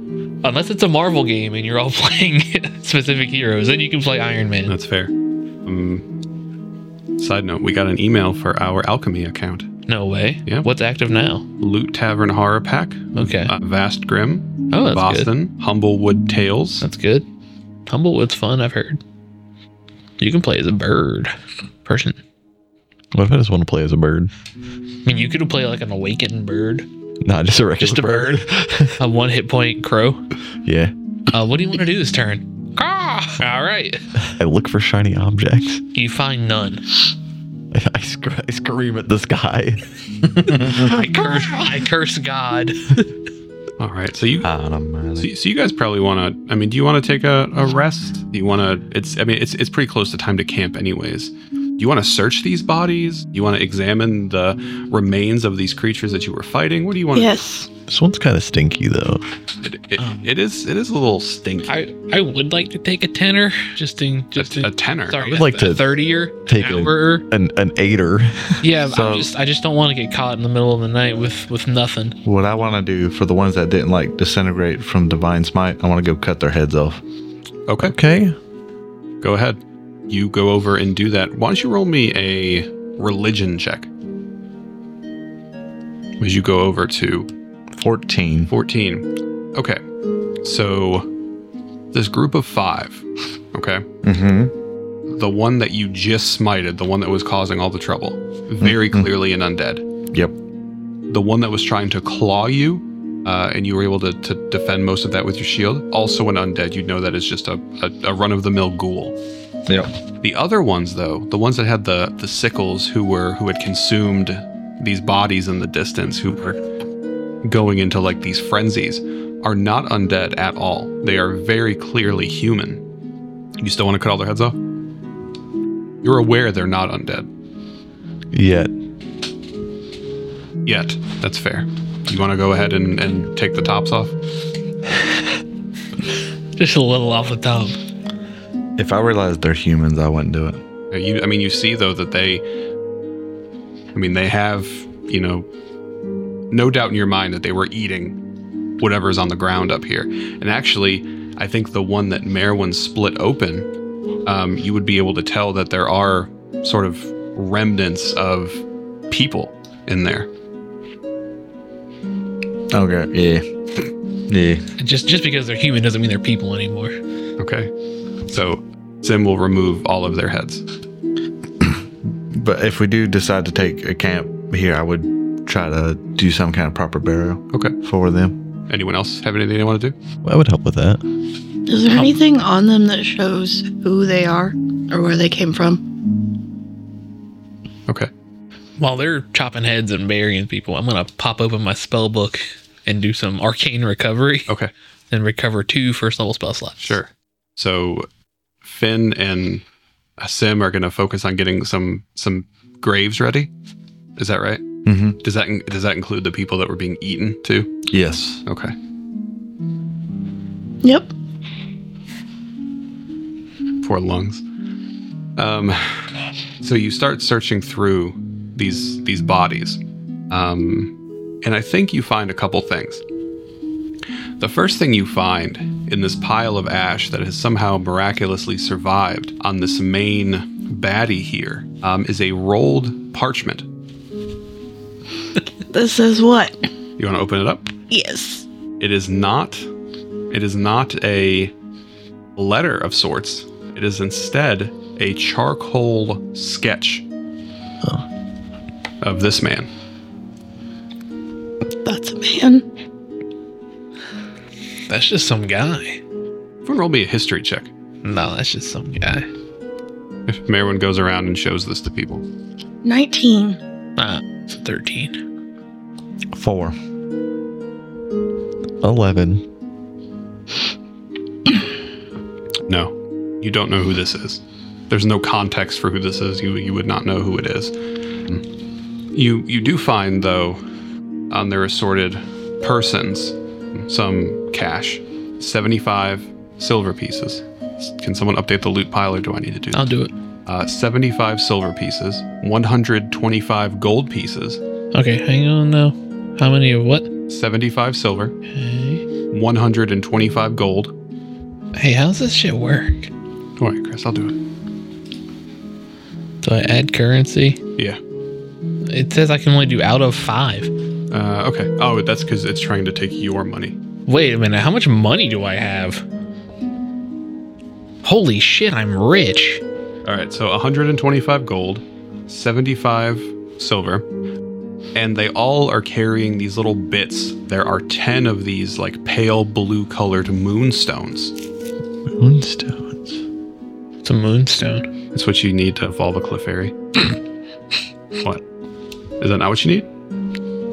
Speaker 3: Unless it's a Marvel game and you're all playing specific heroes, then you can play Iron
Speaker 2: yeah,
Speaker 3: Man.
Speaker 2: that's fair. Um, side note, we got an email for our alchemy account.
Speaker 3: No way.
Speaker 2: Yeah.
Speaker 3: What's active now?
Speaker 2: Loot Tavern Horror Pack,
Speaker 3: Okay.
Speaker 2: uh, Vast Grim,
Speaker 3: oh, that's good.
Speaker 2: Boston, Humblewood Tales.
Speaker 3: That's good. Tumblewood's fun, I've heard. You can play as a bird person.
Speaker 1: What if I just want to play as a bird?
Speaker 3: I mean, you could play like an awakened bird,
Speaker 1: Not just a regular
Speaker 3: Just a a one hit point crow.
Speaker 1: yeah,
Speaker 3: Uh, what do you want to do this turn? Ah! All right.
Speaker 1: I look for shiny objects.
Speaker 3: You find none.
Speaker 1: I, I, sc- I scream at the sky.
Speaker 3: I curse, I curse God.
Speaker 2: All right, so you.
Speaker 3: Uh,
Speaker 5: Automatic.
Speaker 2: So, you- so you guys probably want to. I mean, do you want to take a, a rest? Do you want to? It's. I mean, it's it's pretty close to time to camp, anyways. Do you want to search these bodies? Do you want to examine the remains of these creatures that you were fighting? What do you want?
Speaker 4: Yes.
Speaker 1: This one's kind of stinky though.
Speaker 2: It, it, it is. It is a little stinky.
Speaker 3: I, I would like to take a tenor just in just in,
Speaker 2: a, a tenor.
Speaker 3: sorry,
Speaker 1: would like
Speaker 3: a
Speaker 1: to
Speaker 3: 30er,
Speaker 1: take a-
Speaker 3: hour,
Speaker 1: An an aider.
Speaker 3: Yeah,
Speaker 5: So-
Speaker 3: I just I just don't want to get caught in the middle of the night with with nothing.
Speaker 5: What I want to do for the ones that didn't like disintegrate from divine smite, I want to go cut their heads off.
Speaker 2: Okay.
Speaker 1: Okay.
Speaker 2: Go ahead. You go over and do that. Why don't you roll me a religion check? As you go over to
Speaker 5: 14.
Speaker 2: 14. Okay. So this group of five, okay,
Speaker 5: Mm-hmm.
Speaker 2: the one that you just smited, the one that was causing all the trouble, very clearly an undead.
Speaker 5: Yep.
Speaker 2: The one that was trying to claw you uh, and you were able to, to defend most of that with your shield. Also, an undead, you'd know that is just a, a, a run of the mill ghoul.
Speaker 5: Yeah.
Speaker 2: The other ones, though, the ones that had the the sickles, who were who had consumed these bodies in the distance, who were going into like these frenzies, are not undead at all. They are very clearly human. You still want to cut all their heads off? You're aware they're not undead
Speaker 1: Yet.
Speaker 2: yet. That's fair. You want to go ahead and, and take the tops off?
Speaker 3: Just a little off the top.
Speaker 5: If I realized they're humans, I wouldn't do it.
Speaker 2: Uh, You, I mean, you see though that they, I mean, they have, you know, no doubt in your mind that they were eating whatever's on the ground up here. And actually, I think the one that Merwin split open, um, you would be able to tell that there are sort of remnants of people in there.
Speaker 5: Okay. Yeah. Yeah.
Speaker 3: Just just because they're human doesn't mean they're people anymore.
Speaker 2: Okay, so Sim will remove all of their heads.
Speaker 5: But if we do decide to take a camp here, I would try to do some kind of proper burial
Speaker 2: Okay.
Speaker 5: for them.
Speaker 2: Anyone else have anything they want to do?
Speaker 1: I would help with that.
Speaker 4: Is there anything on them that shows who they are or where they came from?
Speaker 2: Okay.
Speaker 3: While they're chopping heads and burying people, I'm gonna pop open my spell book and do some arcane recovery
Speaker 2: Okay.
Speaker 3: and recover two first level spell slots.
Speaker 2: Sure. So Finn and Sim are going to focus on getting some some graves ready. Is that right?
Speaker 5: Mm-hmm.
Speaker 2: Does that in- does that include the people that were being eaten too?
Speaker 5: Yes.
Speaker 2: Okay.
Speaker 4: Yep.
Speaker 2: Poor lungs. Um, so you start searching through these these bodies, um, and I think you find a couple things. The first thing you find in this pile of ash that has somehow miraculously survived on this main baddie here um, is a rolled parchment.
Speaker 4: This is what?
Speaker 2: You want to open it up?
Speaker 4: Yes.
Speaker 2: It is not. It is not a letter of sorts. It is instead a charcoal sketch of this man.
Speaker 4: That's a man.
Speaker 3: That's just some guy.
Speaker 2: Everyone roll me a history check.
Speaker 3: No, that's just some guy.
Speaker 2: If Merwin goes around and shows this to people,
Speaker 4: 19.
Speaker 3: Ah, it's 13.
Speaker 5: Four.
Speaker 1: 11.
Speaker 2: no, you don't know who this is. There's no context for who this is. You you would not know who it is. You you do find though on their assorted persons some cash, 75 silver pieces. Can someone update the loot pile or do I need to do that?
Speaker 3: I'll do it.
Speaker 2: Uh, 75 silver pieces, 125 gold pieces,
Speaker 3: Okay, hang on now. How many of what?
Speaker 2: 75 silver,
Speaker 3: Okay.
Speaker 2: 125 gold.
Speaker 3: Hey, how's this shit work?
Speaker 2: All right, Chris, I'll do it.
Speaker 3: Do I add currency?
Speaker 2: Yeah.
Speaker 3: It says I can only do out of five.
Speaker 2: Uh, okay. Oh, that's because it's trying to take your money.
Speaker 3: Wait a minute, how much money do I have? Holy shit, I'm rich.
Speaker 2: All right, so 125 gold, 75 silver, and they all are carrying these little bits. There are 10 of these, like, pale blue colored moonstones.
Speaker 1: Moonstones.
Speaker 3: It's a moonstone.
Speaker 2: That's what you need to evolve a Clefairy. what? Is that not what you need?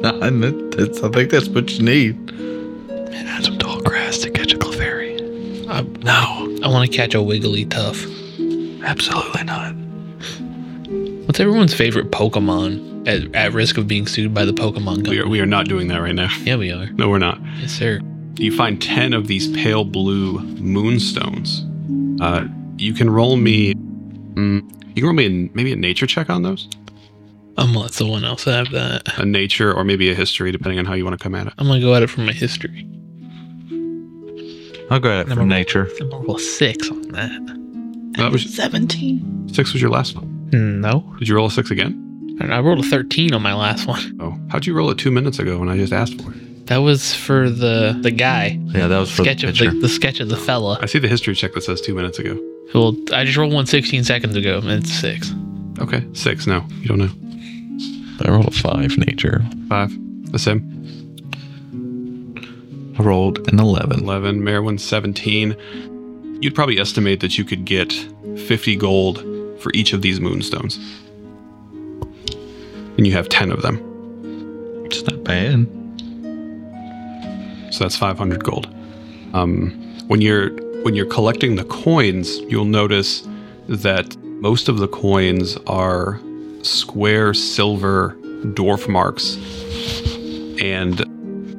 Speaker 5: I think that's what you need.
Speaker 1: And add some tall grass to catch a Clefairy.
Speaker 3: I, Uh, no. I want to catch a wiggly tough.
Speaker 1: Absolutely not.
Speaker 3: What's everyone's favorite Pokemon at, at risk of being sued by the Pokemon
Speaker 2: We
Speaker 3: company?
Speaker 2: are, we are not doing that right now.
Speaker 3: Yeah, we are.
Speaker 2: No, we're not.
Speaker 3: Yes, sir.
Speaker 2: You find 10 of these pale blue moonstones. Uh, you can roll me. Mm, you can roll me a, maybe a nature check on those.
Speaker 3: I'm gonna let someone else have that.
Speaker 2: A nature or maybe a history, depending on how you want to come at it.
Speaker 3: I'm gonna go at it from my history.
Speaker 5: I'll go at it
Speaker 3: Number
Speaker 5: from nature.
Speaker 3: I'm gonna roll six on that.
Speaker 2: That was
Speaker 4: 17.
Speaker 2: six was your last one.
Speaker 3: Hmm, No.
Speaker 2: Did you roll a six again?
Speaker 3: I rolled a 13 on my last one.
Speaker 2: Oh, how'd you roll it two minutes ago when I just asked for it?
Speaker 3: That was for the the guy.
Speaker 5: Yeah, that was for
Speaker 3: sketch
Speaker 5: the
Speaker 3: of the,
Speaker 5: picture.
Speaker 3: the sketch of the fella.
Speaker 2: I see the history check that says two minutes ago.
Speaker 3: Well, I just rolled one 16 seconds ago, and it's six.
Speaker 2: Okay, six. No, you don't know.
Speaker 1: I rolled a 5 nature.
Speaker 2: Five. A sim.
Speaker 5: I rolled an 11.
Speaker 2: 11, Merwin 17. You'd probably estimate that you could get 50 gold for each of these moonstones. And you have 10 of them.
Speaker 5: It's not bad.
Speaker 2: So that's 500 gold. Um, when you're when you're collecting the coins, you'll notice that most of the coins are square silver dwarf marks and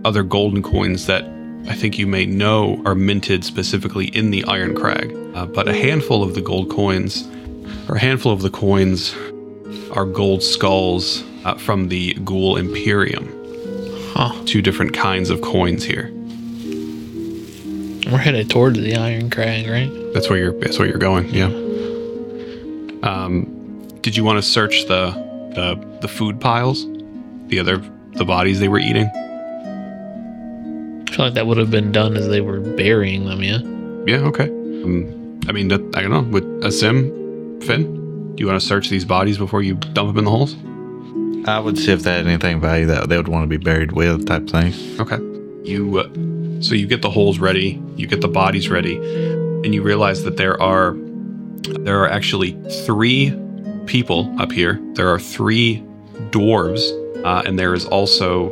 Speaker 2: other golden coins that I think you may know are minted specifically in the Iron Crag. Uh, but a handful of the gold coins, or a handful of the coins, are gold skulls uh, from the Ghoul Imperium. Two different kinds of coins here.
Speaker 3: We're headed towards the Iron Crag, right?
Speaker 2: That's where you're. That's where you're going. Yeah. Um, did you want to search the the the food piles, the other the bodies they were eating?
Speaker 3: I feel like that would have been done as they were burying them, yeah?
Speaker 2: Yeah. Okay. Um, I mean, that, I don't know. With a sim, Finn, do you want to search these bodies before you dump them in the holes?
Speaker 5: I would see if they had anything value that they would want to be buried with, type thing.
Speaker 2: Okay. You uh, so you get the holes ready, you get the bodies ready, and you realize that there are there are actually three people up here. There are three dwarves, uh, and there is also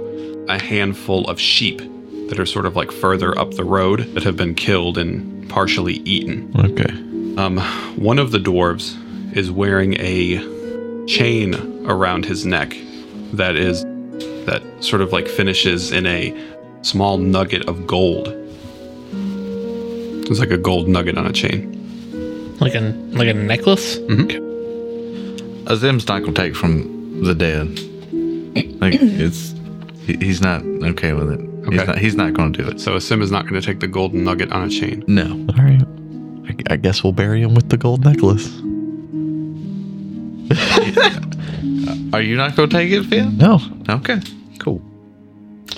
Speaker 2: a handful of sheep that are sort of like further up the road that have been killed and partially eaten.
Speaker 5: Okay.
Speaker 2: Um, one of the dwarves is wearing a chain around his neck that is that sort of like finishes in a small nugget of gold. It's like a gold nugget on a chain.
Speaker 3: Like a like a necklace?
Speaker 5: Azim's not gonna take from the dead. Like it's, he, he's not okay with it.
Speaker 2: Okay.
Speaker 5: He's not. He's not gonna do it.
Speaker 2: So a sim is not going to take the golden nugget on a chain.
Speaker 5: No.
Speaker 1: All right. I, I guess we'll bury him with the gold necklace.
Speaker 5: Are you not gonna take it, Finn?
Speaker 1: No,
Speaker 5: Okay. Cool.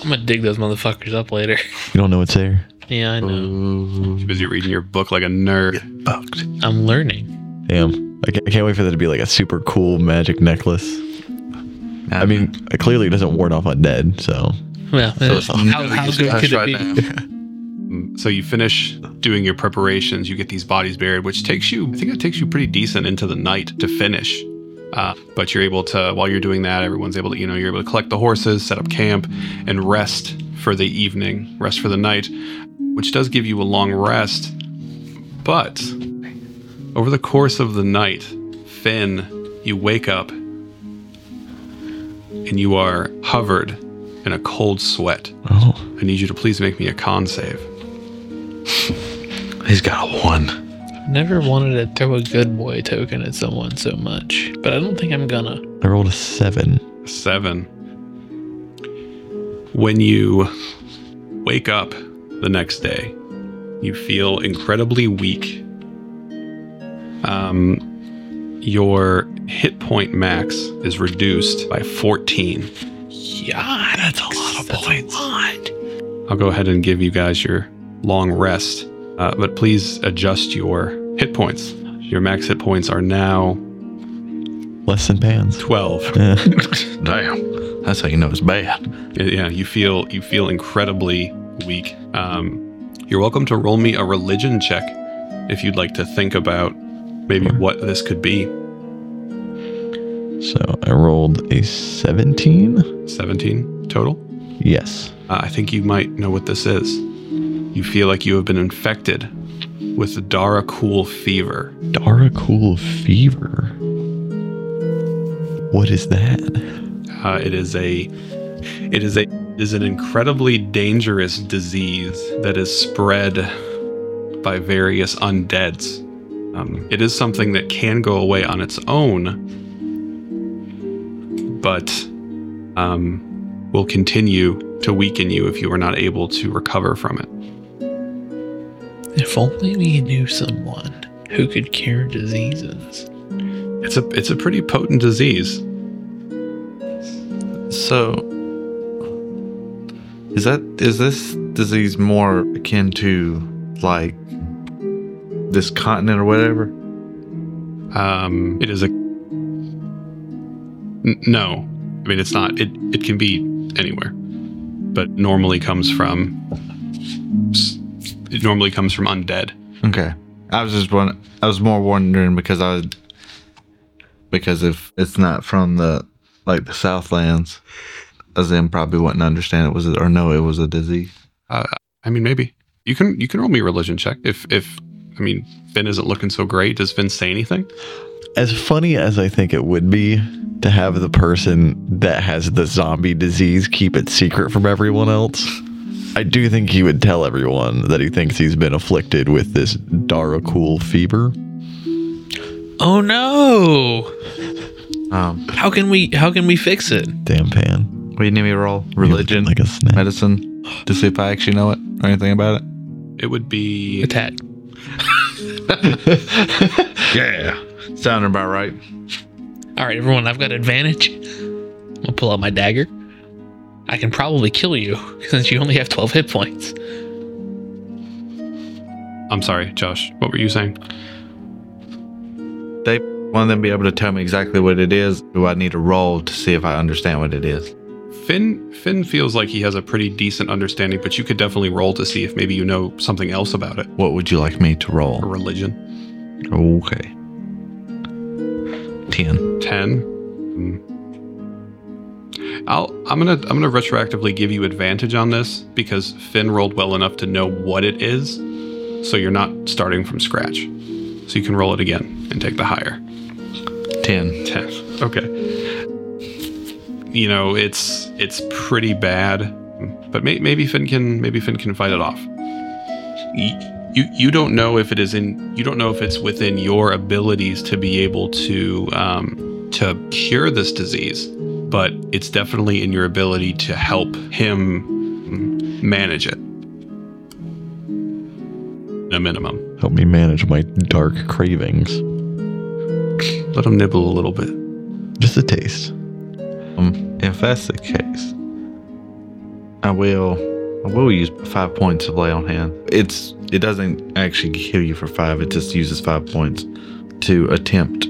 Speaker 3: I'm gonna dig those motherfuckers up later.
Speaker 1: you don't know it's there.
Speaker 3: yeah, I know.
Speaker 2: You're busy reading your book like a nerd.
Speaker 1: Fucked.
Speaker 3: I'm learning.
Speaker 1: Damn. I can't, I can't wait for that to be like a super cool magic necklace. I mean, it clearly doesn't ward off undead, so.
Speaker 3: Well, eh, how, how good could it be?
Speaker 2: So you finish doing your preparations. You get these bodies buried, which takes you. I think it takes you pretty decent into the night to finish. Uh, but you're able to while you're doing that, everyone's able to you know you're able to collect the horses, set up camp, and rest for the evening, rest for the night, which does give you a long rest. But over the course of the night, Finn, you wake up and you are hovered in a cold sweat.
Speaker 1: Oh.
Speaker 2: I need you to please make me a con save.
Speaker 5: He's got a one.
Speaker 3: Never wanted to throw a good boy token at someone so much, but I don't think I'm gonna.
Speaker 1: I rolled a seven.
Speaker 2: Seven. When you wake up the next day, you feel incredibly weak. Um, your hit point max is reduced by 14.
Speaker 3: Yeah, that's a lot of points.
Speaker 2: I'll go ahead and give you guys your long rest, uh, but please adjust your hit points. Your max hit points are now
Speaker 1: Less than pans.
Speaker 2: 12.
Speaker 1: Yeah.
Speaker 5: Damn. That's how you know it's bad.
Speaker 2: Y- yeah you feel you feel incredibly weak um, you're welcome to roll me a religion check if you'd like to think about maybe what this could be
Speaker 1: So I rolled a 17?
Speaker 2: 17 total
Speaker 1: Yes.
Speaker 2: uh, i think you might know what this is you feel like you have been infected with the dara cool fever
Speaker 1: Dara cool fever. What is that?
Speaker 2: uh, it is a it is a it is an incredibly dangerous disease that is spread by various undeads um, it is something that can go away on its own but um, will continue to weaken you if you are not able to recover from it
Speaker 3: If only we knew someone who could cure diseases.
Speaker 2: it's a it's a pretty potent disease
Speaker 5: So, is that is this disease more akin to like this continent or whatever?
Speaker 2: Um, it is a. N- no, I mean it's not. It it can be anywhere, but normally comes from s- it normally comes from undead.
Speaker 5: Okay. I was just one. I was more wondering because I was because if it's not from the like the Southlands, Azim probably wouldn't understand it was or know it was a disease.
Speaker 2: Uh, I mean, maybe you can you can roll me a religion check if if I mean Finn isn't looking so great. Does Finn say anything?
Speaker 1: As funny as I think it would be to have the person that has the zombie disease keep it secret from everyone else, I do think he would tell everyone that he thinks he's been afflicted with this Daracul fever.
Speaker 3: Oh no!
Speaker 5: Um,
Speaker 3: How can we how can we fix it?
Speaker 1: Damn pan.
Speaker 5: will you need me to roll
Speaker 1: You look
Speaker 5: religion,
Speaker 1: Like a snake.
Speaker 5: medicine, to see if I actually know it or anything about it?
Speaker 2: It would be
Speaker 3: Attack.
Speaker 5: Yeah, sounded about right.
Speaker 3: All right, everyone, I've got advantage. I'm gonna pull out my dagger. I can probably kill you since you only have 12 hit points.
Speaker 2: I'm sorry, Josh. What were you saying?
Speaker 5: One of them be able to tell me exactly what it is. Do I need to roll to see if I understand what it is?
Speaker 2: Finn Finn feels like he has a pretty decent understanding, but you could definitely roll to see if maybe you know something else about it.
Speaker 5: What would you like me to
Speaker 2: A
Speaker 5: roll?
Speaker 2: religion.
Speaker 5: Okay. Ten.
Speaker 2: Ten. Hmm. I'll I'm gonna I'm gonna retroactively give you advantage on this because Finn rolled well enough to know what it is, so you're not starting from scratch. So you can roll it again and take the higher.
Speaker 5: Ten.
Speaker 2: 10 okay you know it's it's pretty bad but may, maybe finn can maybe finn can fight it off Y- you you don't know if it is in you don't know if it's within your abilities to be able to um, to cure this disease but it's definitely in your ability to help him manage it a minimum
Speaker 1: Help me manage my dark cravings.
Speaker 2: let him nibble a little bit
Speaker 1: Just a taste.
Speaker 5: Um, if that's the case, I will. I will use five points of lay on hand. It's. It doesn't actually heal you for five. It just uses five points to attempt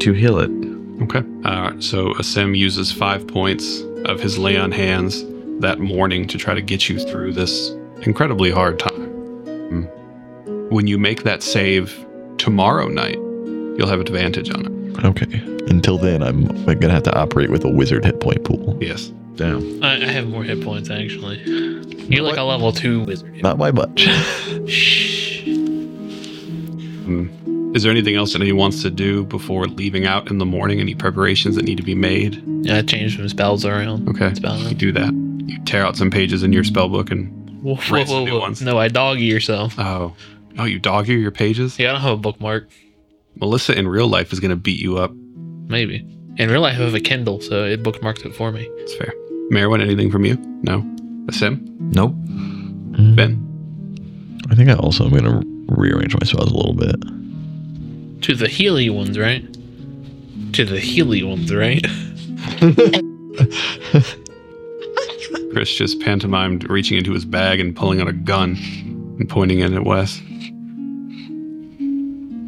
Speaker 5: to heal it.
Speaker 2: Okay. Uh, so Asim uses five points of his lay on hands that morning to try to get you through this incredibly hard time. Hmm. When you make that save tomorrow night, you'll have advantage on it.
Speaker 1: Okay. Until then, I'm gonna have to operate with a wizard hit point pool.
Speaker 2: Yes.
Speaker 5: Damn.
Speaker 3: I, I have more hit points actually. You're like a level two wizard.
Speaker 1: Not by much.
Speaker 2: Is there anything else that he wants to do before leaving out in the morning? Any preparations that need to be made?
Speaker 3: Yeah, I changed some spells around.
Speaker 2: Okay.
Speaker 3: Spell.
Speaker 2: You do that. You tear out some pages in your spell book and
Speaker 3: Whoa, whoa,
Speaker 2: Write some
Speaker 3: whoa,
Speaker 2: new
Speaker 3: whoa.
Speaker 2: ones.
Speaker 3: No, I doggy yourself.
Speaker 2: oh, oh, you dog ear your pages.
Speaker 3: Yeah, I don't have a bookmark.
Speaker 2: Melissa in real life is gonna beat you up.
Speaker 3: Maybe. In real life, I have a Kindle, so it bookmarks it for me.
Speaker 2: It's fair. Merwin, anything from you? No. Asim,
Speaker 5: Nope.
Speaker 2: Ben.
Speaker 1: I think I also am gonna rearrange my spells a little bit.
Speaker 3: To the Healy ones, right? To the Healy ones, right?
Speaker 2: Chris just pantomimed reaching into his bag and pulling out a gun and pointing it at Wes.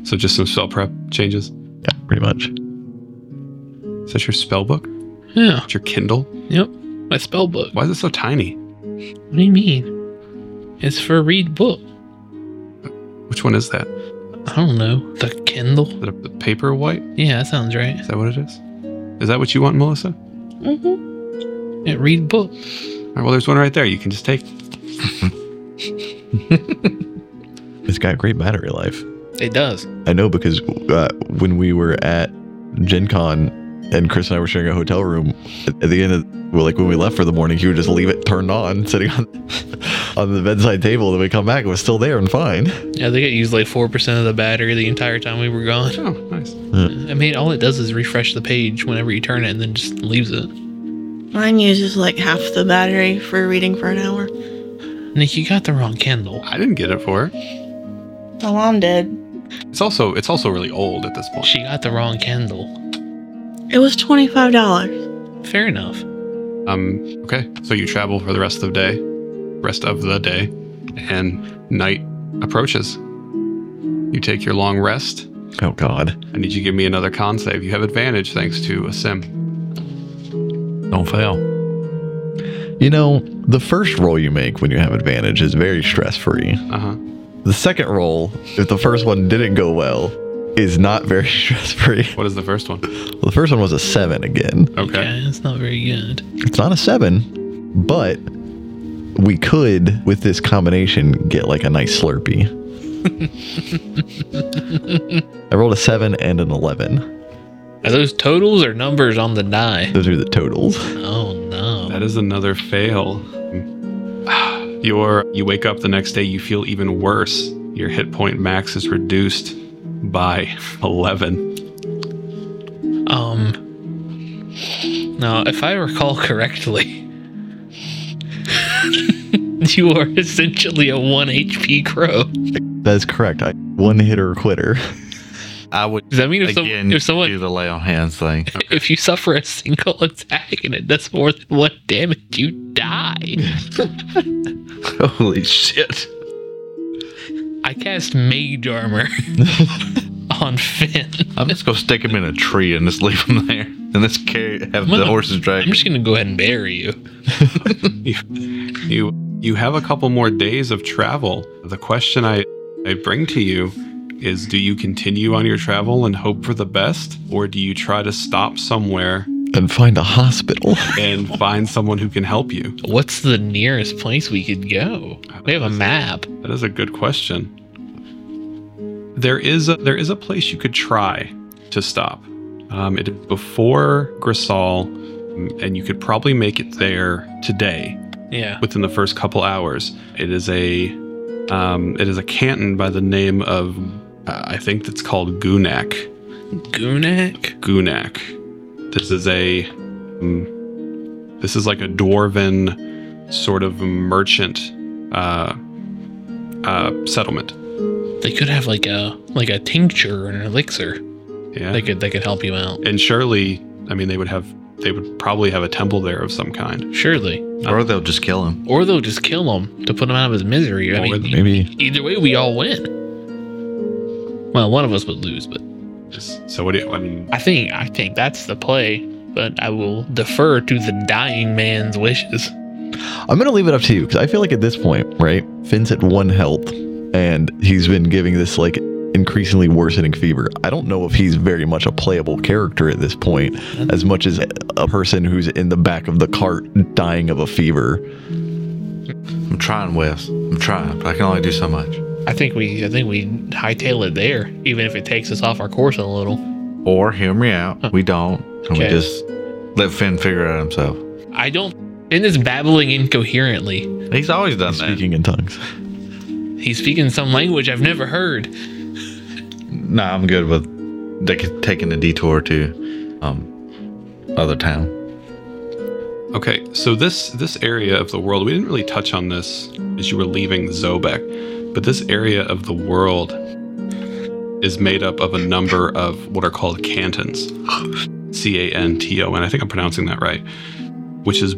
Speaker 2: So just some spell prep changes.
Speaker 1: Yeah, pretty much.
Speaker 2: Is that your spell book?
Speaker 3: Yeah.
Speaker 2: Is your Kindle?
Speaker 3: Yep. My spell book.
Speaker 2: Why is it so tiny?
Speaker 3: What do you mean? It's for read book.
Speaker 2: Which one is that?
Speaker 3: I don't know. The Kindle?
Speaker 2: Is it a the paper white?
Speaker 3: Yeah, that sounds right.
Speaker 2: Is that what it is? Is that what you want, Melissa? All
Speaker 3: Mm-hmm. It read book.
Speaker 2: right, well, there's one right there. You can just take.
Speaker 1: It's got great battery life.
Speaker 3: It does.
Speaker 1: I know because uh, when we were at Gen Con and Chris and I were sharing a hotel room, at the end of well, like when we left for the morning, he would just leave it turned on, sitting on on the bedside table. Then we come back, it was still there and fine.
Speaker 3: Yeah, I think it used like four percent of the battery the entire time we were gone.
Speaker 2: Oh, nice.
Speaker 3: I mean, all it does is refresh the page whenever you turn it, and then just leaves it.
Speaker 4: Mine uses like half the battery for reading for an hour.
Speaker 3: Nick, you got the wrong Kindle.
Speaker 2: I didn't get it for her.
Speaker 4: My mom did.
Speaker 2: It's also it's also really old at this point.
Speaker 3: She got the wrong Kindle.
Speaker 4: It was $25.
Speaker 3: Fair enough.
Speaker 2: Um, okay, so you travel for the rest of the day, rest of the day, and night approaches. You take your long rest.
Speaker 1: Oh God,
Speaker 2: I need you to give me another con save. You have advantage thanks to a sim.
Speaker 5: Don't fail.
Speaker 1: You know, the first roll you make when you have advantage is very stress free.
Speaker 2: Uh huh.
Speaker 1: The second roll, if the first one didn't go well, is not very stress free.
Speaker 2: What is the first one?
Speaker 1: The first one was a seven again.
Speaker 2: Okay.
Speaker 3: Yeah, that's not very good.
Speaker 1: It's not a seven, but we could, with this combination, get like a nice Slurpee. I rolled a seven and an 11.
Speaker 3: Are those totals or numbers on the die?
Speaker 1: Those are the totals.
Speaker 3: Oh no.
Speaker 2: That is another fail. Your you wake up the next day, you feel even worse. Your hit point max is reduced by eleven.
Speaker 3: Um. Now, if I recall correctly, you are essentially a one HP crow.
Speaker 1: That is correct. I one hitter quitter.
Speaker 5: I would
Speaker 3: Does that mean if, some,
Speaker 5: again
Speaker 3: if someone
Speaker 5: do the lay on hands thing.
Speaker 3: if you suffer a single attack and it does more than one damage, you die.
Speaker 5: Holy shit!
Speaker 3: I cast mage armor on Finn.
Speaker 5: I'm just gonna stick him in a tree and just leave him there, and let's carry have the
Speaker 3: Mother-
Speaker 5: horses drag.
Speaker 3: I'm just gonna go ahead and bury you.
Speaker 2: You, you you have a couple more days of travel. The question I I bring to you is do you continue on your travel and hope for the best or do you try to stop somewhere
Speaker 1: And find a hospital.
Speaker 2: and find someone who can help you?
Speaker 3: What's the nearest place we could go? We have a map.
Speaker 2: That is a good question. There is a, there is a place you could try to stop. Um, it is before Grisal, and you could probably make it there today
Speaker 3: Yeah.
Speaker 2: within the first couple hours. It is a um, it is a canton by the name of uh, I think that's called Gunak.
Speaker 3: Gunak.
Speaker 2: Gunak. This is a um, this is like a dwarven sort of merchant uh, uh, settlement.
Speaker 3: They could have like a like a tincture or an elixir.
Speaker 2: Yeah.
Speaker 3: They could they could help you out.
Speaker 2: and surely, I mean, they would have, they would probably have a temple there of some kind.
Speaker 3: Surely.
Speaker 5: or they'll just kill him.
Speaker 3: Or they'll just kill him to put him out of his misery. I
Speaker 2: Or
Speaker 3: mean,
Speaker 1: Maybe
Speaker 3: either way, we all win. Well, one of us would lose, but
Speaker 2: Just, so what do you, I mean,
Speaker 3: I think I think that's the play. But I will defer to the dying man's wishes.
Speaker 1: I'm gonna leave it up to you because I feel like at this point, right? Finn's at one health, and he's been giving this like increasingly worsening fever. I don't know if he's very much a playable character at this point, as much as a person who's in the back of the cart dying of a fever.
Speaker 5: I'm trying, Wes. I'm trying, but I can only do so much.
Speaker 3: I think we I think we hightail it there, even if it takes us off our course a little.
Speaker 5: Or hear me out. We don't, and we
Speaker 3: Okay.
Speaker 5: just let Finn figure it out himself.
Speaker 3: I don't. Finn is babbling incoherently.
Speaker 5: He's always done that.
Speaker 1: Speaking in tongues.
Speaker 3: He's speaking some language I've never heard.
Speaker 5: Nah, I'm good with they could- taking a detour to um other town.
Speaker 2: okay, so this, this area of the world, we didn't really touch on this as you were leaving Zobek, but this area of the world is made up of a number of what are called cantons. C A N T O N. I think I'm pronouncing that right. Which is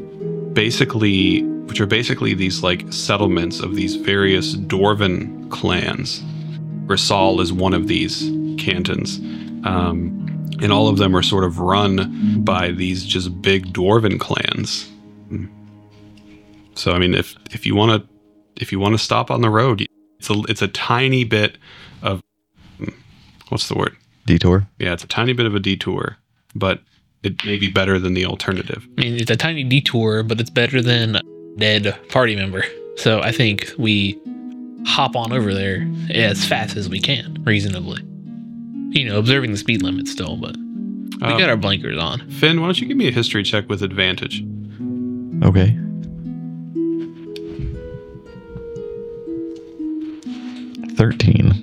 Speaker 2: basically, which are basically these like settlements of these various Dwarven clans. Rasal is one of these cantons. Um, and all of them are sort of run by these just big Dwarven clans. So I mean, if if you want to, if you want to stop on the road, it's a it's a tiny bit of what's the word?
Speaker 1: Detour.
Speaker 2: Yeah, it's a tiny bit of a detour, but it may be better than the alternative.
Speaker 3: I mean, it's a tiny detour, but it's better than a dead party member. So I think we hop on over there as fast as we can, reasonably. You know, observing the speed limit still, but we
Speaker 2: Um,
Speaker 3: got our blinkers on.
Speaker 2: Finn, why don't you give me a history check with advantage?
Speaker 1: Okay. Thirteen.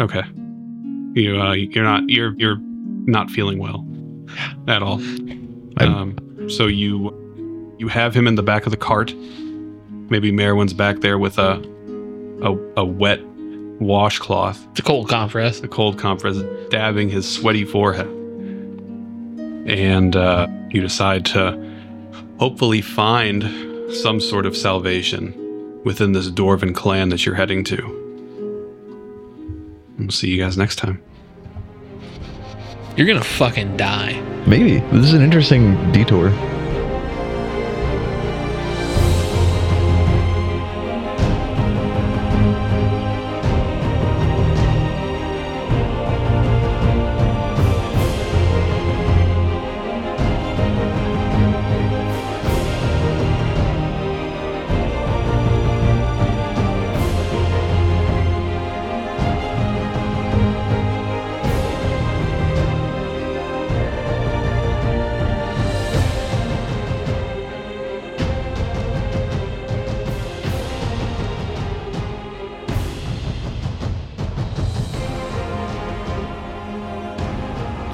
Speaker 2: Okay. You uh, you're not you're you're not feeling well at all.
Speaker 1: I'm-
Speaker 2: Um, so you you have him in the back of the cart. Maybe Merwin's back there with a a, a wet washcloth,
Speaker 3: It's a cold compress.
Speaker 2: the cold compress dabbing his sweaty forehead. And uh, you decide to hopefully find some sort of salvation within this Dwarven clan that you're heading to. We'll see you guys next time.
Speaker 3: You're gonna fucking die.
Speaker 1: Maybe this is an interesting detour.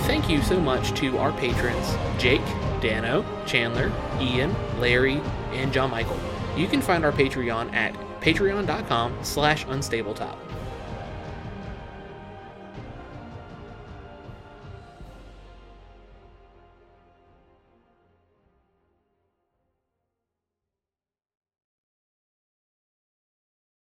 Speaker 3: Thank you so much to our patrons, Jake, Dano, Chandler, Ian, Larry, and John Michael. You can find our Patreon at patreon.com slash unstabletop.